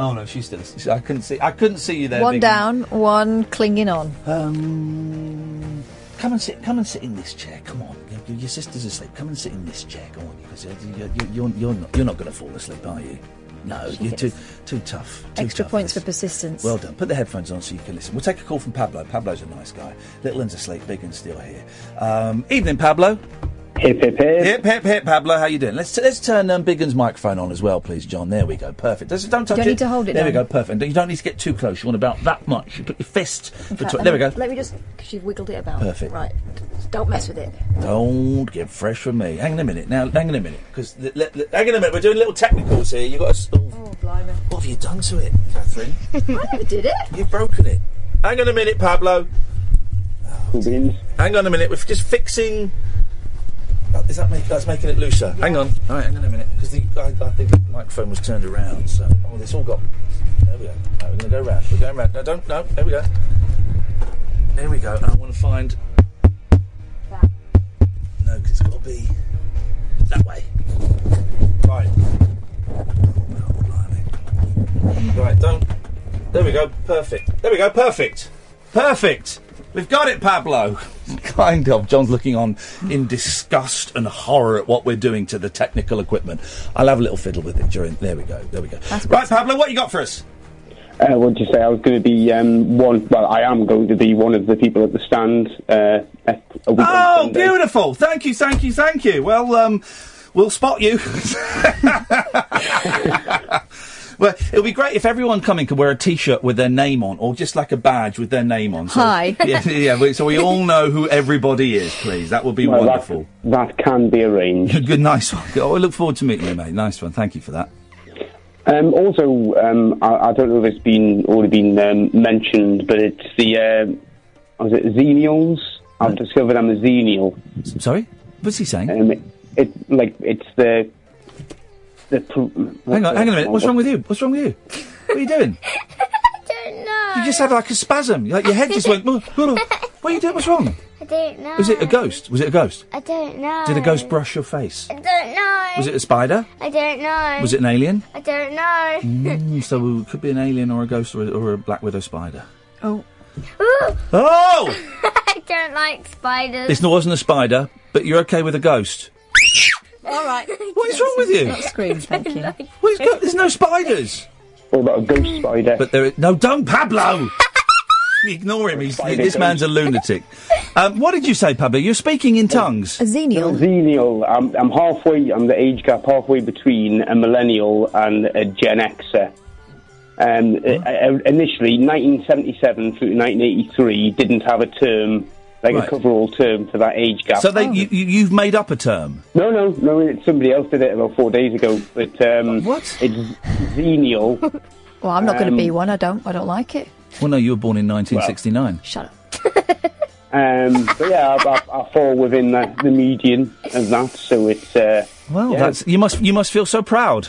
S3: oh no, she's still. she- I couldn't see. I couldn't see you there.
S8: one
S3: Big
S8: down, one clinging on.
S3: Um, come and sit. Come and sit in this chair. Come on. Your- Your, your sister's asleep. Come and sit in this chair. Come on. Because uh, you- you- you're, you're not. You're not going to fall asleep, are you? No,
S8: She
S3: you're
S8: gets
S3: too too tough. Too
S8: Extra
S3: tough.
S8: points for persistence.
S3: Well done. Put the headphones on so you can listen. We'll take a call from Pablo. Pablo's a nice guy. Little In's asleep, big and still here. Um, evening, Pablo. Hip hip hip. Hip hip hip. Pablo, how you doing? Let's let's turn um, Biggin's microphone on as well, please, John. There we go. Perfect. Just, don't touch
S8: Don't
S3: it.
S8: need to hold it
S3: There we go.
S8: down.
S3: Perfect. You don't need to get too close. You want about that much. You put your fist.
S7: In fact,
S3: between-
S7: let
S3: there we
S7: me-
S3: go.
S7: Let me just, because you've wiggled it about.
S3: Perfect.
S7: Right. Don't mess with it.
S3: Don't get fresh with me. Hang on a minute now. Hang on a minute, because hang on a minute. We're doing little technicals here. You got to. Oh,
S7: blimey!
S3: What have you done to it, Catherine?
S7: I never did it.
S3: You've broken it. Hang on a minute, Pablo.
S21: Uh,
S3: Hang on a minute. We're just fixing. Oh, Is that make, that's making it looser? Hang on. All right, hang on a minute, because I, I think the microphone was turned around. So oh, this all got. There we go. Right, we're going to go round. We're going round. No, don't. No. There we go. There we go. And I want to find. No, because it's got to be that way. Right. Right, don't. There we go. Perfect. There we go. Perfect. Perfect. We've got it, Pablo. kind of. John's looking on in disgust and horror at what we're doing to the technical equipment. I'll have a little fiddle with it during. There we go. There we go. right, Pablo, what you got for us?
S21: Uh, what did you say? I was going to be um, one. Well, I am going to be one of the people at the stand. Uh, at a week on
S3: Oh,
S21: Sunday.
S3: beautiful. Thank you, thank you, thank you. Well, um, we'll spot you. well, it'll be great if everyone coming could wear a T-shirt with their name on, or just like a badge with their name on. So,
S7: Hi.
S3: Yeah, yeah, we- so we all know who everybody is, please. That would be
S21: Well, that-
S3: wonderful.
S21: That can be arranged.
S3: Good, nice one. Good. Oh, I look forward to meeting you, mate. Nice one. Thank you for that.
S21: Um, also, um, I, I don't know if it's been already been um, mentioned, but it's the um, was it Xenials? I've discovered I'm a Xenial.
S3: Sorry, what's he saying?
S21: Um, it, it- like it's the the. Pr-
S3: Hang on, hang on a minute. What's wrong with you? What's wrong with you? What are you doing?
S17: don't know.
S3: You just had like a spasm. Like your head just went. "Oh, oh, oh." What are you doing? What's wrong?
S17: I don't know.
S3: Was it a ghost? Was it a ghost?
S17: I don't know.
S3: Did a ghost brush your face?
S17: I don't know.
S3: Was it a spider?
S17: I don't know.
S3: Was it an alien?
S17: I don't know.
S3: Mm, so it could be an alien or a ghost or a, or a black widow spider.
S17: oh. Ooh,
S3: Oh!
S17: I don't like spiders.
S3: This wasn't a spider, but you're okay with a ghost.
S17: All right.
S3: What is wrong with you?
S17: Not
S8: scream, thank you.
S3: What's go- there's no spiders.
S21: What about a ghost spider?
S3: But there, no, don't Pablo. Ignore him. He's,
S21: Spider
S3: this man's a lunatic. Um, what did you say, Pablo? You're speaking in tongues.
S8: A xenial.
S21: Xenial. I'm, I'm halfway. I'm the age gap halfway between a millennial and a Gen Xer. Um, uh, uh, initially, 1977 through 1983 didn't have a term, like
S3: Right.
S21: a coverall term for that age gap.
S3: So they, you, you, you've made up a term.
S21: No, no, no. It's somebody else did it about four days ago. But um,
S3: what?
S21: It's xenial.
S8: Well, I'm not going
S21: Um,
S8: to be one. I don't. I don't like it.
S3: Well, no, you were born in 1969.
S8: Shut up.
S21: um, but yeah, I, I, I fall within the, the median of that. So it's uh,
S3: well,
S21: yeah.
S3: that's you must you must feel so proud.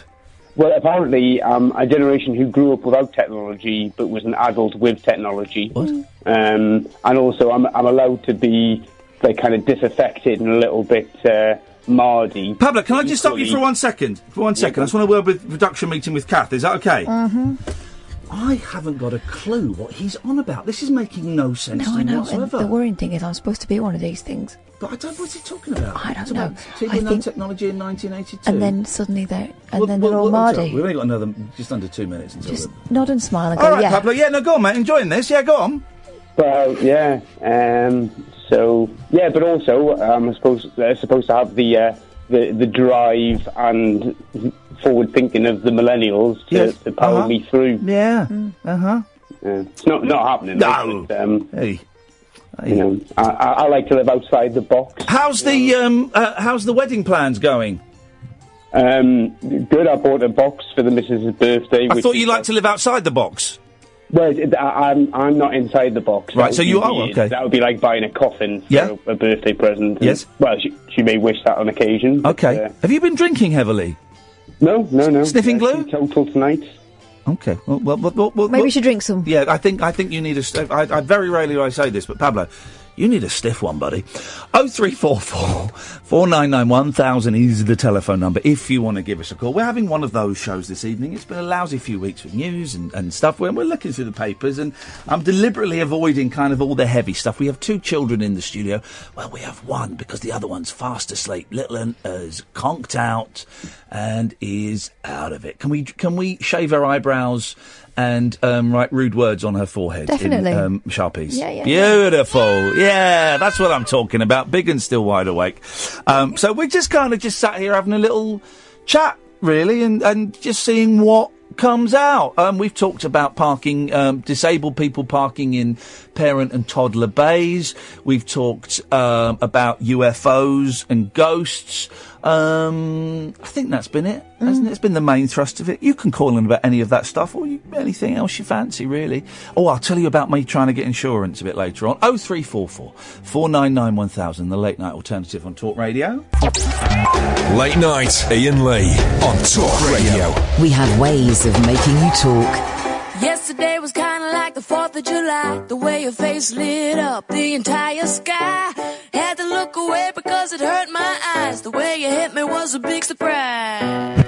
S21: Well, apparently, um, a generation who grew up without technology but was an adult with technology. What? Um, and also, I'm, I'm allowed to be like kind of disaffected and a little bit uh, mardy.
S3: Pablo, can I just stop you for one second? For one second, I just want to word with production meeting with Kath. Is that okay?
S8: Mm-hmm.
S3: I haven't got a clue what he's on about. This is making no sense
S8: No,
S3: to
S8: I
S3: me
S8: know. And
S3: whatsoever.
S8: the worrying thing is, I'm supposed to be at one of these things.
S3: But I don't. What's he talking about?
S8: I don't
S3: So
S8: know.
S3: what, People
S8: I
S3: no
S8: think-
S3: technology in 1982.
S8: And then suddenly they're and
S3: Well,
S8: then
S3: well,
S8: they're all
S3: well, I'm sorry,
S8: Mardy.
S3: We've only got another just under two minutes until.
S8: Just
S3: then.
S8: nod and smile and go,
S3: All right,
S8: yeah.
S3: Pablo. Yeah, no, go on, mate. Enjoying this? Yeah, go on.
S21: Well, yeah. Um, so yeah, but also um, I suppose they're supposed to have the uh, the the drive and forward thinking of the millennials to,
S3: Yes,
S21: to power
S3: uh-huh.
S21: me through.
S3: Yeah.
S8: Mm.
S3: Uh huh.
S21: Uh, it's not not happening.
S3: No.
S21: But, um,
S3: hey.
S21: You know, I, I I like to live outside the box.
S3: How's the um? Uh, how's the wedding plans going?
S21: Um, good. I bought a box for the missus' birthday.
S3: I
S21: which
S3: thought you liked to live outside the box.
S21: Well, it- I, I'm I'm not inside the box.
S3: Right,
S21: That
S3: so
S21: would
S3: you
S21: be
S3: are,
S21: weird.
S3: okay.
S21: That would be like buying a coffin for
S3: Yeah.
S21: a birthday present.
S3: Yes.
S21: Well, she, she may wish that on occasion. but,
S3: Okay.
S21: uh,
S3: Have you been drinking heavily?
S21: no, no, no.
S3: Sniffing glue.
S21: Total tonight.
S3: Okay. Well, well, well, well, well
S8: Maybe
S3: well-
S8: you should drink some.
S3: Yeah, I think I think you need a. St- I, I very rarely do I say this, but Pablo, you need a stiff one, buddy. Oh three four four four nine nine one thousand is the telephone number if you want to give us a call. We're having one of those shows this evening. It's been a lousy few weeks with news and, and stuff. When we're looking through the papers, and I'm deliberately avoiding kind of all the heavy stuff. We have two children in the studio. Well, we have one because the other one's fast asleep. Little un is conked out and is out of it. Can we can we shave her eyebrows? and um, write rude words on her forehead.
S8: Definitely.
S3: In, um, Sharpies.
S8: Yeah, yeah,
S3: Beautiful. Yeah, that's what I'm talking about. Big and still wide awake. Um, so we're just kind of just sat here having a little chat, really, and, and just seeing what comes out. Um, we've talked about parking, um, disabled people parking in parent and toddler bays. We've talked um, about UFOs and ghosts. Um, I think that's been it, hasn't it? It's been the main thrust of it. You can call in about any of that stuff or you, anything else you fancy, really. Oh, I'll tell you about me trying to get insurance a bit later on. 0344 499 1000, the late night alternative on Talk Radio.
S9: Late night, Ian Lee on Talk Radio.
S10: We have ways of making you talk.
S11: Yesterday was kinda like the 4th of July. The way your face lit up the entire sky. Had to look away because it hurt my eyes. The way you hit me was a big surprise.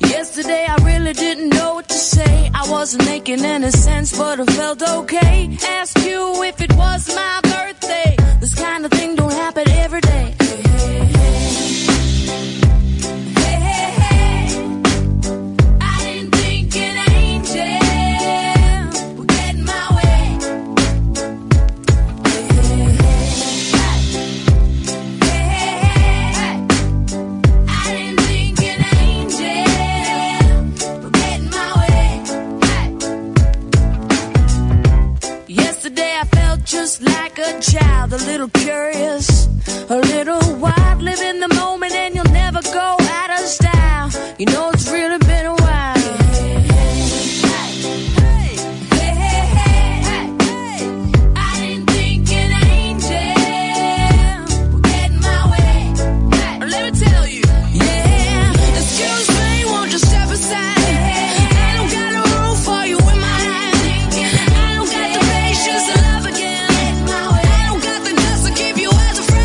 S11: Yesterday I really didn't know what to say. I wasn't making any sense, but I felt okay. Asked you if it was my birthday. This kind of thing don't happen every day. Hey, hey, hey. Hey, hey, hey. I didn't think an angel would get in my way. Hey, hey, hey. Hey, hey, hey. I didn't think an angel would get in my way. Yesterday I felt just like a child, a little curious, a little wild. Live in the moment and you'll never go out of style. You know it's really been a while. Hey, hey, hey, hey, I didn't think an angel would get in my way. Let me tell you. Yeah, excuse me, won't you step aside? I don't got a room for you in my life. I don't got the patience to love again. I don't got the guts to keep you as a friend.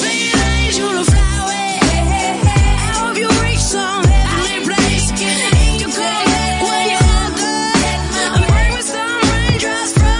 S11: Be an angel to fly away. I hope you reach some heavenly place. And you come back when you're all good. And bring me some raindrops from the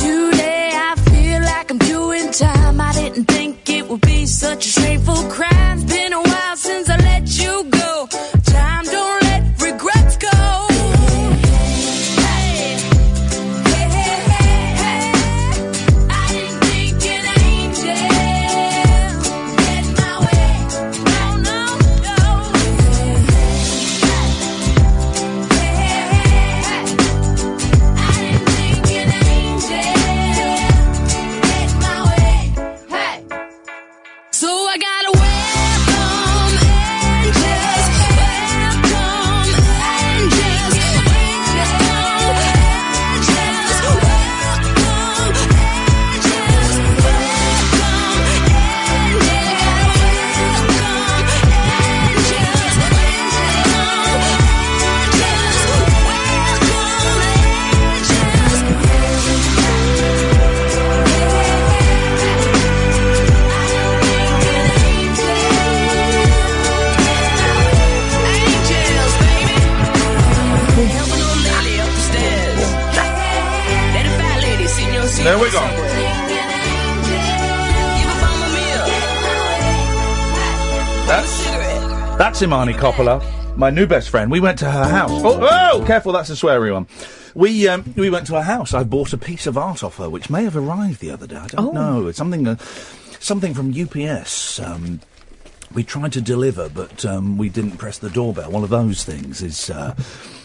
S11: Today I feel like I'm doing time. I didn't think it would be such a shameful crime. It's been a while since I let you go. Time don't let regrets go. Hey, hey, hey, hey, hey. I didn't think an angel would get in my way. No, no, no. Hey, hey, hey, hey, hey. So I got
S3: That's, that's Imani Coppola, my new best friend. We went to her house. Oh, oh careful, that's a sweary one. We um, we went to her house. I bought a piece of art off her, which may have arrived the other day. I don't
S12: Oh.
S3: know. It's something uh, something from UPS. Um, we tried to deliver, but um, we didn't press the doorbell. One of those things is. Uh,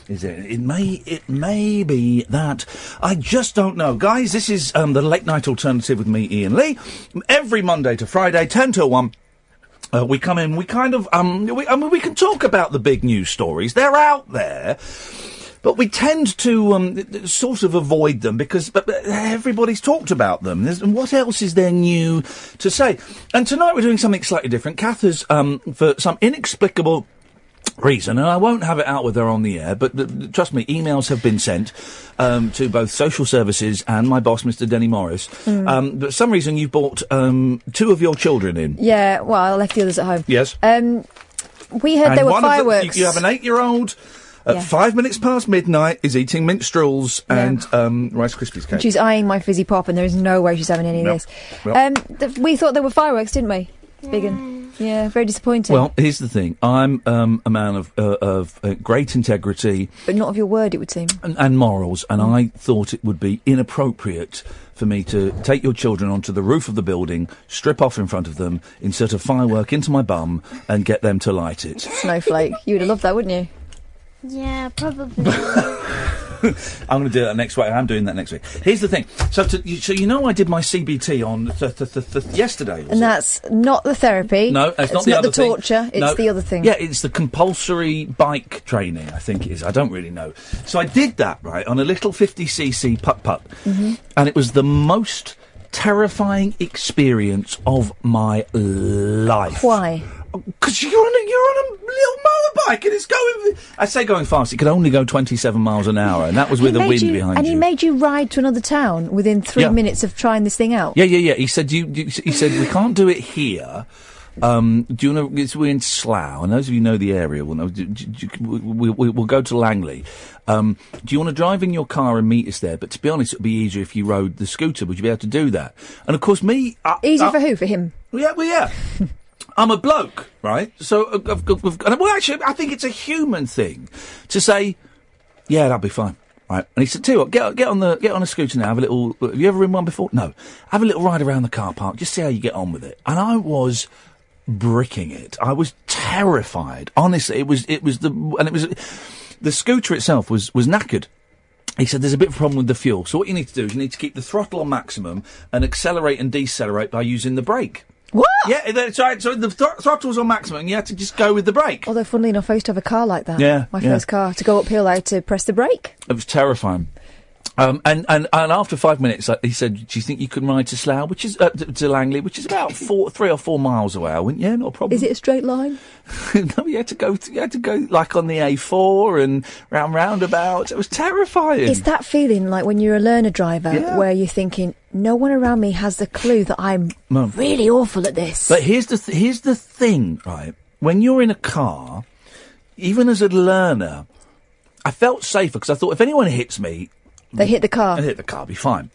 S3: is it? It may. It may be that. I just don't know, guys. This is um, the late night alternative with me, Ian Lee. Every Monday to Friday, ten till one. Uh, we come in. We kind of. Um. We, I mean, we can talk about the big news stories. They're out there. But we tend to um, th- th- sort of avoid them because but, but everybody's talked about them. There's, and what else is there new to say? And tonight we're doing something slightly different. Kath has, um, for some inexplicable reason, and I won't have it out with her on the air, but th- th- trust me, emails have been sent um, to both social services and my boss, Mr. Denny Morris.
S8: Mm.
S3: Um, but for some reason, you bought um, two of your children in.
S8: Yeah, well, I left the others at home.
S3: Yes?
S8: Um, we heard
S3: And
S8: there were
S3: one of the- you-
S8: fireworks.
S3: you, have an eight-year-old at
S8: Yeah.
S3: five minutes past midnight is eating minstrels and um, Rice Krispies cake.
S8: She's eyeing my fizzy pop, and there is no way she's having any
S3: No.
S8: of this.
S3: Well-
S8: Um, th- we thought there were fireworks, didn't we? Biggin. Yeah, very disappointing.
S3: well, here's the thing. I'm um, a man of uh, of uh, great integrity
S8: but not of your word, it would seem.
S3: and, and morals, and
S8: Mm.
S3: I thought it would be inappropriate for me to take your children onto the roof of the building, strip off in front of them, insert a firework into my bum, and get them to light it.
S8: Snowflake, you would have loved that, wouldn't you?
S17: Yeah, probably.
S3: I'm going to do that next week. I'm doing that next week. Here's the thing. So, to, you, so you know, I did my CBT on th- th- th- th- yesterday.
S8: And that's not the therapy.
S3: No, it's not the other thing.
S8: torture. It's
S3: No.
S8: the other thing.
S3: Yeah, it's the compulsory bike training, I think it is. I don't really know. So I did that, right, on a little 50cc putt putt.
S8: Mm-hmm.
S11: Mhm.
S3: And it was the most terrifying experience of my life.
S8: Why?
S3: Because you're on, a, you're on a little motorbike and it's going. I say going fast, it could only go 27 miles an hour, and that was with
S8: He
S3: a
S8: made
S3: wind
S8: you-
S3: behind
S8: and
S3: you.
S8: he made you ride to another town within three
S3: Yeah.
S8: minutes of trying this thing out.
S3: Yeah, yeah, yeah. He said, you, you, he said, we can't do it here. Um, do you know, it's, we're in Slough, and those of you who know the area will know, do, do, do- we, we, we'll go to Langley. Um, do you want to drive in your car and meet us there? But to be honest, it would be easier if you rode the scooter. Would you be able to do that? And of course, me... I,
S8: Easy
S3: I-
S8: for who? For him?
S3: Yeah, well, yeah. I'm a bloke, right? So, uh, I've, got- we've got- well, actually, I think it's a human thing to say, yeah, that'll be fine. Right. And he said, tell you what, get, get on the, get on a scooter now, have a little, have you ever in one before? No. Have a little ride around the car park, just see how you get on with it. And I was bricking it. I was terrified. Honestly, it was, it was the, and it was, the scooter itself was, was knackered. He said there's a bit of a problem with the fuel. So what you need to do is you need to keep the throttle on maximum and accelerate and decelerate by using the brake.
S8: What?
S3: Yeah, that's right. So the thr- throttle's on maximum and you had to just go with the brake.
S8: Although, funnily enough, I used to have a car like that.
S3: Yeah,
S8: My
S3: yeah.
S8: first car. To go uphill, I had to press the brake.
S3: It was terrifying. Um, and, and, and after five minutes, uh, he said, "Do you think you can ride to Slough, which is uh, to, to Langley, which is about four, three or four miles away?" I went, "Yeah, not a problem."
S8: Is it a straight line?
S3: no, you had to go. you had to go like on the A4 and round roundabouts. It was terrifying.
S8: It's that feeling like when you're a learner driver
S3: Yeah.
S8: where you're thinking, no one around me has the clue that I'm
S3: Mum.
S8: really awful at this.
S3: But here's the th- here's the thing, right? When you're in a car, even as a learner, I felt safer because I thought if anyone hits me,
S8: They hit the car.
S3: I hit the car, be fine.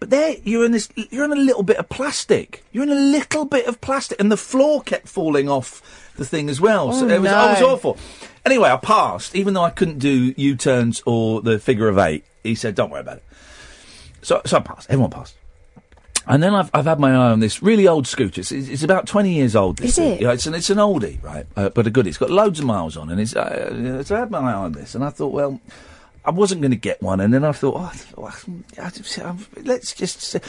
S3: But there, you're in this. You're in a little bit of plastic. You're in a little bit of plastic, and the floor kept falling off the thing as well. so
S8: Oh,
S3: it was,
S8: no.
S3: I was awful. Anyway, I passed, even though I couldn't do U-turns or the figure of eight. He said, "Don't worry about it." So, so I passed. Everyone passed. And then I've, I've had my eye on this really old scooter. It's, it's about 20 years old. This
S8: Is
S3: thing.
S8: it?
S3: Yeah, it's, an, it's an oldie, right? Uh, but a goodie. It's got loads of miles on. And it's, uh, so I had my eye on this. And I thought, well, I wasn't going to get one. And then I thought, oh, I th- oh, I, I, I, let's just. say-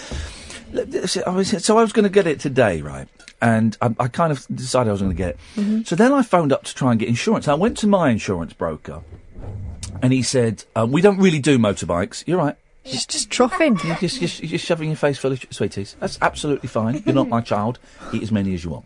S3: let- let's say- I was, so I was going to get it today, right? And I, I kind of decided I was going to get it.
S8: Mm-hmm.
S11: Mhm.
S3: So then I phoned up to try and get insurance. I went to my insurance broker. And he said, um, "We don't really do motorbikes. You're right.
S8: She's just troughing.
S3: You're just, just, you're just shoving your face full of ch- sweeties. That's absolutely fine. You're not my child. Eat as many as you want."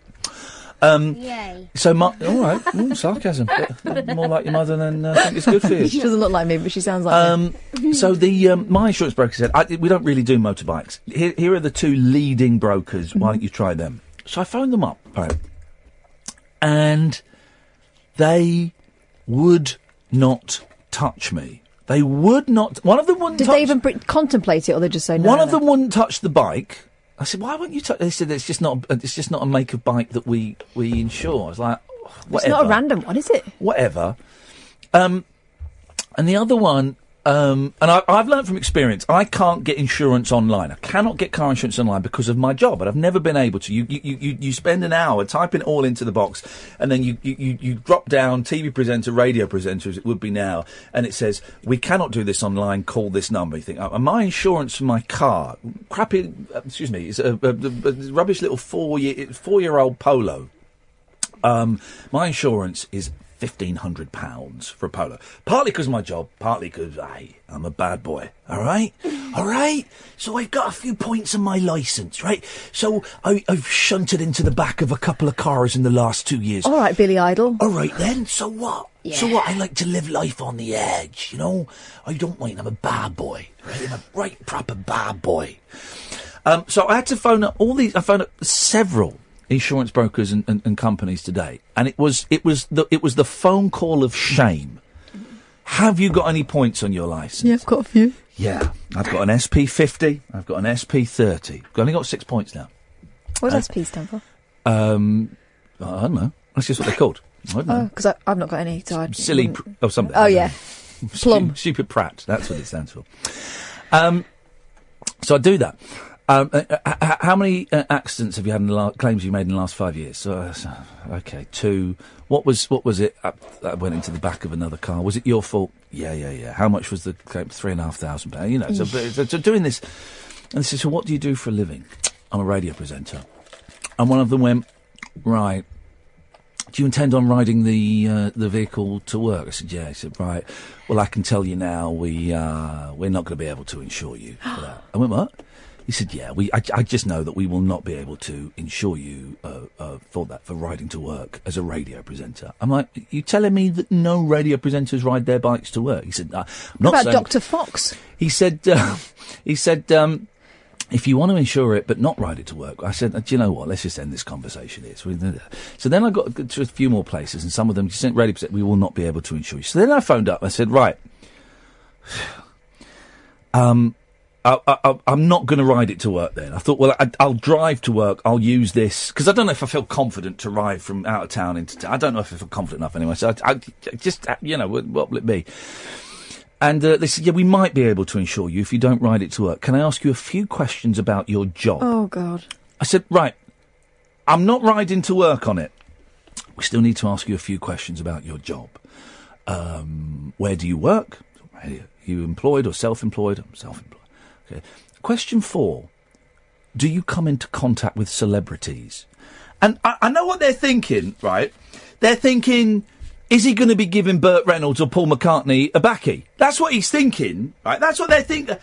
S3: Um,
S8: Yay.
S3: So, my, all right, mm, sarcasm. But more like your mother than uh, I think it's good for you.
S8: she doesn't look like me, but she sounds like me.
S3: Um, so the um, my insurance broker said I, we don't really do motorbikes. Here, here are the two leading brokers. Why don't you try them? So I phoned them up, right, and they would not touch me. They would not. One of them wouldn't.
S8: Did they even pre- contemplate it, or they just say no?
S3: one
S8: no,
S3: of them wouldn't touch the bike. I said, why won't you touch? They said it's just not it's just not a make of bike that we we insure. I was like,
S8: It's
S3: whatever,
S8: not a random one, is it?
S3: whatever. Um, and the other one, um, and I, I've learned from experience, I can't get insurance online. I cannot get car insurance online because of my job, and I've never been able to. You you you- you, you spend an hour typing it all into the box, and then you, you- you you drop down TV presenter, radio presenter, as it would be now, and it says we cannot do this online. Call this number. You think, oh, and my insurance for my car, crappy, uh, excuse me, it's a, a, a a rubbish little four year four year old Polo. Um, my insurance is fifteen hundred pounds for a polo. Partly because my job, partly because hey, I'm a bad boy. All right, all right. So I've got a few points on my license, right? So I, I've shunted into the back of a couple of cars in the last two years.
S8: All right, Billy Idol.
S3: All right then. So what? So what? I like to live life on the edge, you know. I don't mind. I'm a bad boy. Right? I'm a right proper bad boy. Um, so I had to phone up all these. I phoned up several insurance brokers and, and, and companies today, and it was it was the it was the phone call of shame. Have you got any points on your license?
S8: Yeah, I've got a few.
S3: Yeah, I've got an SP50. I've got an SP30. I've only got six points now.
S8: What
S3: Uh,
S8: does SP stand for?
S3: Um, I don't know. That's just what they're called. I don't
S8: Oh,
S3: know.
S8: because I've not got any. So I
S3: Silly
S8: wouldn't-
S3: pr- or something.
S8: Oh yeah,
S3: Plum. Stupid Pratt. That's what it stands for. Um, so I do that. Um, uh, uh, h- how many uh, accidents have you had in the last, claims you made in the last five years? So, uh, so, okay, two. What was what was it? Uh, that went into the back of another car. Was it your fault? Yeah, yeah, yeah. How much was the claim? Three and a half thousand pounds. You know. So, so, so doing this, and this is so. What do you do for a living? I'm a radio presenter. And one of them went, right. Do you intend on riding the uh, the vehicle to work? I said, yeah. He said, right. Well, I can tell you now, we uh, we're not going to be able to insure you for that. I went, what? He said, yeah. We I, I just know that we will not be able to insure you uh, uh, for that for riding to work as a radio presenter. I'm like, you telling me that no radio presenters ride their bikes to work? He said, no, I'm
S8: What
S3: not
S8: about
S3: saying-
S8: Doctor Fox?
S3: he said, uh, he said, um, if you want to insure it but not ride it to work, I said, "Uh, do you know what? Let's just end this conversation here. So we- So then I got to a few more places, and some of them just said, ready, we will not be able to insure you. So then I phoned up. I said, right, um, I, I, I- I'm not going to ride it to work then. I thought, well, I, I'll drive to work. I'll use this because I don't know if I feel confident to ride from out of town into town. I don't know if I feel confident enough anyway. So I, I just, uh, you know, what, what will it be? And uh, they said, yeah, we might be able to insure you if you don't ride it to work. Can I ask you a few questions about your job?
S8: Oh God.
S3: I said, right, I'm not riding to work on it. We still need to ask you a few questions about your job. Um, where do you work? Are you employed or self employed? I'm self employed. Okay. Question four Do you come into contact with celebrities? And I, I know what they're thinking, right? They're thinking, is he going to be giving Burt Reynolds or Paul McCartney a backie? That's what he's thinking, right? That's what they're thinking.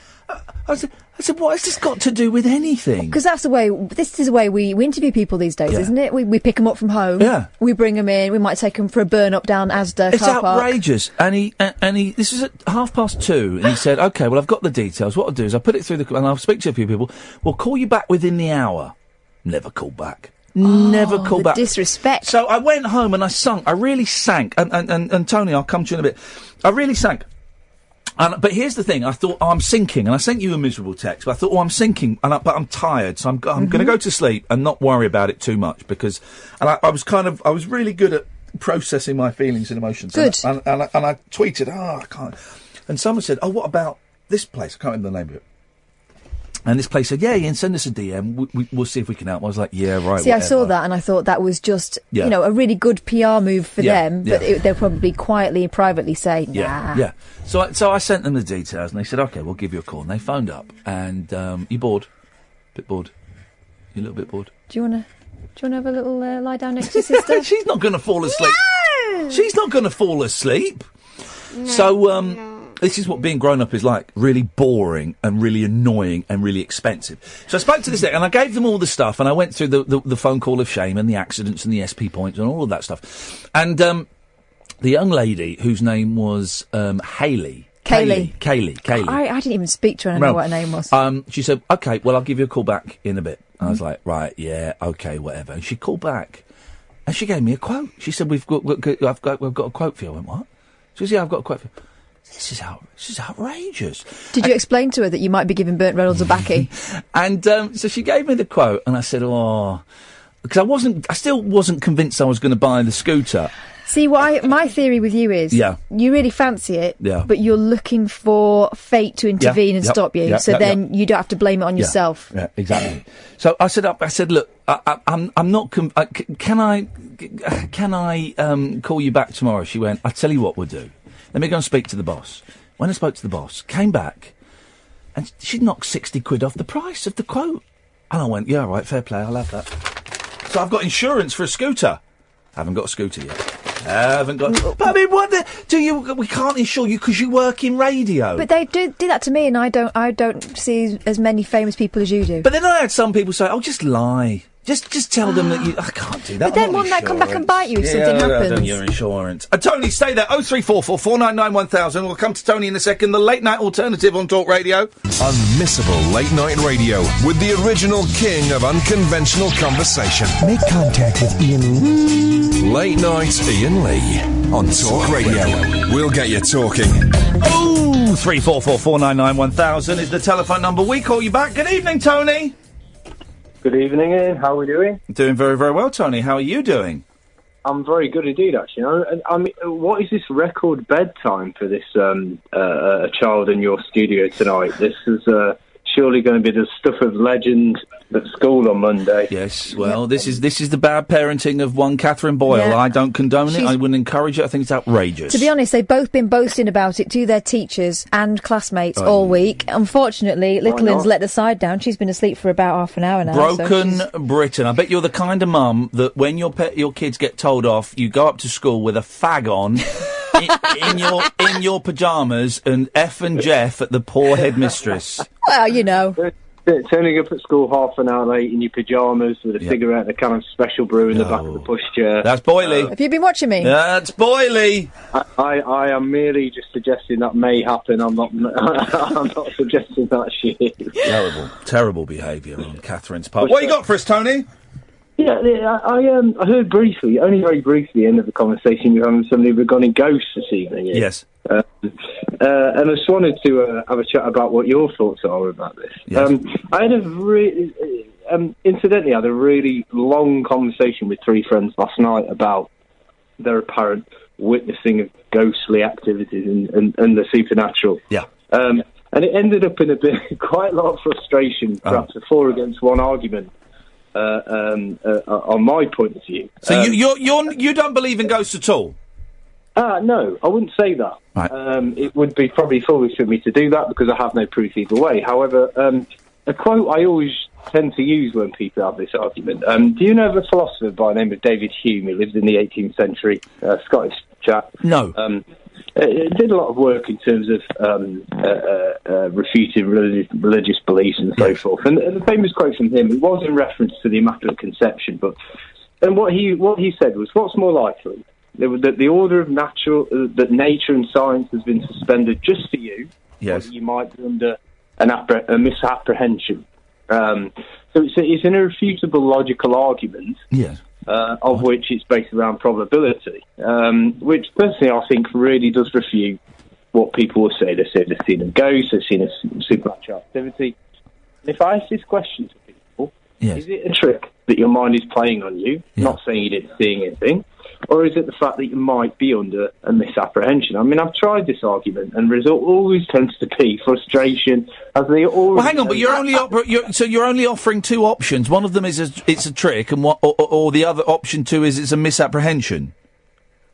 S3: I said, I said, what has this got to do with anything?
S8: Because that's the way. This is the way we, we interview people these days,
S3: Yeah.
S8: isn't it? We we pick them up from home.
S3: Yeah.
S8: We bring them in. We might take them for a burn up down Asda
S3: It's
S8: car park.
S3: outrageous. And he and, and he. This is at half past two, and he said, "Okay, well, I've got the details. What I'll do is I'll put it through the and I'll speak to a few people. We'll call you back within the hour. Never call back. Never
S8: Oh,
S3: call
S8: the
S3: back.
S8: Disrespect.
S3: So I went home and I sunk. I really sank. And and, and, and Tony, I'll come to you in a bit. I really sank. And, but here's the thing. I thought, oh, I'm sinking, and I sent you a miserable text. But I thought, oh, I'm sinking, and I, but I'm tired, so I'm, go- I'm
S8: Mm-hmm.
S3: going to go to sleep and not worry about it too much because. And I, I was kind of, I was really good at processing my feelings and emotions.
S8: Good.
S3: And, I- and, I, and I tweeted, oh, I can't. And someone said, oh, what about this place? I can't remember the name of it. And this place said, yeah, Ian, send us a DM. We, we, we'll see if we can help. I was like, yeah, right.
S8: See, I saw
S3: whatever."
S8: that and I thought that was just,
S3: Yeah.
S8: you know, a really good PR move for
S3: Yeah,
S8: them, but
S3: yeah.
S8: it, they'll probably quietly and privately say, nah.
S3: Yeah, yeah. So, I- so I sent them the details, and they said, "Okay, we'll give you a call." And they phoned up, and um, you bored, bit bored, you a little bit bored.
S8: Do you want to do you want to have a little uh, lie down next to your sister?
S3: She's not going to fall asleep. She's not going to fall asleep. so, um, this is what being grown up is like really boring and really annoying and really expensive. So, I spoke to this, and I gave them all the stuff, and I went through the, the, the phone call of shame and the accidents and the SP points and all of that stuff. And um, the young lady whose name was um, Haley.
S8: Kaylee.
S3: Kaylee. Kaylee.
S8: I, I didn't even speak to her and I know what her name was.
S3: Um, she said, "Okay, well, I'll give you a call back in a bit." And I was like, "Right, yeah, okay, whatever." And she called back, and she gave me a quote. She said, "We've got, we've got, I've got, we've got a quote for you." I went, "What?" She says, "Yeah, I've got a quote for you." This is out. This is outrageous.
S8: Did you explain to her that you might be giving Burt Reynolds a baccy?
S3: And um, so she gave me the quote, and I said, "Oh," because I wasn't. I still wasn't convinced I was going to buy the scooter.
S8: See, why my theory with you is
S3: Yeah.
S8: you really fancy it,
S3: Yeah.
S8: but you're looking for fate to intervene and
S3: yep,
S8: stop you,
S3: yep,
S8: so
S3: yep,
S8: then
S3: yep.
S8: you don't have to blame it on
S3: Yeah,
S8: yourself.
S3: Yeah, exactly. so I said, I said, look, I, I, I'm, I'm not. Com- I, c- can I, c- can I um, call you back tomorrow? She went. I tell you what, we'll do. Let me go and speak to the boss. When I spoke to the boss, came back, and she'd knocked sixty quid off the price of the quote. And I went, yeah, all right, fair play, I'll have that. So I've got insurance for a scooter. haven't got a scooter yet. haven't got. But I mean, what the, do you? We can't insure you because you work in radio.
S8: But they do do that to me, and I don't. I don't see as many famous people as you do.
S3: But then I had some people say, "Oh, just lie, just just tell them that you." I can't do that.
S8: But then
S3: I'm not
S8: won't that come back and
S3: insurance."
S8: bite you if
S3: yeah,
S8: something
S3: I don't
S8: happens?
S3: know your insurance. Uh, Tony, stay there. Oh three four four four nine nine one thousand. We'll come to Tony in a second. The late night alternative on Talk Radio.
S9: Unmissable late night radio with the original king of unconventional conversation.
S12: Make contact with Ian Lee.
S9: Late night Ian Lee on Talk Radio. We'll get you talking.
S3: Oh three four four four nine nine one thousand is the telephone number. We call you back. Good evening, Tony.
S13: Good evening, Ian. How are we doing?
S3: Doing very very well, Tony. How are you doing?
S13: I'm very good indeed, actually. I, I mean, what is this record bedtime for this um, uh, uh, child in your studio tonight? This is uh, surely going to be the stuff of legend at school on Monday.
S3: Yes. Well, this is this is the bad parenting of one Catherine Boyle.
S8: Yeah.
S3: I don't condone it.
S8: She's-
S3: I wouldn't encourage it. I think it's outrageous.
S8: To be honest, they've both been boasting about it to their teachers and classmates
S3: Oh,
S8: all week. Unfortunately, Little
S3: not?
S8: Lynn's let the side down. She's been asleep for about half an hour now. so
S3: Broken
S8: she's-
S3: Britain. I bet you're the kind of mum that when your pe- your kids get told off, you go up to school with a fag on in, in your in your pajamas and F and Jeff at the poor headmistress.
S8: well, you know.
S13: Turning up at school half an hour late in your pyjamas with a cigarette and a can of special brew in the back of the pushchair.
S3: That's boily.
S8: Have you been watching me?
S3: That's boily.
S13: I, I, I am merely just suggesting that may happen. I'm not. I'm not suggesting that shit.
S3: Terrible, terrible behaviour on Catherine's part. What you got for us, Tony?
S13: Yeah, I, I, um, I heard briefly, only very briefly, the end of the conversation you were having with somebody regarding ghosts this evening. Ian.
S3: Yes.
S13: Uh, uh, and I just wanted to uh, have a chat about what your thoughts are about this. Um, I had a really, um, incidentally, I had a really long conversation with three friends last night about their apparent witnessing of ghostly activities and, and, and the supernatural.
S3: Yeah.
S13: Um, and it ended up in a bit, quite a lot of frustration,
S3: Uh-huh.
S13: perhaps a four against one argument uh, um, uh, on my point of view.
S3: So you you're, you're you don't believe in ghosts at all? Uh,
S13: Ah, no, I wouldn't say that. Um, it would be probably foolish for me to do that because I have no proof either way. However, um, a quote I always tend to use when people have this argument. Um, do you know of a philosopher by the name of David Hume who lived in the 18th century, uh, Scottish chap?
S3: No.
S13: Um, uh, did a lot of work in terms of um, uh, uh, uh, refuting religious, religious beliefs and so forth. And the famous quote from him it was in reference to the Immaculate Conception, but and what he what he said was, "What's more likely that that the order of natural uh, that nature and science has been suspended just for you,
S3: Yes.
S13: or that you might be under an appre- a misapprehension." Um, so it's, a, it's an irrefutable logical argument
S3: Yes.
S13: uh, of which it's based around probability, um, which personally I think really does refute what people will say. They say they've seen a ghost, they've seen a s- supernatural activity. And if I ask this question to people, is it a trick that your mind is playing on you, not saying you didn't see anything, or is it the fact that you might be under a misapprehension? I mean, I've tried this argument, and the result always tends to be frustration, as they always.
S3: Well, hang on, but you're only op- you're, so you're only offering two options. One of them is a, it's a trick, and what, or, or- or the other option two is it's a misapprehension.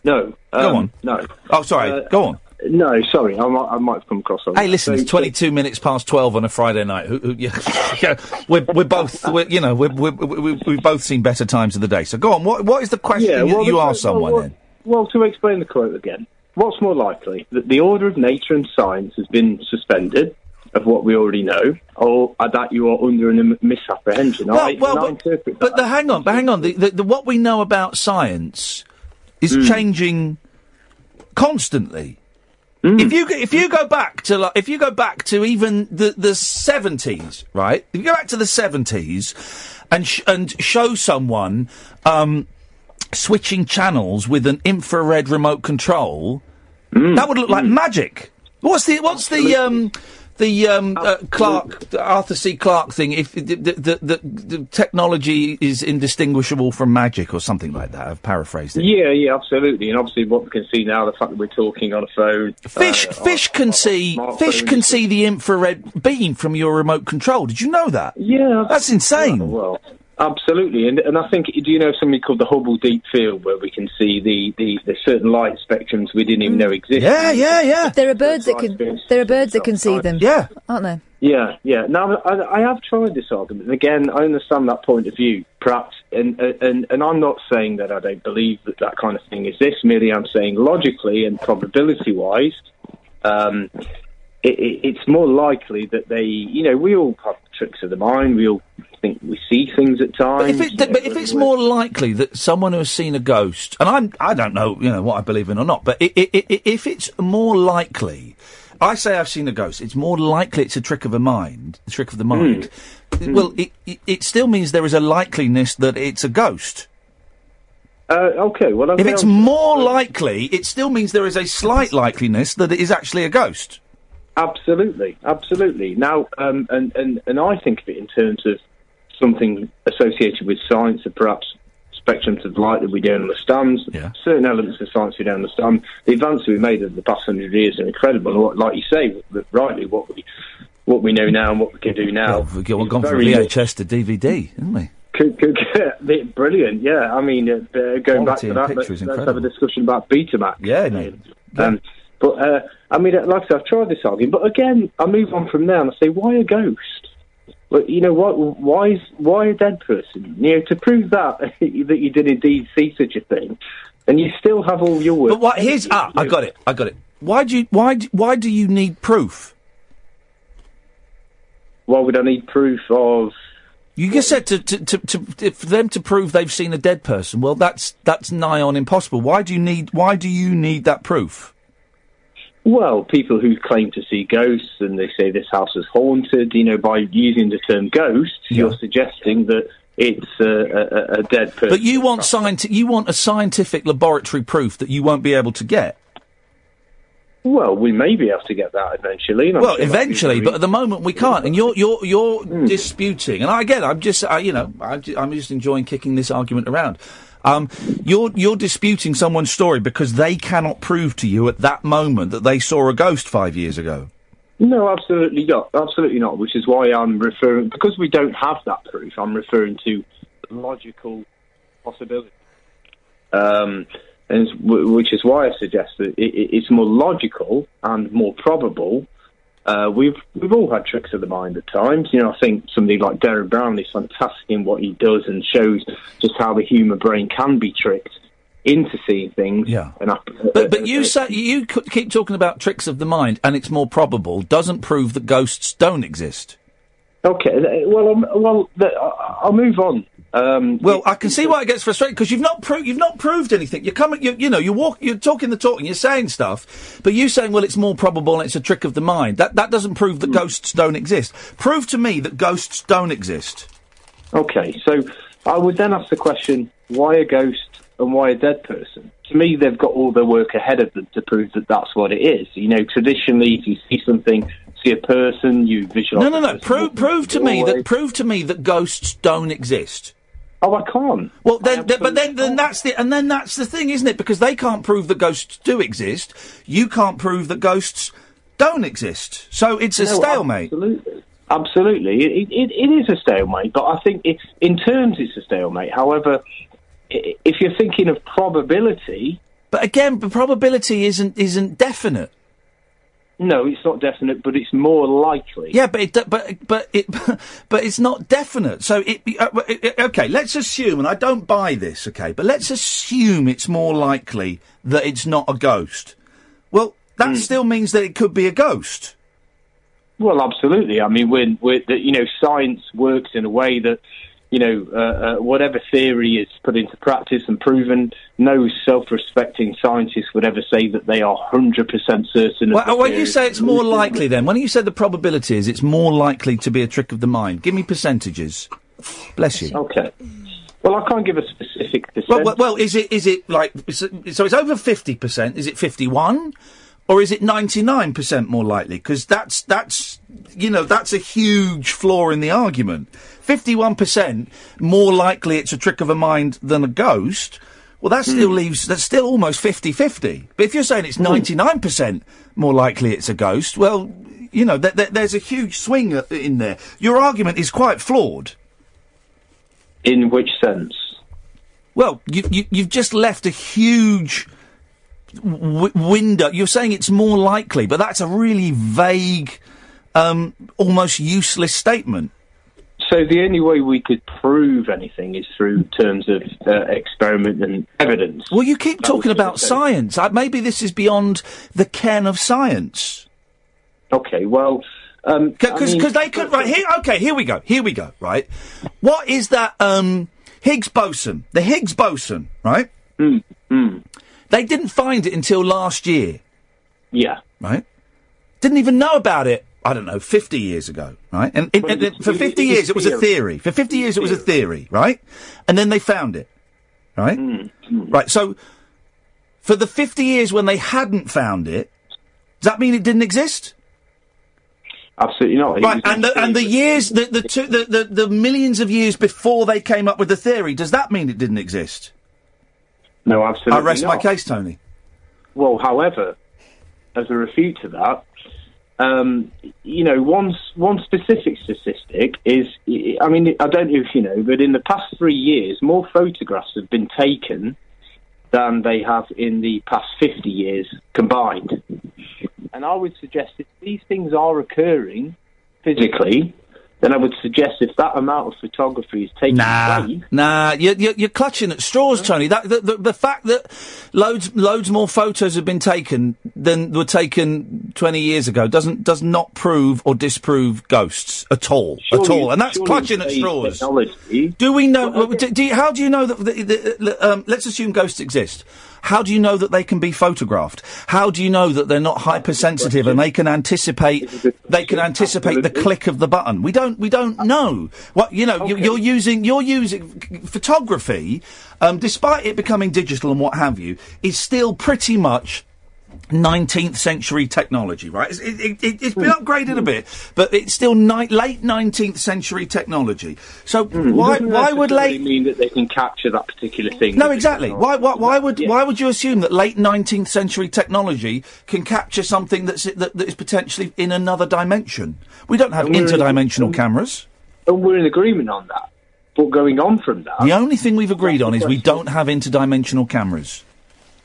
S13: No.
S3: Go
S13: um,
S3: on.
S13: No. Uh,
S3: Oh, sorry. Go on.
S13: No, sorry. I might, I might have come across on
S3: Hey, listen,
S13: So-
S3: it's 22 minutes past 12 on a Friday night. Who, who, yeah, yeah, we're, we're both, we're, you know, we're, we're, we we- we've both seen better times of the day. So go on, what, what is the question
S13: Yeah,
S3: that
S13: well,
S3: you
S13: the-
S3: ask
S13: well,
S3: someone
S13: well,
S3: then?
S13: Well, to explain the quote again, what's more likely that the order of nature and science has been suspended of what we already know, or uh, that you are under a m- misapprehension?
S3: Well,
S13: I,
S3: well,
S13: and I
S3: but-
S13: interpret
S3: But the, hang on, but hang on. The, the, the, what we know about science is changing constantly. If you go- if you go back to like, if you go back to even the the seventies, right? If you go back to the seventies, and sh- and show someone um, switching channels with an infrared remote control, that would look like magic. What's the what's the um the um uh, Clark the Arthur C Clarke thing? If the the, the the the technology is indistinguishable from magic or something like that. I've paraphrased it.
S13: Yeah, yeah, absolutely. And obviously, what we can see now, the fact that we're talking on a phone.
S3: Fish
S13: uh,
S3: fish can see fish can see the infrared beam from your remote control. Did you know that?
S13: Yeah,
S3: that's insane.
S13: Well, absolutely, and and I think do you know something called the Hubble Deep Field, where we can see the the, the certain light spectrums we didn't even know existed.
S3: Mm. yeah.
S8: There are birds that can. There are birds that can see them.
S3: Yeah,
S8: aren't there?
S13: Yeah, yeah. Now I, I have tried this argument, and again, I understand that point of view, perhaps, and and and I'm not saying that I don't believe that that kind of thing exists. Merely, I'm saying logically and probability-wise, um, it, it, it's more likely that they, you know, we all have tricks of the mind. We all think we see things at
S3: But
S13: times.
S3: if, it, but if it's more likely that someone who has seen a ghost, and I'm, I don't know, you know, what I believe in or not, but i i i if it's more likely, I say I've seen a ghost. It's more likely it's a trick of a mind, a trick of the
S13: Hmm.
S3: mind. Well, it, it, it still means there is a likeliness that it's a ghost.
S13: Uh, okay, well,
S3: if it's more likely, it still means there is a slight likeliness that it is actually a ghost.
S13: Absolutely, absolutely. Now, um, and, and, and I think of it in terms of something associated with science, or perhaps spectrums of light that we don't understand, certain elements of science we don't understand. The advances we made over the past hundred years are incredible. and what- Like you say, w- rightly, what we what we know now and what we can do now.
S3: We've gone from
S13: very
S3: VHS to DVD, haven't we?
S13: Could, could, could, brilliant, yeah. I mean, uh, uh, going back
S3: Quality
S13: to
S3: and
S13: that,
S3: picture
S13: let's, let's
S3: is
S13: have a
S3: incredible.
S13: discussion about Betamax.
S3: Yeah, no.
S13: Um, but uh, I mean, like I said, I've tried this argument, but again, I move on from there and I say, why a ghost? But you know what? Why is why a dead person? You know, to prove that that you did indeed see such a thing, and you still have all your work.
S3: But what? Here's ah, I got it. I got it. Why do you why do, why do you need proof?
S13: Why would I need proof of?
S3: You just said to, to, to, to, to for them to prove they've seen a dead person. Well, that's that's nigh on impossible. Why do you need why do you need that proof?
S13: Well, people who claim to see ghosts and they say this house is haunted, you know, by using the term ghost, you're suggesting that it's uh, a, a, a dead person.
S3: But you want scienti- you want a scientific laboratory proof that you won't be able to get.
S13: Well, we may be able to get that eventually. and I'm
S3: Well,
S13: sure that
S3: eventually,
S13: people-
S3: but at the moment we can't. And you're you're you're disputing. And I, again, I'm just I, you know I'm just, I'm just enjoying kicking this argument around. Um, you're you're disputing someone's story because they cannot prove to you at that moment that they saw a ghost five years ago.
S13: No, absolutely not. Absolutely not. Which is why I'm referring because we don't have that proof. I'm referring to logical possibility, um, and it's- wh- which is why I suggest that it, it- it's more logical and more probable. Uh, we've we've all had tricks of the mind at times. You know, I think somebody like Derek Brown is fantastic in what he does and shows just how the human brain can be tricked into seeing things. Yeah. And I,
S3: But but you say you c- keep talking about tricks of the mind, and it's more probable doesn't prove that ghosts don't exist.
S13: Okay, th- well, um, well, th- I- I'll move on. Um,
S3: well, I can see why it gets frustrating because you've not proved you've not proved anything. You're coming, you, you know, you're walk, you're talking the talk, and you're saying stuff, but you saying, well, it's more probable and it's a trick of the mind. That that doesn't prove
S13: Hmm.
S3: that ghosts don't exist. Prove to me that ghosts don't exist.
S13: Okay, so I would then ask the question: Why a ghost and why a dead person? To me, they've got all their work ahead of them to prove that that's what it is. You know, traditionally, if you see something, see a person, you
S3: No,
S13: visualize.
S3: no, no. Prove prove to me that prove to me that ghosts don't exist.
S13: Oh, I can't.
S3: Well, then, th- but then, then that's the and then that's the thing, isn't it? Because they can't prove that ghosts do exist. You can't prove that ghosts don't exist. So it's a
S13: No,
S3: stalemate.
S13: Absolutely. Absolutely. It, it, it is a stalemate, but I think it, in terms it's a stalemate. However, i- if you're thinking of probability.
S3: But again, the probability isn't isn't definite.
S13: No, it's not definite, but it's more likely.
S3: Yeah, but it, do- but but it but it's not definite. So it, uh, it- it- okay. Let's assume, and I don't buy this. Okay, but let's assume it's more likely that it's not a ghost. Well,
S13: Hmm.
S3: that still means that it could be a ghost.
S13: Well, absolutely. I mean, we're, we're the, you know, science works in a way that you know uh, uh, whatever theory is put into practice and proven, no self-respecting scientist would ever say that they are hundred percent certain. of
S3: Well,
S13: the
S3: when
S13: theory.
S3: you say it's more likely, then when you say the probability is it's more likely to be a trick of the mind, give me percentages. Bless you.
S13: Okay. Well, I can't give a specific
S3: Well, well, well is it is it like is it- so? It's over fifty percent. Is it fifty one, Or is it 99% more likely? Because that's, that's, you know, that's a huge flaw in the argument. 51% more likely it's a trick of a mind than a ghost. Well, that
S13: Hmm.
S3: still leaves, that's still almost 50-50. But if you're saying it's 99% more likely it's a ghost, well, you know, th- th- there's a huge swing uh, in there. Your argument is quite flawed.
S13: In which sense?
S3: Well, you, you, you've just left a huge w- window. You're saying it's more likely, but that's a really vague, um, almost useless statement.
S13: So the only way we could prove anything is through terms of uh, experiment and evidence.
S3: Well, you keep talking about science. Uh, maybe this is beyond the ken of science.
S13: Okay, well. Because um,
S3: Because
S13: I mean-
S3: they could. Right, here, okay, here we go. Here we go, right? What is that um, Higgs boson? The Higgs boson, right?
S13: Mm, mm.
S3: They didn't find it until last year.
S13: Yeah.
S3: Right? Didn't even know about it, I don't know, 50 years ago, right? And it,
S13: Well,
S3: and
S13: it-
S3: it- for
S13: it-
S3: 50
S13: it
S3: years
S13: is
S3: it was a
S13: theory.
S3: theory. For 50 years it was a theory, right? And then they found it, right?
S13: Mm,
S3: Right, so for the 50 years when they hadn't found it, does that mean it didn't exist?
S13: Absolutely not. It
S3: Right,
S13: was-
S3: and the, and the years, the, the, two, the, the, the millions of years before they came up with the theory, does that mean it didn't exist?
S13: No, absolutely.
S3: I rest my
S13: not.
S3: case, Tony.
S13: Well, however, as a refute to that, um, you know, one s- one specific statistic is, I mean, I don't know if you know, but in the past three years, more photographs have been taken than they have in the past fifty years combined. And I would suggest if these things are occurring physically, then I would suggest if that amount of photography is taking
S3: Nah,
S13: place.
S3: nah, you're, you're, you're clutching at straws, Tony. That the, the, the fact that loads loads more photos have been taken than were taken 20 years ago doesn't does not prove or disprove ghosts at all, at all, and that's
S13: surely
S3: clutching at
S13: today's
S3: straws.
S13: technology-
S3: Do we know? do, do you- how do you know that? The, the, the, um, let's assume ghosts exist. How do you know that they can be photographed? How do you know that they're not hypersensitive and they can anticipate? They can anticipate the click of the button. We don't. We don't know. What you know? You, you're using. You're using c- photography, um, despite it becoming digital and what have you, is still pretty much 19th century technology, right? It's, it, it, it's been upgraded a bit, but it's still ni- late 19th century technology. So why
S13: hmm, Doesn't
S3: why would
S13: necessarily
S3: late
S13: mean that they can capture that particular thing?
S3: no exactly why why, why would why would you assume that late 19th century technology can capture something that's that, that is potentially in another dimension? We don't have
S13: And we're-
S3: interdimensional cameras.
S13: And we're in agreement on that. But going on from that,
S3: The only thing we've agreed on is we don't have interdimensional cameras.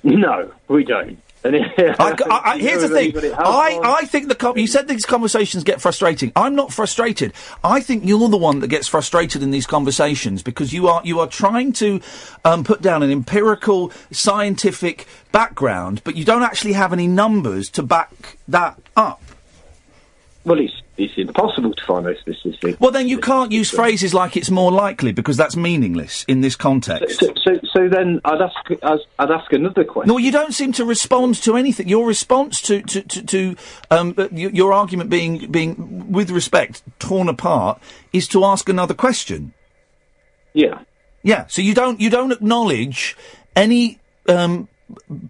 S13: no, we don't. And it-
S3: I, I, I, here's the
S13: Nobody
S3: thing.
S13: but it has
S3: I,
S13: one.
S3: I think the com- you said these conversations get frustrating. I'm not frustrated. I think you're the one that gets frustrated in these conversations because you are you are trying to um, put down an empirical scientific background, but you don't actually have any numbers to back that up.
S13: Well, it's it's impossible to find those specific.
S3: Well, then you can't use phrases like "it's more likely" because that's meaningless in this context.
S13: So, so, so then I'd ask as- I'd ask another question.
S3: No, you don't seem to respond to anything. Your response to to to, to um, uh, y- your argument being being with respect torn apart is to ask another question.
S13: Yeah.
S3: Yeah. So you don't you don't acknowledge any um,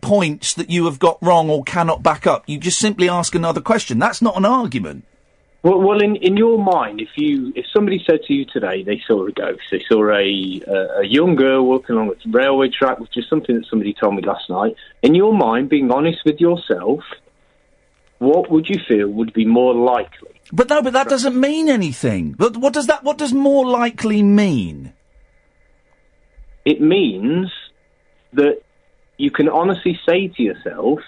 S3: points that you have got wrong or cannot back up. You just simply ask another question. That's not an argument.
S13: Well, well, in, in your mind, if you if somebody said to you today they saw a ghost, they saw a uh, a young girl walking along a railway track, which is something that somebody told me last night. In your mind, being honest with yourself, what would you feel would be more likely?
S3: But no, but that doesn't mean anything. But what does that? What does more likely mean?
S13: It means that you can honestly say to yourself,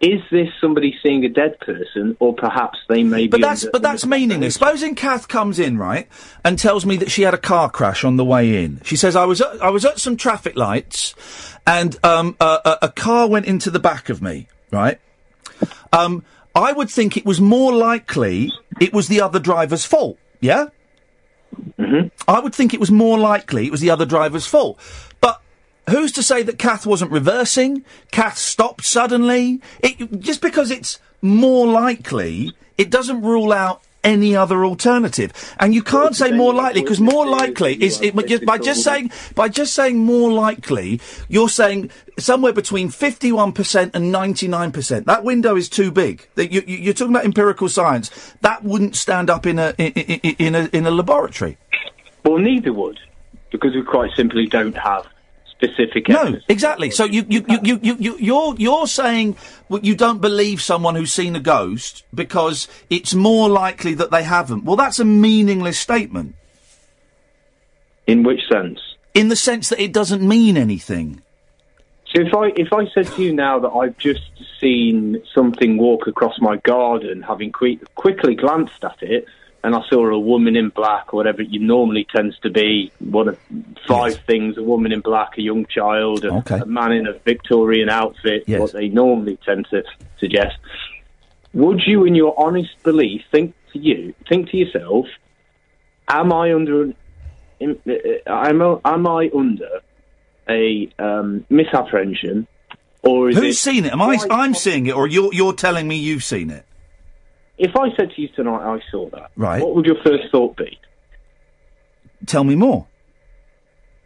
S13: "Is this somebody seeing a dead person, or perhaps they may
S3: But
S13: be?"
S3: that's
S13: under-
S3: but that's meaningless. Supposing Kath comes in right and tells me that she had a car crash on the way in. She says I was at, I was at some traffic lights, and um, a, a, a car went into the back of me. Right. Um, I would think it was more likely it was the other driver's fault. Yeah. Mm-hmm. I would think it was more likely it was the other driver's fault. But who's to say that Kath wasn't reversing? Kath stopped suddenly. It, just because it's more likely, it doesn't rule out any other alternative. And you can't say more likely because more likely is it, but just, by just saying by just saying more likely, you're saying somewhere between fifty-one percent and ninety-nine percent. That window is too big. That you, you, you're talking about empirical science. That wouldn't stand up in a in, in, in a in a laboratory.
S13: Well, neither would, because we quite simply don't have specific.
S3: No, exactly. So you you you you you you- you're you're saying well, you don't believe someone who's seen a ghost because it's more likely that they haven't. Well, that's a meaningless statement.
S13: In which sense?
S3: In the sense that it doesn't mean anything.
S13: So if I if I said to you now that I've just seen something walk across my garden, having que- quickly glanced at it, and I saw a woman in black or whatever it normally tends to be one of five things: a woman in black, a young child, a,
S3: Okay.
S13: a man in a Victorian outfit. What they normally tend to suggest. Would you, in your honest belief, think to you think to yourself, am I under an in, uh, am, I- am I under a um, misapprehension, or is
S3: Who's
S13: it,
S3: seen it? Am I? I'm seeing it, or you're you're telling me you've seen it?
S13: If I said to you tonight, I saw that.
S3: Right.
S13: What would your first thought be?
S3: Tell me more.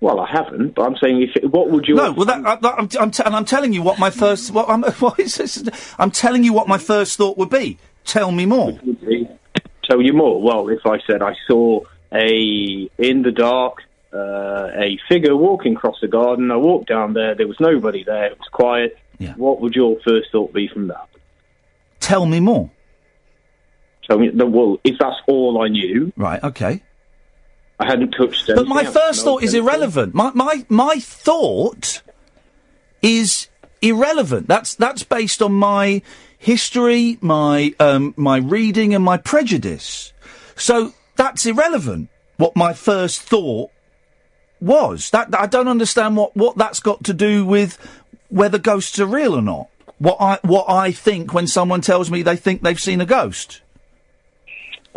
S13: Well, I haven't, but I'm saying if it, what would you?
S3: No, well, that, I, that- I'm, t- I'm t- and I'm telling you what my first. What I'm, what is this? I'm telling you what my first thought would be. Tell me more.
S13: tell you more. Well, if I said I saw a in the dark uh, a figure walking across the garden, I walked down there. There was nobody there. It was quiet. What would your first thought be from that?
S3: Tell me more.
S13: Tell me. Well, if that's all I knew,
S3: Right. Okay.
S13: I hadn't touched.
S3: But
S13: anything
S3: my
S13: else, no
S3: first thought is
S13: offence.
S3: irrelevant. My my my thought is irrelevant. That's that's based on my history, my um, my reading, and my prejudice. So that's irrelevant. What my first thought was that I don't understand what what that's got to do with whether ghosts are real or not. What I what I think when someone tells me they think they've seen a ghost.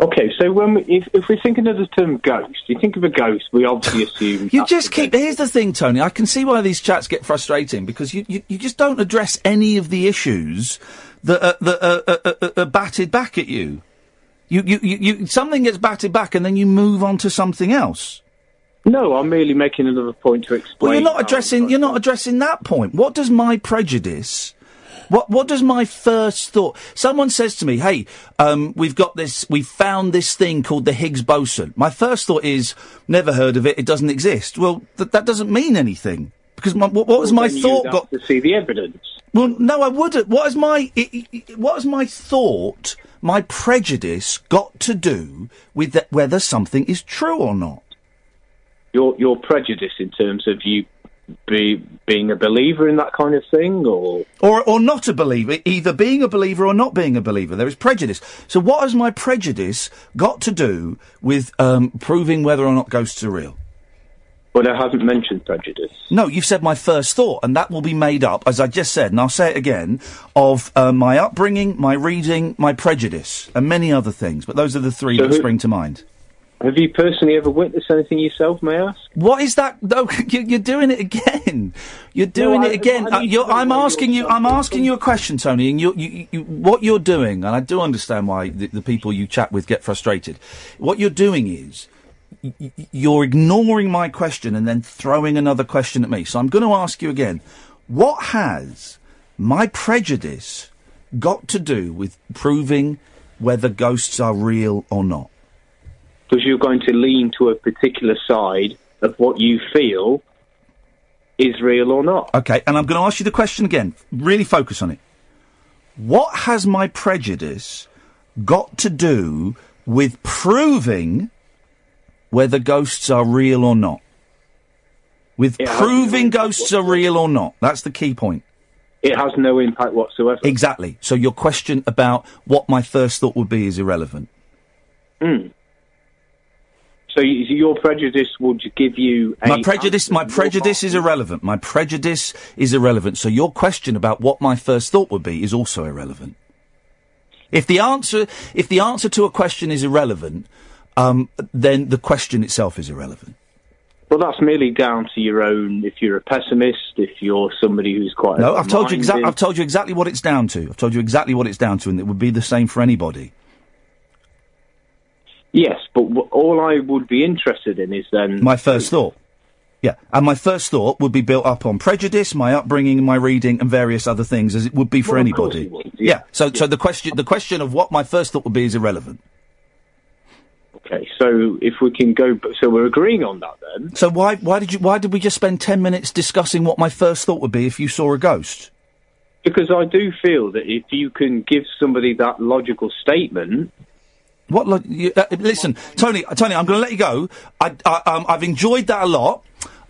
S13: Okay, so when we, if, if we're thinking of the term ghost, you think of a ghost, we obviously assume
S3: You just keep. Here's the thing, Tony. I can see why these chats get frustrating because you, you, you just don't address any of the issues that are, that are, are, are, are batted back at you. You, you, you, you. Something gets batted back, and then you move on to something else.
S13: No, I'm merely making another point to explain.
S3: Well, you're not addressing. You're not addressing that point. What does my prejudice? What What does my first thought? Someone says to me, "Hey, um, we've got this. We found this thing called the Higgs boson." My first thought is, "Never heard of it. It doesn't exist." Well, th- that doesn't mean anything because my, what, what was my
S13: Then you'd
S3: thought
S13: have
S3: got
S13: to see the evidence.
S3: well, no, I wouldn't. What has my i- i- i- what has my thought, my prejudice, got to do with that, whether something is true or not?
S13: Your your prejudice in terms of you be, being a believer in that kind of thing, or
S3: or or not a believer, e-, either being a believer or not being a believer. There is prejudice. So what has my prejudice got to do with um, proving whether or not ghosts are real?
S13: well, I haven't mentioned prejudice.
S3: No, you've said my first thought, and that will be made up, as I just said, and I'll say it again, of uh, my upbringing, my reading, my prejudice, and many other things. But those are the three
S13: So
S3: that
S13: who-
S3: spring to mind.
S13: Have you personally ever witnessed anything yourself, may I ask?
S3: What is that? No, you- you're doing it again. You're doing
S13: No, I-
S3: it again.
S13: I
S3: Uh,
S13: need
S3: you're-
S13: to know
S3: I'm
S13: where
S3: asking you. I'm asking you a question, Tony. And you, you, you- you, what you're doing, and I do understand why the, the people you chat with get frustrated. What you're doing is y- y- you're ignoring my question and then throwing another question at me. So I'm going to ask you again. What has my prejudice got to do with proving whether ghosts are real or not?
S13: Because you're going to lean to a particular side of what you feel is real or not.
S3: Okay, and I'm going to ask you the question again. Really focus on it. What has my prejudice got to do with proving whether ghosts are real or not? With proving ghosts are real or not. That's the key point.
S13: It has no impact whatsoever.
S3: Exactly. So your question about what my first thought would be is irrelevant.
S13: Mm. So y- your prejudice would give you a
S3: my prejudice
S13: um,
S3: my prejudice is irrelevant. My prejudice is irrelevant. So your question about what my first thought would be is also irrelevant. If the answer if the answer to a question is irrelevant, um, then the question itself is irrelevant.
S13: Well, that's merely down to your own. If you're a pessimist, if you're somebody who's quite
S3: No, I've told you exactly.
S13: open-minded.
S3: I've told you exactly what it's down to. I've told you exactly what it's down to, and it would be the same for anybody.
S13: Yes, but w- all I would be interested in is then
S3: My first thought. Yeah, and my first thought would be built up on prejudice, my upbringing, my reading, and various other things, as it would be for
S13: Well, of course
S3: anybody.
S13: it would,
S3: yeah. So, so the question, the question of what my first thought would be is irrelevant.
S13: Okay, so if we can go, b- so we're agreeing on that then.
S3: So why, why did you, why did we just spend ten minutes discussing what my first thought would be if you saw a ghost?
S13: Because I do feel that if you can give somebody that logical statement,
S3: What? Lo- you, uh, listen, Tony. Tony, I'm going to let you go. I, I, um, I've enjoyed that a lot.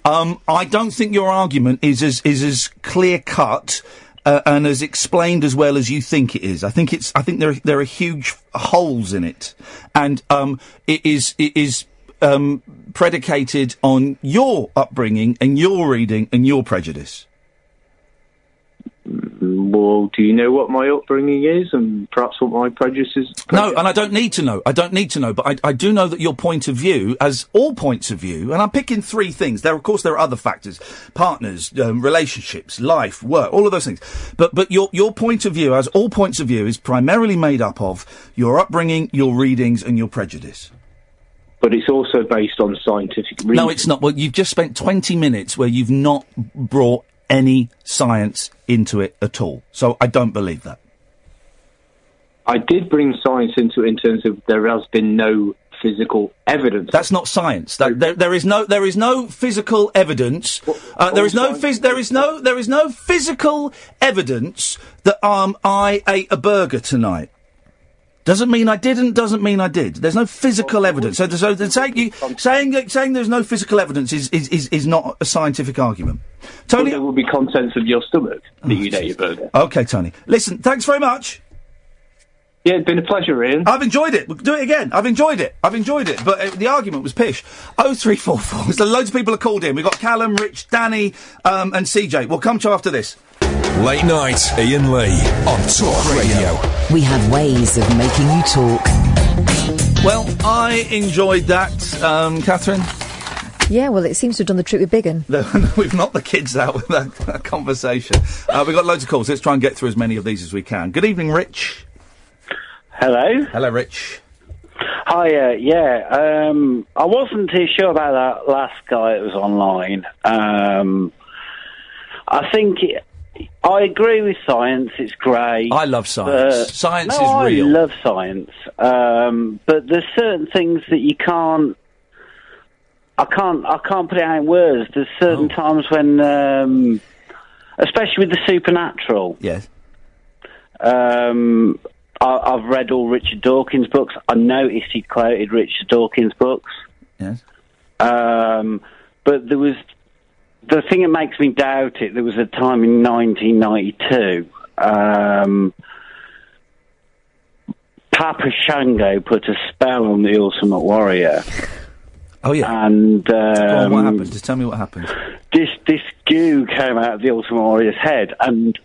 S3: Um, I don't think your argument is as is as clear cut uh, and as explained as well as you think it is. I think it's. I think there are, there are huge holes in it, and um, it is it is um, predicated on your upbringing and your reading and your prejudice.
S13: well, do you know what my upbringing is and perhaps what my prejudices?
S3: No, and I don't need to know. I don't need to know, but I, I do know that your point of view, as all points of view, and I'm picking three things. There, of course, there are other factors: partners, um, relationships, life, work, all of those things. But but your your point of view, as all points of view, is primarily made up of your upbringing, your readings, and your prejudice.
S13: But it's also based on scientific reason.
S3: No, it's not. Well, you've just spent 20 minutes where you've not brought any science into it at all. So I don't believe that.
S13: I did bring science into it in terms of there has been no physical evidence.
S3: That's not science. That, there, there is no there is no physical evidence. Uh, there is no phys- there is no there is no physical evidence that um I ate a burger tonight. Doesn't mean I didn't. Doesn't mean I did. There's no physical evidence. So, so, so saying, you, saying that- saying there's no physical evidence is, is, is, is not a scientific argument. Tony, Oh, Uh,
S13: there will be contents of your stomach that you ate your burger.
S3: Okay, Tony. Listen, thanks very much.
S13: Yeah, it's been a pleasure, Ian.
S3: I've enjoyed it. We'll do it again. I've enjoyed it. I've enjoyed it. But uh, the argument was pish. 0344. So loads of people are called in. We've got Callum, Rich, Danny, um, and CJ. We'll come to you after this.
S23: Late night, Ian Lee on Talk Radio.
S10: We have ways of making you talk.
S3: Well, I enjoyed that, um, Catherine.
S8: Yeah, well, it seems to have done the trick with Biggin.
S3: No, We've knocked the kids out with that, that conversation. Uh, we've got loads of calls. Let's try and get through as many of these as we can. Good evening, Rich.
S2: Hello.
S3: Hello, Rich.
S2: Hi, uh, yeah. Um, I wasn't too sure about that last guy that was online. Um, I think it, I agree with science. It's great. I
S3: love science. Science
S2: no,
S3: is real.
S2: I love science, um, but there's certain things that you can't. I can't. I can't put it out in words. There's certain
S3: Oh.
S2: times when, um, especially with the supernatural.
S3: Yes.
S2: Um, I, I've read all Richard Dawkins' books. I noticed he quoted Richard Dawkins' books.
S3: Yes.
S2: Um, but there was the thing that makes me doubt it. There was a time in 1992. Um, Papa Shango put a spell on the Ultimate Warrior.
S3: Oh yeah.
S2: And um,
S3: Go on, what happened? Just tell me what happened.
S2: this this goo came out of the Ultimate Warrior's head, and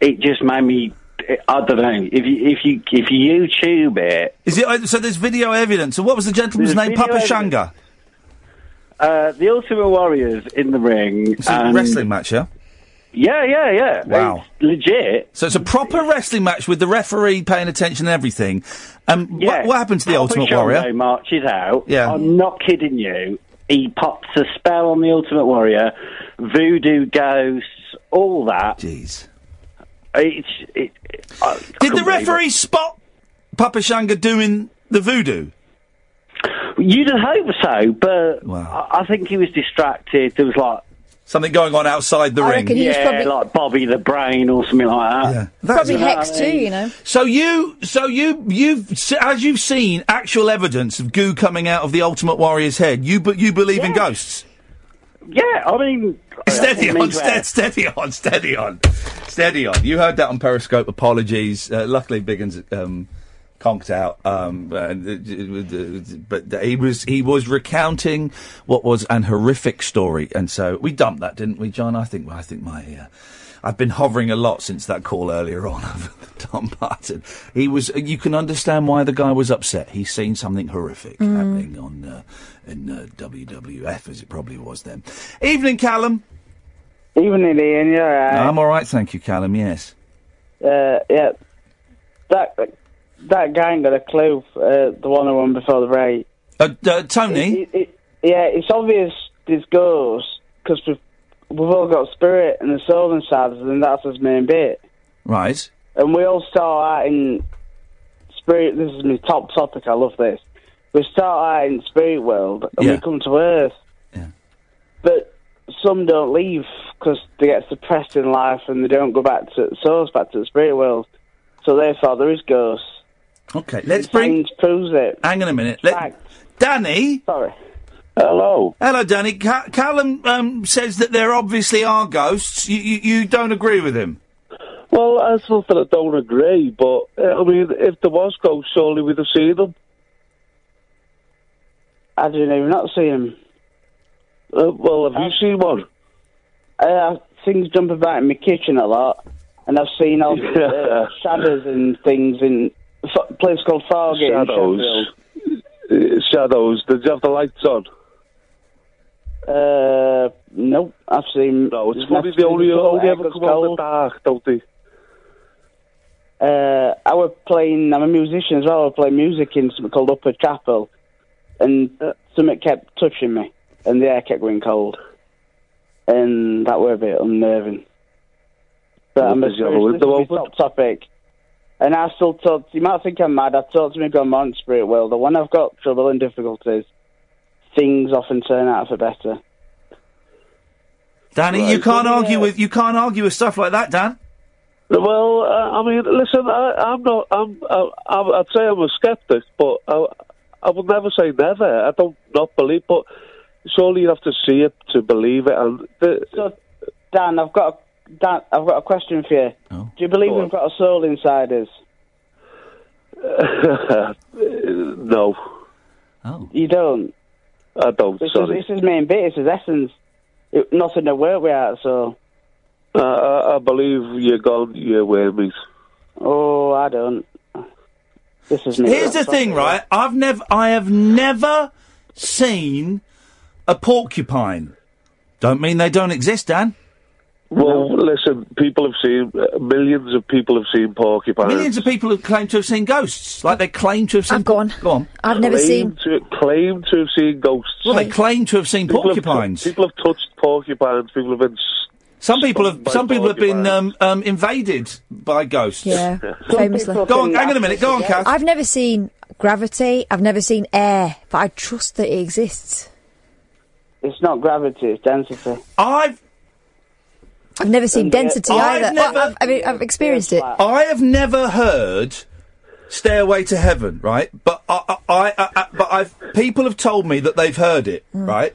S2: it just made me. I don't know if you if you if you YouTube it.
S3: Is it uh, so? There's video evidence. So, what was the gentleman's
S2: There's
S3: name?
S2: video
S3: Papa
S2: evidence.
S3: Shanga.
S2: Uh, the Ultimate Warriors in the ring.
S3: It's a
S2: and-
S3: wrestling match, yeah.
S2: Yeah, yeah, yeah.
S3: Wow.
S2: legit.
S3: So it's a proper wrestling match with the referee paying attention and everything. Um, wha- what, happened to the
S2: Papa
S3: Ultimate
S2: Shango
S3: Warrior?
S2: marches out.
S3: Yeah.
S2: I'm not kidding you. He pops a spell on the Ultimate Warrior, voodoo ghosts, all that.
S3: Jeez.
S2: It's, it, I
S3: Did the
S2: couldn't believe
S3: referee
S2: it.
S3: spot Papa Shanga doing the voodoo?
S2: You'd hope so, but
S3: Wow.
S2: I, I think he was distracted. There was like
S3: Something going on outside the
S2: I
S3: ring.
S2: reckon he was Yeah, probably- like Bobby the Brain or something like that.
S8: Probably Hex too, you know.
S3: So you, so you, you've s- as you've seen actual evidence of goo coming out of the Ultimate Warrior's head. You, but you believe in ghosts.
S2: Yeah, I mean,
S3: steady
S2: I
S3: on,
S2: mean,
S3: ste- steady on, steady on, steady on. You heard that on Periscope. Apologies. Uh, luckily, Biggins um, conked out, um, and, uh, but he was he was recounting what was an horrific story, and so we dumped that, didn't we, John? I think I think my. Uh, I've been hovering a lot since that call earlier on over the dump button. He was. uh, You can understand why the guy was upset. He's seen something horrific
S15: Mm.
S3: happening on uh, in uh, WWF, as it probably was then. Evening, Callum.
S15: Evening, Ian. You're all right.
S3: I'm all right, thank you, Callum. Yes.
S15: uh, yeah. Uh, That that guy ain't got a clue. Uh, the one who won before the race.
S3: Uh, uh, Tony?
S15: It- it- yeah, it's obvious this goes because we've we've all got spirit and the soul inside us, and that's his main bit.
S3: Right.
S15: And we all start out in spirit. This is my top topic. I love this. We start out in spirit world, and we
S3: Yeah.
S15: come to Earth. But some don't leave because they get suppressed in life, and they don't go back to souls, back to the spirit world. So therefore, there is ghosts.
S3: Okay, let's bring.
S15: proves it.
S3: Hang on a minute. Let, Danny?
S15: Sorry.
S3: Hello. Hello, Danny. Ca- Callum um, says that there obviously are ghosts. You, you, you don't agree with him?
S5: Well, that's not that I don't agree, but uh, I mean, if there was ghosts, surely we'd have seen them.
S15: I didn't even not see him.
S5: Uh, well, have you seen one?
S15: Uh, things jump about in my kitchen a lot, and I've seen all uh, shadows and things in f- a place called Fargate. in
S5: Shadows. Uh, shadows. Did you have the lights on?
S15: Uh, no, I've seen.
S5: No, it's funny they only, only ever come out in the dark, don't they?
S15: Uh, I was playing. I'm a musician as well. I play music in something called Upper Chapel, and something kept touching me, and the air kept going cold, and that were a bit unnerving. But
S5: Well,
S15: I'm a
S5: did you have a
S15: serious- this
S5: window
S15: is my top topic, and I still talk. You might think I'm mad. I talk to my grandma in spirit world, and when I've got trouble and difficulties, things often turn out for better.
S3: Danny, you can't argue with you can't argue with stuff like that, Dan.
S5: Well, uh, I mean, listen, I, I'm not. I'm, I, I'm. I'd say I'm a skeptic, but I, I would never say never. I don't not believe, but surely you have to see it to believe it. And the,
S15: So, Dan, I've got a, Dan, I've got a question for you. Do you believe we've got a soul inside us?
S5: no,
S15: You don't.
S5: I don't.
S15: This
S5: sorry,
S15: is this is main bit. It's his essence. It, nothing to work without. So,
S5: I, Uh, I, I believe you're gone. You're with me.
S15: oh, I don't. This is me.
S3: Here's the thing, right? I've never, I have never seen a porcupine. Don't mean they don't exist, Dan.
S5: Well, listen, people have seen millions of people have seen porcupines.
S3: Millions of people have claimed to have seen ghosts, like they claim to have seen. I've gone. Go on.
S8: I've
S5: Claim To, claim to have seen ghosts.
S3: Well, they claim to have seen
S5: People have tou-
S3: porcupines.
S5: people have touched porcupines. People have been. s-
S3: Some people
S5: stung
S3: have.
S5: by
S3: Some people have been um, um, invaded by ghosts.
S8: Yeah, famously.
S3: Go on. Hang on a minute. Go on, Kath.
S8: I've never seen gravity. I've never seen air, but I trust that it exists.
S15: It's not gravity. It's density.
S3: I've
S8: I've never seen
S15: And yet-
S8: density
S15: I've
S8: either.
S15: never-
S8: I, I mean, I've experienced it.
S3: I have never heard "Stairway to Heaven," right? But I, I, I, I I- but I've people have told me that they've heard it,
S8: Hmm.
S3: right?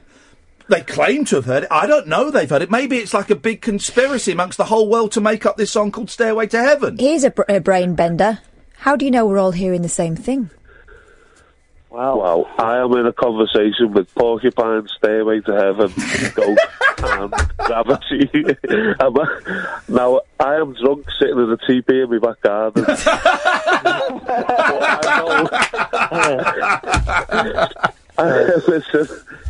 S3: They claim to have heard it. I don't know they've heard it. Maybe it's like a big conspiracy amongst the whole world to make up this song called "Stairway to Heaven."
S8: Here's a, br- a brain bender. How do you know we're all hearing the same thing?
S5: Wow. I am in a conversation with porcupine, stairway to heaven, ghost, and gravity. I'm a- now, I am drunk sitting in a teepee in my back garden. But I know- Listen,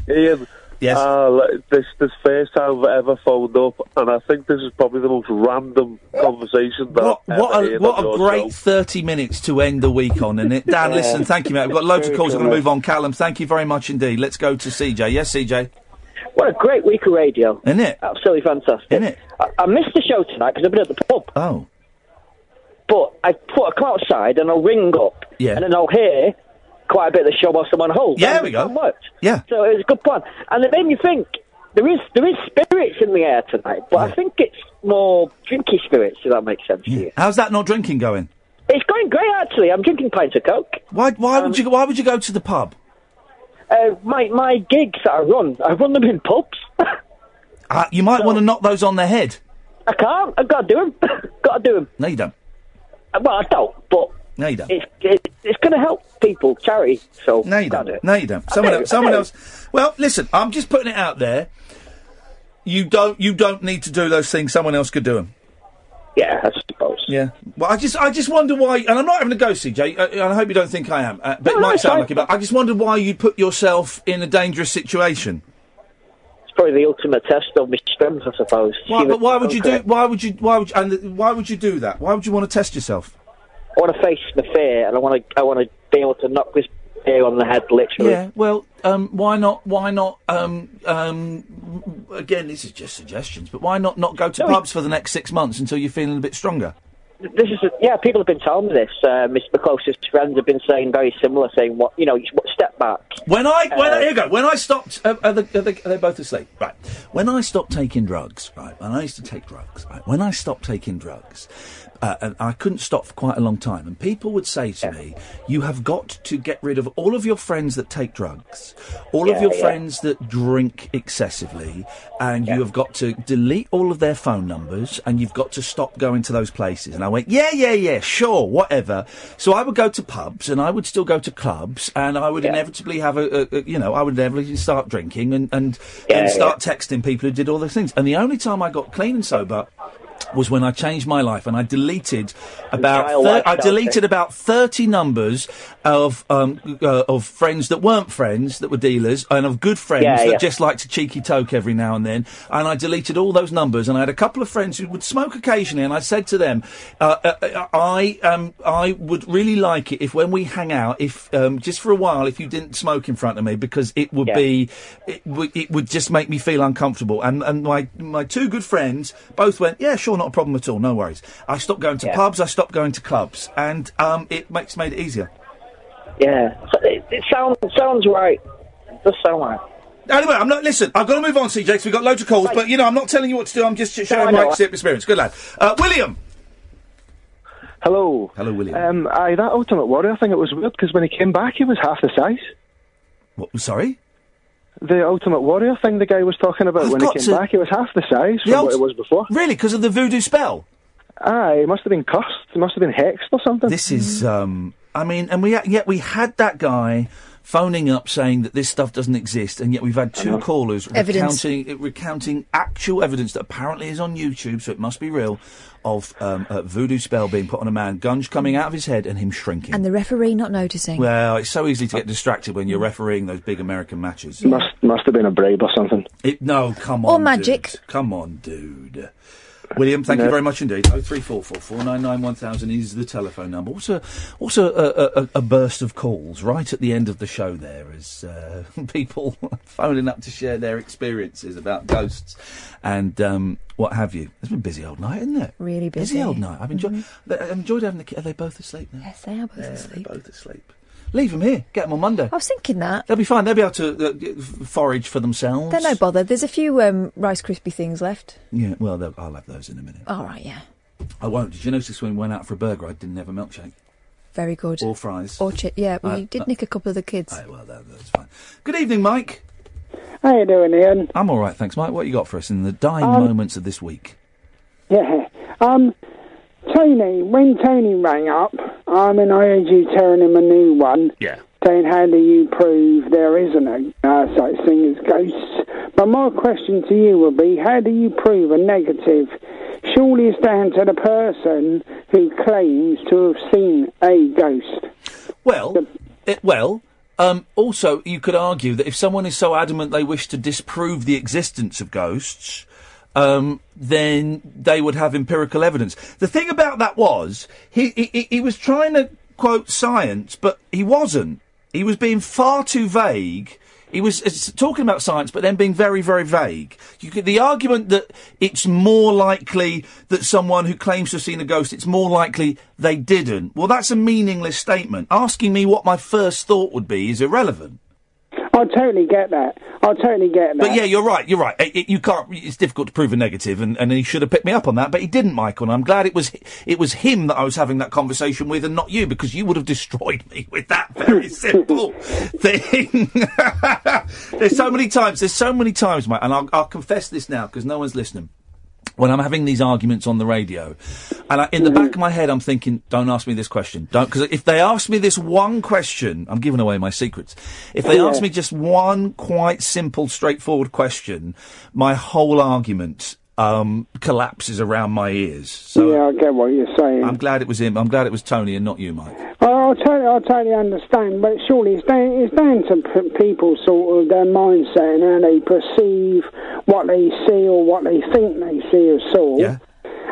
S5: Ian.
S3: Yes.
S5: Uh, like, this this first time I've ever phoned up, and I think this is probably the most random conversation that I've ever
S3: What a,
S5: heard
S3: what
S5: on
S3: a
S5: your
S3: great 30 minutes to end the week on, isn't it? Dan,
S5: Yeah.
S3: listen, thank you, mate. We've got loads of
S5: Very
S3: calls. We're going to
S5: cool.
S3: move on. Callum, thank you very much indeed. Let's go to CJ. Yes, CJ?
S16: What a great week of radio.
S3: Isn't it?
S16: Absolutely fantastic. Isn't it? I, I missed the show tonight because I've been at the pub.
S3: Oh.
S16: But I put, I'll come outside and I'll ring up.
S3: Yeah.
S16: And then I'll hear quite a bit of the show whilst I'm on hold.
S3: Yeah,
S16: And
S3: we go.
S16: It worked.
S3: Yeah.
S16: So it was a good plan. And it made me think there is there is spirits in the air tonight, but I think it's more drinky spirits, if that makes sense to you.
S3: How's that not drinking going?
S16: It's going great, actually. I'm drinking pints of Coke. Um,
S3: Why, why, would, you, why would you go to the pub?
S16: Uh, my, my gigs that I run, I run them in pubs.
S3: Uh, you might want to knock those on the head.
S16: I can't. I've got to do them. got to do them.
S3: No, you don't.
S16: Well, I don't, but
S3: No, you don't.
S16: it's, it, it's going to help people, charity. So no, you don't.
S3: No, you don't.
S16: I
S3: Someone
S16: do,
S3: else.
S16: I
S3: Someone
S16: do.
S3: else. Well, listen. I'm just putting it out there. You don't. You don't need to do those things. Someone else could do them.
S16: Yeah, I suppose.
S3: Yeah. Well, I just. I just wonder why. And I'm not having a go, CJ. uh, And I hope you don't think I am. Uh, but it might sound like it. But I just wondered why you put yourself in a dangerous situation.
S16: It's probably the ultimate test of my strength, I suppose.
S3: Why,
S16: See
S3: but why
S16: what-
S3: uh, would you do? Why would you? Why would? You, and why would you do that? Why would you want to test yourself?
S16: I want to face the fear, and I want to I want to be able to knock this fear on the head, literally.
S3: Yeah, well, um, why not? Why not? Um, um, again, this is just suggestions, but why not not go to pubs for the next six months until you're feeling a bit stronger?
S16: This is a, yeah. People have been telling me this. Um, it's my closest friends have been saying very similar, saying what you know, you should step back.
S3: When I when
S18: Uh,
S3: I, here you go. When I stopped, uh, are, the, are, the, are they both asleep? Right. When I stopped taking drugs, right, and I used to take drugs. Right. When I stopped taking drugs, uh, and I couldn't stop for quite a long time, and people would say to me, "You have got to get rid of all of your friends that take drugs, all
S18: Yeah,
S3: of your
S18: yeah.
S3: friends that drink excessively, and you have got to delete all of their phone numbers, and you've got to stop going to those places." And I went, "Yeah, yeah, yeah, sure, whatever." So I would go to pubs, and I would still go to clubs, and I would inevitably have a, a, a- you know, I would inevitably start drinking and and,
S18: Yeah,
S3: and
S18: yeah.
S3: start texting people who did all those things. And the only time I got clean and sober was when I changed my life and I deleted about
S18: Trial
S3: thir- I
S18: lifestyle
S3: deleted
S18: thing.
S3: about thirty numbers of um, uh, of friends that weren't friends that were dealers and of good friends
S18: Yeah,
S3: that
S18: yeah.
S3: just liked to cheeky toke every now and then. And I deleted all those numbers and I had a couple of friends who would smoke occasionally. And I said to them, uh, uh, uh, I um I would really like it if when we hang out, if um, just for a while, if you didn't smoke in front of me because it would
S18: Yeah.
S3: be it, w- it would just make me feel uncomfortable. And, and my, my two good friends both went, yeah, sure, not a problem at all, no worries. I stopped going to pubs, I stopped going to clubs, and um, it makes made it easier.
S16: Yeah, So it, it sounds sounds right. It does sound right.
S3: Anyway, I'm not. Listen, I've got to move on, CJ, 'cause we've got loads of calls. But you know, I'm not telling you what to do. I'm just sh-
S19: I
S3: showing
S19: know.
S3: my experience. Good lad, uh, William.
S19: Hello.
S3: Hello, William.
S19: Um, aye, that Ultimate Warrior thing, it was weird because when he came back, he was half the size.
S3: What, sorry?
S19: The Ultimate Warrior thing the guy was talking about, when he
S3: got
S19: came
S3: to-
S19: back, he was half the size
S3: The
S19: from
S3: ult-
S19: what it was before.
S3: Really? Because of the voodoo spell?
S19: Aye, he must have been cursed. He must have been hexed or something.
S3: This is, um, I mean, and we ha- yet we had that guy phoning up saying that this stuff doesn't exist, and yet we've had two callers
S18: Evidence.
S3: recounting uh, recounting actual evidence that apparently is on YouTube, so it must be real, of um, a voodoo spell being put on a man, guns coming out of his head, and him shrinking.
S8: And the referee not noticing.
S3: Well, it's so easy to
S8: Uh,
S3: get distracted when you're
S8: mm.
S3: refereeing those big American matches.
S19: Must, must have been a bribe or something.
S3: It, no, come on.
S8: Or magic.
S3: dude. Come on, dude. William, thank you
S19: No.
S3: very much indeed. Oh three four four four nine nine one thousand is the telephone number. What's a what's a, a, a, a burst of calls right at the end of the show? There is uh, people phoning up to share their experiences about ghosts and um, what have you. It's been a busy old night, isn't it?
S8: Really busy. Mm-hmm.
S3: Busy old night. I've enjoyed. I've enjoyed having the. ki- Are they both asleep now?
S8: Yes, they are both
S3: Yeah, they're
S8: asleep.
S3: both asleep. Leave them here. Get them on Monday.
S8: I was thinking that.
S3: They'll be fine. They'll be able to uh, g- forage for themselves.
S8: They're no bother. There's a few um, Rice Krispie things left.
S3: Yeah, well, they'll- I'll have those in a minute.
S8: All right, yeah.
S3: I won't. Did you notice when we went out for a burger, I didn't have a milkshake
S8: Very good.
S3: or fries?
S8: Or chip. Yeah, we
S3: Uh,
S8: did
S3: uh,
S8: nick a couple of the kids.
S3: well, that, that's fine. Good evening, Mike.
S19: How you doing, Ian?
S3: I'm all right, thanks, Mike. What you got for us in the dying
S19: Um,
S3: moments of this week?
S19: Yeah. Um,
S24: Tony, when Tony rang up, um, and I heard you telling him a new one,
S3: Yeah.
S24: saying, How do you prove there isn't a uh, such thing as ghosts? But my question to you would be, How do you prove a negative? Surely it's down to the person who claims to have seen a ghost.
S3: Well, it, well. Um, also, you could argue that if someone is so adamant they wish to disprove the existence of ghosts, um, then they would have empirical evidence. The thing about that was he, he- he he was trying to quote science, but he wasn't. He was being far too vague. He was uh, talking about science, but then being very, very vague. You could, the argument that it's more likely that someone who claims to have seen a ghost, it's more likely they didn't. Well, that's a meaningless statement. Asking me what my first thought would be is irrelevant.
S24: I totally get that. I totally get that.
S3: But yeah, you're right. You're right. It- it- you can't. It's difficult to prove a negative, and, and he should have picked me up on that, but he didn't, Michael. And I'm glad it was hi- it was him that I was having that conversation with, and not you, because you would have destroyed me with that very simple thing. there's so many times. There's so many times, mate. And I'll, I'll confess this now because no one's listening. When I'm having these arguments on the radio, and I, in the back of my head, I'm thinking, "Don't ask me this question, don't," because if they ask me this one question, I'm giving away my secrets. If they
S18: Yeah.
S3: ask me just one quite simple, straightforward question, my whole argument um, collapses around my ears. So
S24: yeah, I get what you're saying.
S3: I'm glad it was him. I'm glad it was Tony and not you, Mike.
S24: I, I Oh, totally, I totally understand, but surely it's down, it's down to p- people sort of their mindset and how they perceive what they see or what they think they see or saw.
S3: Yeah.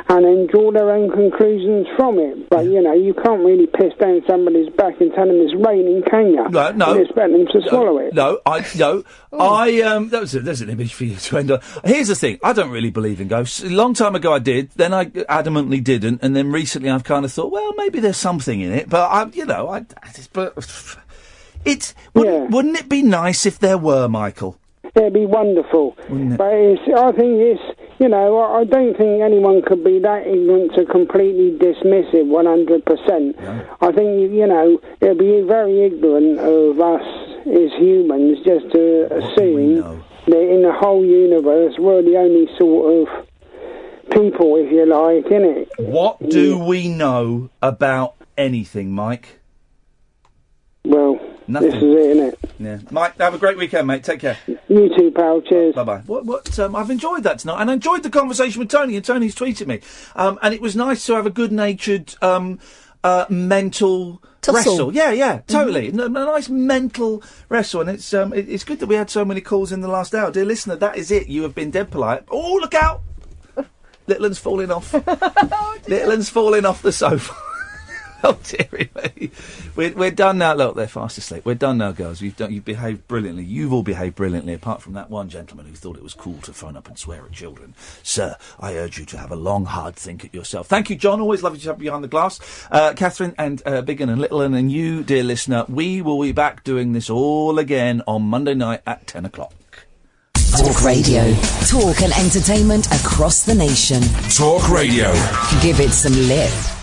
S24: and then draw their own conclusions from it. But you know, you can't really piss down somebody's back and tell them it's raining, can you?
S3: No, no.
S24: And expect them to swallow it. Oh.
S3: No, I no, I um. That was a, there's an image for you to end on. Here's the thing: I don't really believe in ghosts. A long time ago, I did. Then I adamantly didn't, and then recently, I've kind of thought, well, maybe there's something in it. But I, you know, I, I just, but it's wouldn't, wouldn't it be nice if there were, Michael?
S24: It'd be wonderful. But it's, I think it's, you know, I, I don't think anyone could be that ignorant to completely dismiss it 100%. I think, you, you know, it'd be very ignorant of us as humans just to assume that in the whole universe we're the only sort of people, if you like, innit?
S3: What do we know about anything, Mike?
S24: Well,
S3: Nothing.
S24: this is it, innit?
S3: Yeah, Mike, have a great weekend, mate. Take care.
S24: You too, pal. Cheers.
S3: Bye bye. What? What? Um, I've enjoyed that tonight, and I enjoyed the conversation with Tony. And Tony's tweeted me, um, and it was nice to have a good-natured um, uh, mental
S2: Tussle.
S3: wrestle. Yeah, yeah, totally. N- a nice mental wrestle, and it's um, it, it's good that we had so many calls in the last hour, dear listener. That is it. You have been dead polite. Oh, look out! Little un's falling off. Little un's falling off the sofa. Oh dearie me. We're, we're done now. Look, they're fast asleep. We're done now, girls. You've done, you've behaved brilliantly. You've all behaved brilliantly, apart from that one gentleman who thought it was cool to phone up and swear at children. Sir, I urge you to have a long, hard think at yourself. Thank you, John. Always lovely to have you behind the glass. Uh, Catherine and uh, Biggin and Little and, and you, dear listener, we will be back doing this all again on Monday night at 10 o'clock.
S10: Talk radio. Talk and entertainment across the nation.
S9: Talk radio.
S10: Give it some lip.